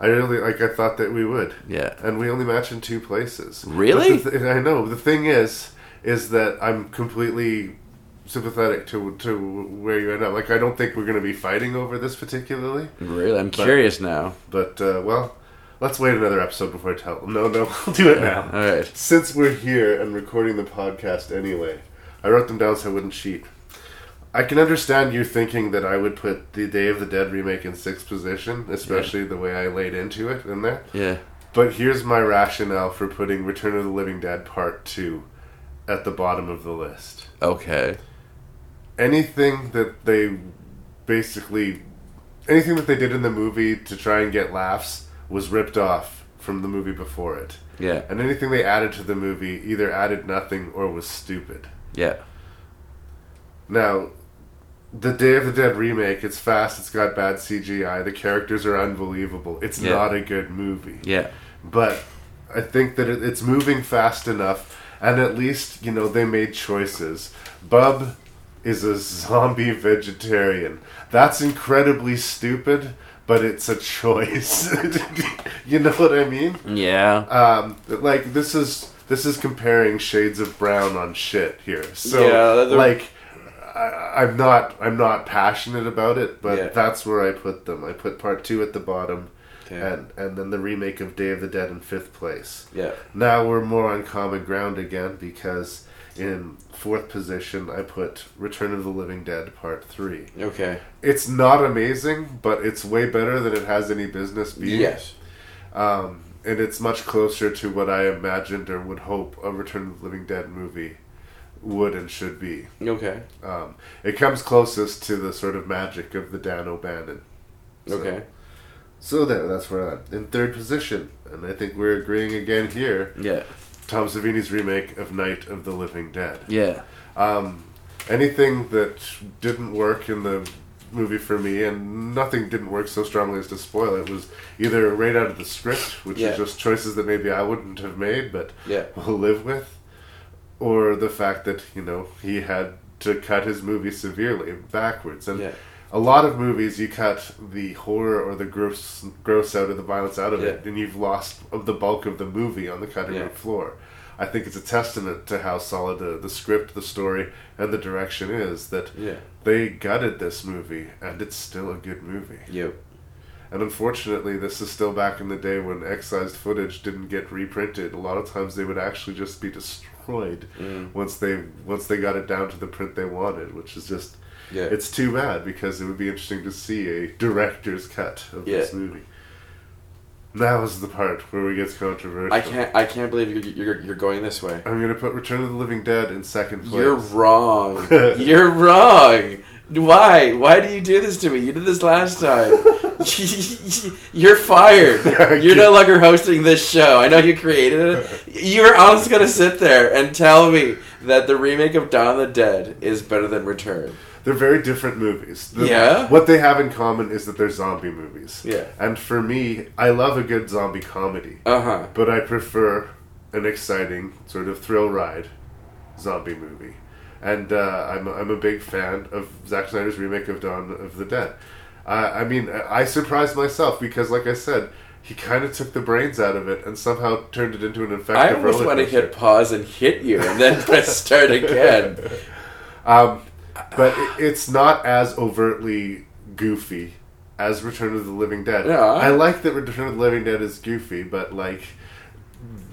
S1: I really like. I thought that we would.
S2: Yeah.
S1: And we only match in two places.
S2: Really?
S1: But the thi- I know. The thing is, is that I'm completely sympathetic to to where you end up. Like, I don't think we're going to be fighting over this particularly.
S2: Really, I'm
S1: But-
S2: curious now.
S1: But uh, well, let's wait another episode before I tell. No, no, (laughs) I'll do it now.
S2: All right.
S1: Since we're here and recording the podcast anyway, I wrote them down so I wouldn't cheat. I can understand you thinking that I would put the Day of the Dead remake in sixth position, especially the way I laid into it in there.
S2: Yeah.
S1: But here's my rationale for putting Return of the Living Dead Part 2 at the bottom of the list
S2: Okay.
S1: anything that they basically anything that they did in the movie to try and get laughs was ripped off from the movie before it.
S2: Yeah.
S1: And anything they added to the movie either added nothing or was stupid.
S2: Yeah.
S1: Now, the Day of the Dead remake, it's fast, it's got bad CGI, the characters are unbelievable. It's
S2: Yeah.
S1: not a good movie
S2: Yeah.
S1: but I think that it, it's moving fast enough, and at least you know they made choices. Bub is a zombie vegetarian. That's incredibly stupid, but it's a (laughs) choice. you know what I mean?
S2: Yeah.
S1: Um, like this is this is comparing shades of brown on shit here. So
S2: Yeah, they're-
S1: like I, I'm not I'm not passionate about it, but
S2: Yeah.
S1: that's where I put them. I put part two at the bottom.
S2: Okay.
S1: And and then the remake of Day of the Dead in fifth place.
S2: Yeah.
S1: Now we're more on common ground again because in fourth position I put Return of the Living Dead Part Three.
S2: Okay.
S1: It's not amazing, but it's way better than it has any business being.
S2: Yes.
S1: Um, and it's much closer to what I imagined or would hope a Return of the Living Dead movie would and should be.
S2: Okay.
S1: Um, it comes closest to the sort of magic of the Dan O'Bannon.
S2: Okay.
S1: So there, that's where I'm in third position, and I think we're agreeing again here.
S2: Yeah.
S1: Tom Savini's remake of Night of the Living Dead.
S2: Yeah.
S1: Um, anything that didn't work in the movie for me, and nothing didn't work so strongly as to spoil it, was either right out of the script, which
S2: Yeah.
S1: is just choices that maybe I wouldn't have made, but
S2: Yeah.
S1: will (laughs) live with, or the fact that you know he had to cut his movie severely backwards and.
S2: Yeah.
S1: A lot of movies, you cut the horror or the gross, gross out or the violence out of it,
S2: Yeah.
S1: and you've lost of the bulk of the movie on the cutting
S2: Yeah.
S1: room floor. I think it's a testament to how solid uh, the, the script, the story, and the direction is that
S2: Yeah.
S1: they gutted this movie, and it's still a good movie.
S2: Yep.
S1: And unfortunately, this is still back in the day when excised footage didn't get reprinted. A lot of times, they would actually just be destroyed
S2: Mm.
S1: once they once they got it down to the print they wanted, which is just
S2: Yeah.
S1: it's too bad because it would be interesting to see a director's cut of this
S2: Yeah.
S1: movie. Now is the part where it gets controversial.
S2: I can't. I can't believe you're, you're, you're going this way.
S1: I'm gonna put Return of the Living Dead in second place.
S2: You're (laughs) wrong. You're wrong. Why? Why do you do this to me? You did this last (laughs) time. You're (laughs) fired. You're no longer hosting this show. I know you created (laughs) it. You're honestly gonna sit there and tell me that the remake of Dawn of the Dead is better than Return.
S1: They're very different movies. The-
S2: Yeah?
S1: What they have in common is that they're zombie movies.
S2: Yeah.
S1: And for me, I love a good zombie comedy.
S2: Uh-huh.
S1: But I prefer an exciting sort of thrill ride zombie movie. And uh, I'm, I'm a big fan of Zack Snyder's remake of Dawn of the Dead. Uh, I mean, I I surprised myself because, like I said, he kind of took the brains out of it and somehow turned it into an effective.
S2: I almost
S1: roller
S2: want to
S1: coaster.
S2: hit pause and hit you, and then (laughs) press start again.
S1: Um, but it, it's not as overtly goofy as Return of the Living Dead.
S2: Yeah.
S1: I like that Return of the Living Dead is goofy, but like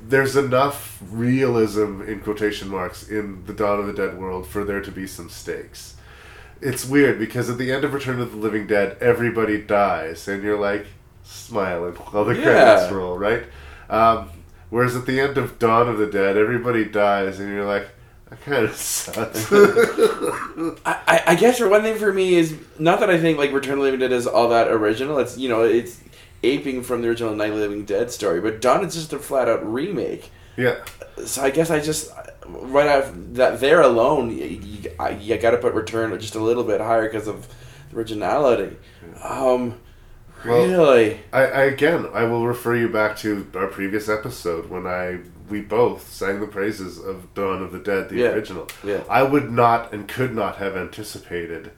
S1: there's enough realism in quotation marks in the Dawn of the Dead world for there to be some stakes. It's weird because at the end of Return of the Living Dead, everybody dies, and you're like smiling (laughs) while the
S2: Yeah.
S1: credits roll, right? Um, whereas at the end of Dawn of the Dead, everybody dies, and you're like, that kind of
S2: (laughs)
S1: sucks. (laughs)
S2: I, I- I guess for one thing for me is not that I think like Return of the Living Dead is all that original. It's you know it's aping from the original Night of the Living Dead story, but Dawn is just a flat out remake.
S1: Yeah.
S2: So I guess I just right out that there alone, you, you, I- you got to put Return just a little bit higher because of the originality. Um,
S1: Well,
S2: really,
S1: I, I again, I will refer you back to our previous episode when I we both sang the praises of Dawn of the Dead, the
S2: Yeah.
S1: original.
S2: Yeah.
S1: I would not and could not have anticipated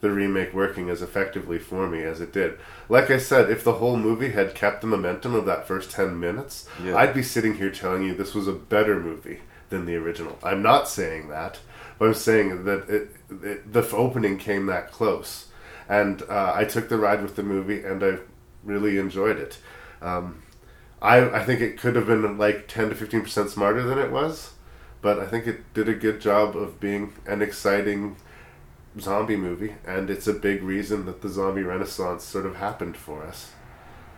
S1: the remake working as effectively for me as it did. Like I said, if the whole movie had kept the momentum of that first ten minutes,
S2: Yeah.
S1: I'd be sitting here telling you this was a better movie than the original. I'm not saying that, but I'm saying that it, it, the f- opening came that close, and uh, I took the ride with the movie, and I really enjoyed it. Um, I I think it could have been like ten to fifteen percent smarter than it was, but I think it did a good job of being an exciting zombie movie, and it's a big reason that the zombie renaissance sort of happened for us.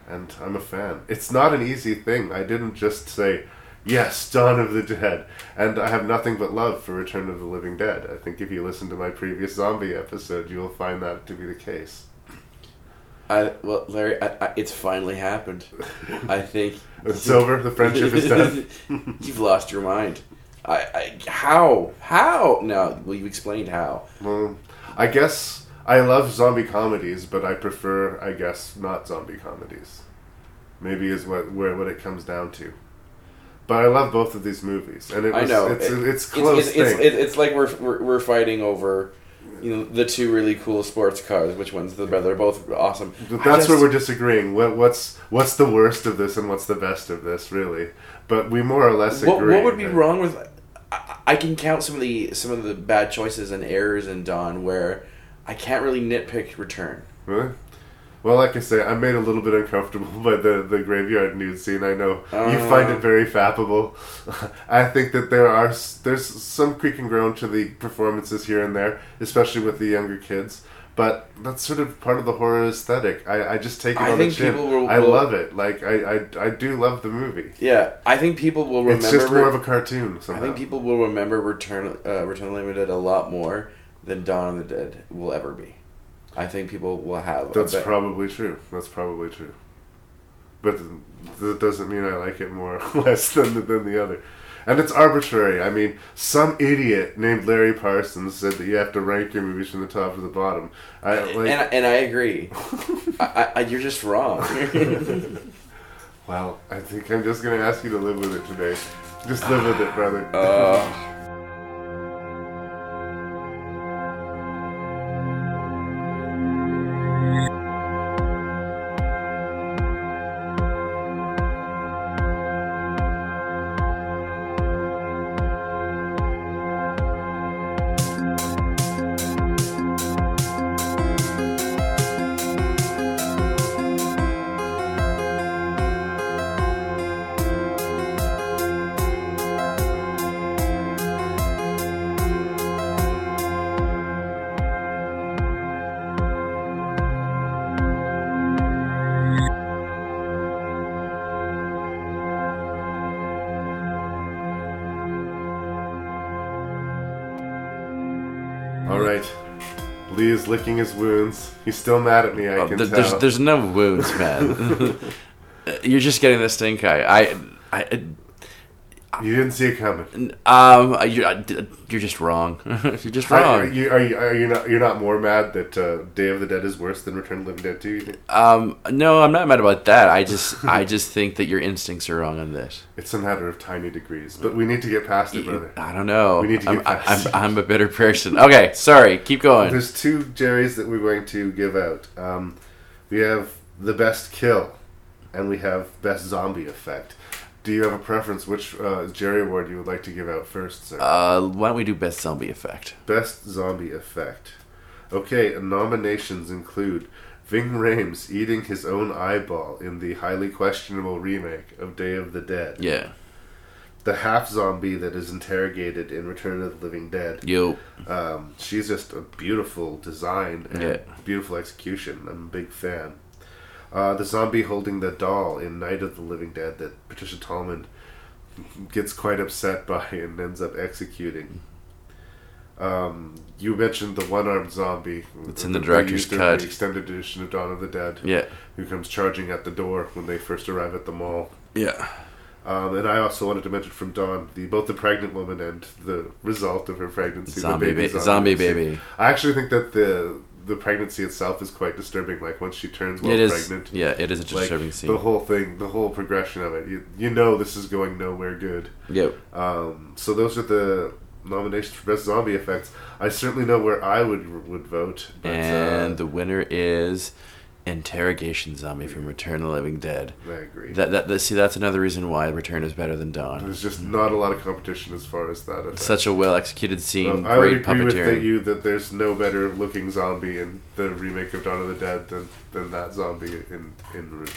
S1: And I'm a fan. It's not an easy thing. I didn't just say, yes, Dawn of the Dead. And I have nothing but love for Return of the Living Dead. I think if you listen to my previous zombie episode, you will find that to be the case. (laughs)
S2: I well Larry, I, I, it's finally happened. I think
S1: It's over? The friendship is
S2: (laughs)
S1: done?
S2: You've lost your mind. I, I how how no well you explained how
S1: Well, I guess I love zombie comedies, but I prefer, I guess, not zombie comedies. Maybe is what where what it comes down to. But I love both of these movies, and it was,
S2: I know
S1: it's
S2: It-
S1: it's close
S2: It's, it's,
S1: thing.
S2: it's, it's like we're, we're we're fighting over you know, the two really cool sports cars. Which one's the better? They're both awesome.
S1: But that's just, where we're disagreeing. What, what's what's the worst of this, and what's the best of this, really? But we more or less
S2: what,
S1: agree.
S2: What would be wrong with? I, I can count some of the some of the bad choices and errors in Don where I can't really nitpick return.
S1: Really? Well, like I say, I'm made a little bit uncomfortable (laughs) by the, the graveyard nude scene. I know uh, you find it very fappable. (laughs) I think that there are there's some creak and groan to the performances here and there, especially with the younger kids. But that's sort of part of the horror aesthetic. I, I just take it I on the chin. Will, I will, love it. Like I, I, I do love the movie.
S2: Yeah, I think people will remember.
S1: It's just more of a cartoon. Somehow.
S2: I think people will remember Return uh, Return Limited a lot more than Dawn of the Dead will ever be. I think people will have.
S1: That's probably true. That's probably true. But that doesn't mean I like it more (laughs) or less than the, than the other. And it's arbitrary. I mean, some idiot named Larry Parsons said that you have to rank your movies from the top to the bottom. I like,
S2: and, and I
S1: (laughs)
S2: agree. I, I, you're just wrong.
S1: well, I think I'm just going to ask you to live with it today. Just live with it, brother.
S2: Uh.
S1: licking his wounds. He's still mad at me. I can oh,
S2: Uh, there's,
S1: tell.
S2: There's no wounds,
S1: (laughs)
S2: man. (laughs) You're just getting the stink eye. I, I,
S1: I you didn't see it coming.
S2: Um, you're, you're just wrong. (laughs) you're just wrong.
S1: Are, are, you, are you are you not you're not more mad that uh, Day of the Dead is worse than Return of the Living Dead too?
S2: Um, no, I'm not mad about that. I just I just think that your instincts are wrong on this.
S1: It's a matter of tiny degrees,
S2: Mm.
S1: but we need to get past it, brother.
S2: I don't know.
S1: We need to get
S2: I'm,
S1: past
S2: I'm, I'm, a bitter person. Okay, sorry. Keep going.
S1: There's two Jerry's that we're going to give out. Um, we have the best kill, and we have best zombie effect. Do you have a preference which uh, Jerry Award you would like to give out first, sir?
S2: Uh, why don't we do Best Zombie Effect?
S1: Best Zombie Effect. Okay, nominations include Ving Rhames eating his own eyeball in the highly questionable remake of Day of the Dead.
S2: Yeah.
S1: The half zombie that is interrogated in Return of the Living Dead.
S2: Yo.
S1: Um, she's just a beautiful design and yeah. beautiful execution. I'm a big fan. Uh, the zombie holding the doll in Night of the Living Dead that Patricia Tallman gets quite upset (laughs) by and ends up executing. Um, you mentioned the one-armed zombie.
S2: It's in the director's cut,
S1: the extended edition of Dawn of the Dead.
S2: Yeah,
S1: who comes charging at the door when they first arrive at the mall.
S2: Yeah.
S1: Um, and I also wanted to mention from Dawn the both the pregnant woman and the result of her pregnancy,
S2: zombie
S1: baby,
S2: ba- zombie baby.
S1: I actually think that the the pregnancy itself is quite disturbing. Like once she turns while
S2: is,
S1: pregnant,
S2: yeah, it is a disturbing like, scene.
S1: The whole thing, the whole progression of it, you, you know, this is going nowhere good.
S2: Yep.
S1: Um, so those are the nominations for best zombie effects. I certainly know where I would would vote.
S2: But, and uh, the winner is interrogation zombie from Return of the Living Dead.
S1: I agree.
S2: That, that, that, see that's another reason why Return is better than Dawn.
S1: There's just not a lot of competition as far as that. Effect.
S2: Such a well executed scene. Um,
S1: I
S2: would
S1: agree with the, you that there's no better looking zombie in the remake of Dawn of the Dead than, than that zombie in in re-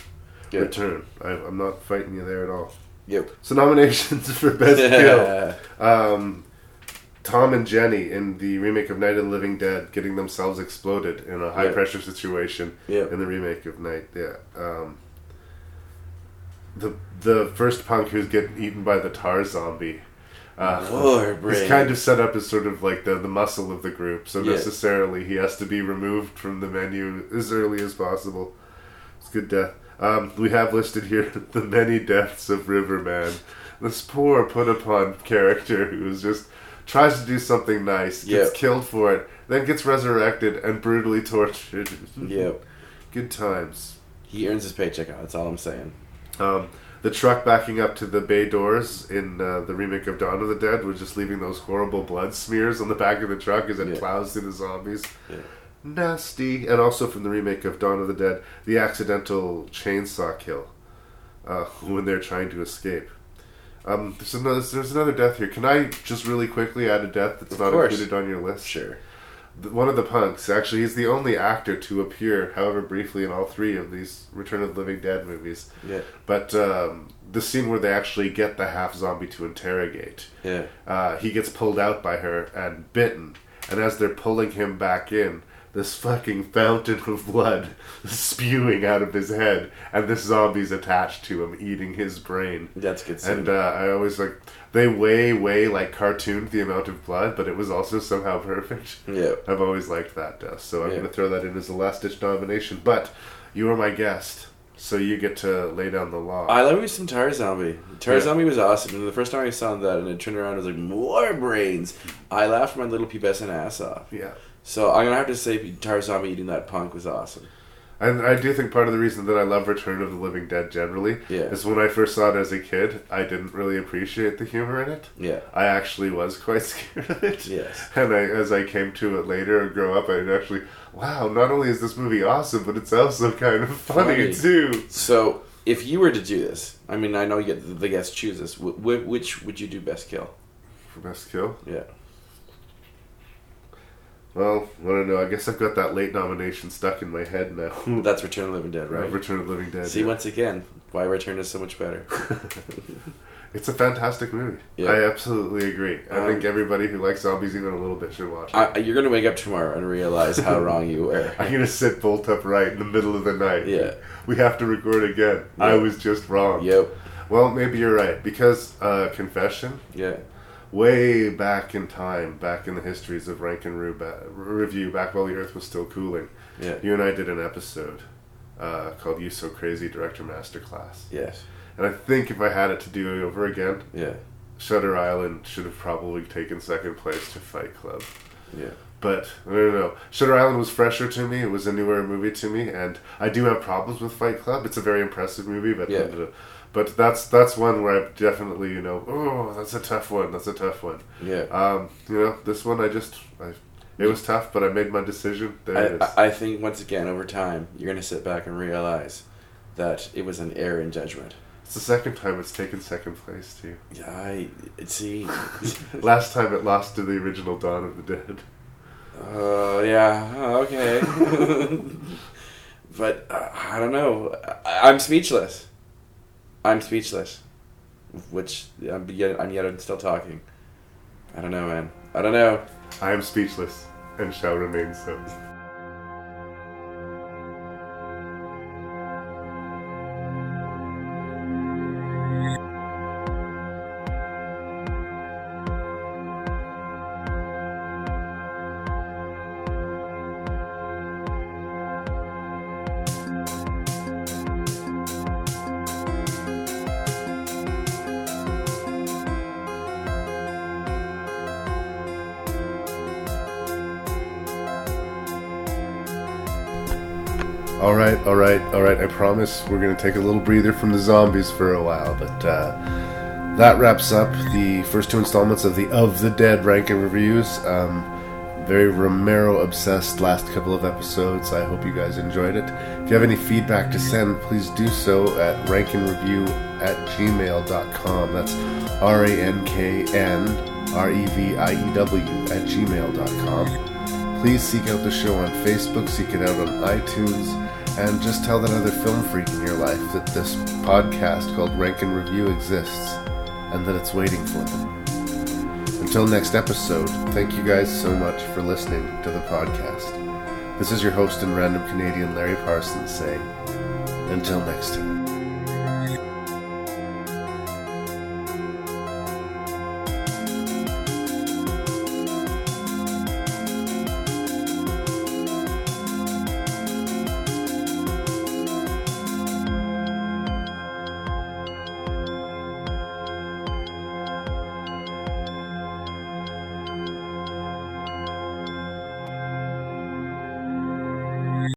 S1: yep. Return. I, am not fighting you there at all. (laughs)
S2: Yep.
S1: So nominations for best kill. Um, Tom and Jenny in the remake of Night of the Living Dead getting themselves exploded in a high yeah. pressure situation
S2: yeah.
S1: in the remake of Night. Yeah. Um, the the first punk who's getting eaten by the tar zombie.
S2: Uh, Lord,
S1: he's kind of set up as sort of like the, the muscle of the group, so yeah. necessarily he has to be removed from the menu as early as possible. It's good death. Um, we have listed here (laughs) the many deaths of Riverman. This poor put upon character who is just tries to do something nice, gets
S2: yep.
S1: killed for it, then gets resurrected and brutally (laughs) tortured.
S2: yep.
S1: Good times.
S2: He earns his paycheck out. That's all I'm saying.
S1: Um, the truck backing up to the bay doors in uh, the remake of Dawn of the Dead was just leaving those horrible blood smears on the back of the truck as it
S2: Yeah.
S1: plows through the zombies.
S2: Yeah.
S1: Nasty. And also from the remake of Dawn of the Dead, the accidental chainsaw kill uh, (laughs) when they're trying to escape. Um, there's another there's another death here. Can I just really quickly add a death that's
S2: Of
S1: not
S2: course.
S1: included on your list?
S2: Sure.
S1: The- One of the punks, actually, he's the only actor to appear, however briefly, in all three of these Return of the Living Dead movies.
S2: Yeah.
S1: But um, the scene where they actually get the half zombie to interrogate,
S2: Yeah.
S1: uh, he gets pulled out by her and bitten. And as they're pulling him back in, this fucking fountain of blood (laughs) spewing out of his head, and this zombie's attached to him, eating his brain.
S2: That's good. Scene.
S1: And uh, I always like they way way like cartooned the amount of blood, but it was also somehow (laughs) perfect.
S2: Yeah.
S1: I've always liked that death, so I'm
S2: Yeah.
S1: gonna throw that in as a last ditch nomination. But you are my guest, so you get to lay down the law.
S2: I love me some Tar Zombie. Tar
S1: Yeah.
S2: Zombie was awesome. And the first time I saw that and it turned around, I was like, more brains. I laughed my little pubescent ass off.
S1: Yeah.
S2: So I'm going to have to say Tar Zombie eating that punk was awesome.
S1: And I do think part of the reason that I love Return of the Living Dead generally
S2: Yeah.
S1: is when I first saw it as a kid, I didn't really appreciate the humor in it.
S2: Yeah.
S1: I actually was quite (laughs) scared of it.
S2: Yes.
S1: And I, as I came to it later and grow up, I actually, wow, not only is this movie awesome, but it's also (laughs) kind of funny, too.
S2: So if you were to do this, I mean, I know you get the guest choose this. Wh- wh- which would you do best kill?
S1: For best kill?
S2: Yeah.
S1: Well, I don't know. I guess I've got that late nomination stuck in my head now.
S2: (laughs) That's Return of the Living Dead, right?
S1: Return of the Living Dead.
S2: See,
S1: yeah.
S2: once again, why Return is so much better.
S1: It's a fantastic movie.
S2: Yeah.
S1: I absolutely agree. I
S2: Um,
S1: think everybody who likes zombies even a little bit should watch it.
S2: I, Uh, you're going to wake up tomorrow and realize how wrong you
S1: (laughs)
S2: were.
S1: I'm gonna sit bolt upright in the middle of the night.
S2: Yeah.
S1: We have to record again. I
S2: Yep.
S1: was just wrong.
S2: Yep.
S1: Well, maybe you're right because uh, confession.
S2: Yeah.
S1: Way back in time, back in the histories of Rankin Rue ba- review, back while the Earth was still cooling.
S2: Yeah.
S1: You and I did an episode uh, called "You So Crazy Director Masterclass."
S2: Yes.
S1: And I think if I had it to do over again,
S2: Yeah.
S1: Shutter Island should have probably taken second place to Fight Club.
S2: Yeah.
S1: But I don't know. Shutter Island was fresher to me. It was a newer movie to me, and I do have problems with Fight Club. It's a very impressive movie, but
S2: Yeah.
S1: but that's that's one where I've definitely you know oh that's a tough one. That's a tough one.
S2: Yeah.
S1: Um, you know this one I just I, it was tough, but I made my decision. There it is.
S2: I, I- I think once again over time you're gonna sit back and realize that it was an error in judgment.
S1: it's the second time it's taken second place too.
S2: Yeah, I it- (laughs) see.
S1: Last time it lost to the original Dawn of the Dead.
S2: Oh yeah, oh, okay. (laughs) but uh, I don't know. I, I'm speechless. I'm speechless. Which I'm yet I'm yet I'm still talking. I don't know, man. I don't know.
S1: I am speechless and shall remain so. All right, all right, all right. I promise we're going to take a little breather from the zombies for a while, but uh, that wraps up the first two installments of the Of the Dead rank and reviews. Um, very Romero obsessed last couple of episodes. I hope you guys enjoyed it. If you have any feedback to send, please do so at rankinreview at gmail.com. That's R A N K N R E V I E W at gmail.com. Please seek out the show on Facebook, seek it out on iTunes, and just tell that other film freak in your life that this podcast called Rank and Review exists and that it's waiting for them. Until next episode, thank you guys so much for listening to the podcast. This is your host and random Canadian Larry Parsons saying, until next time.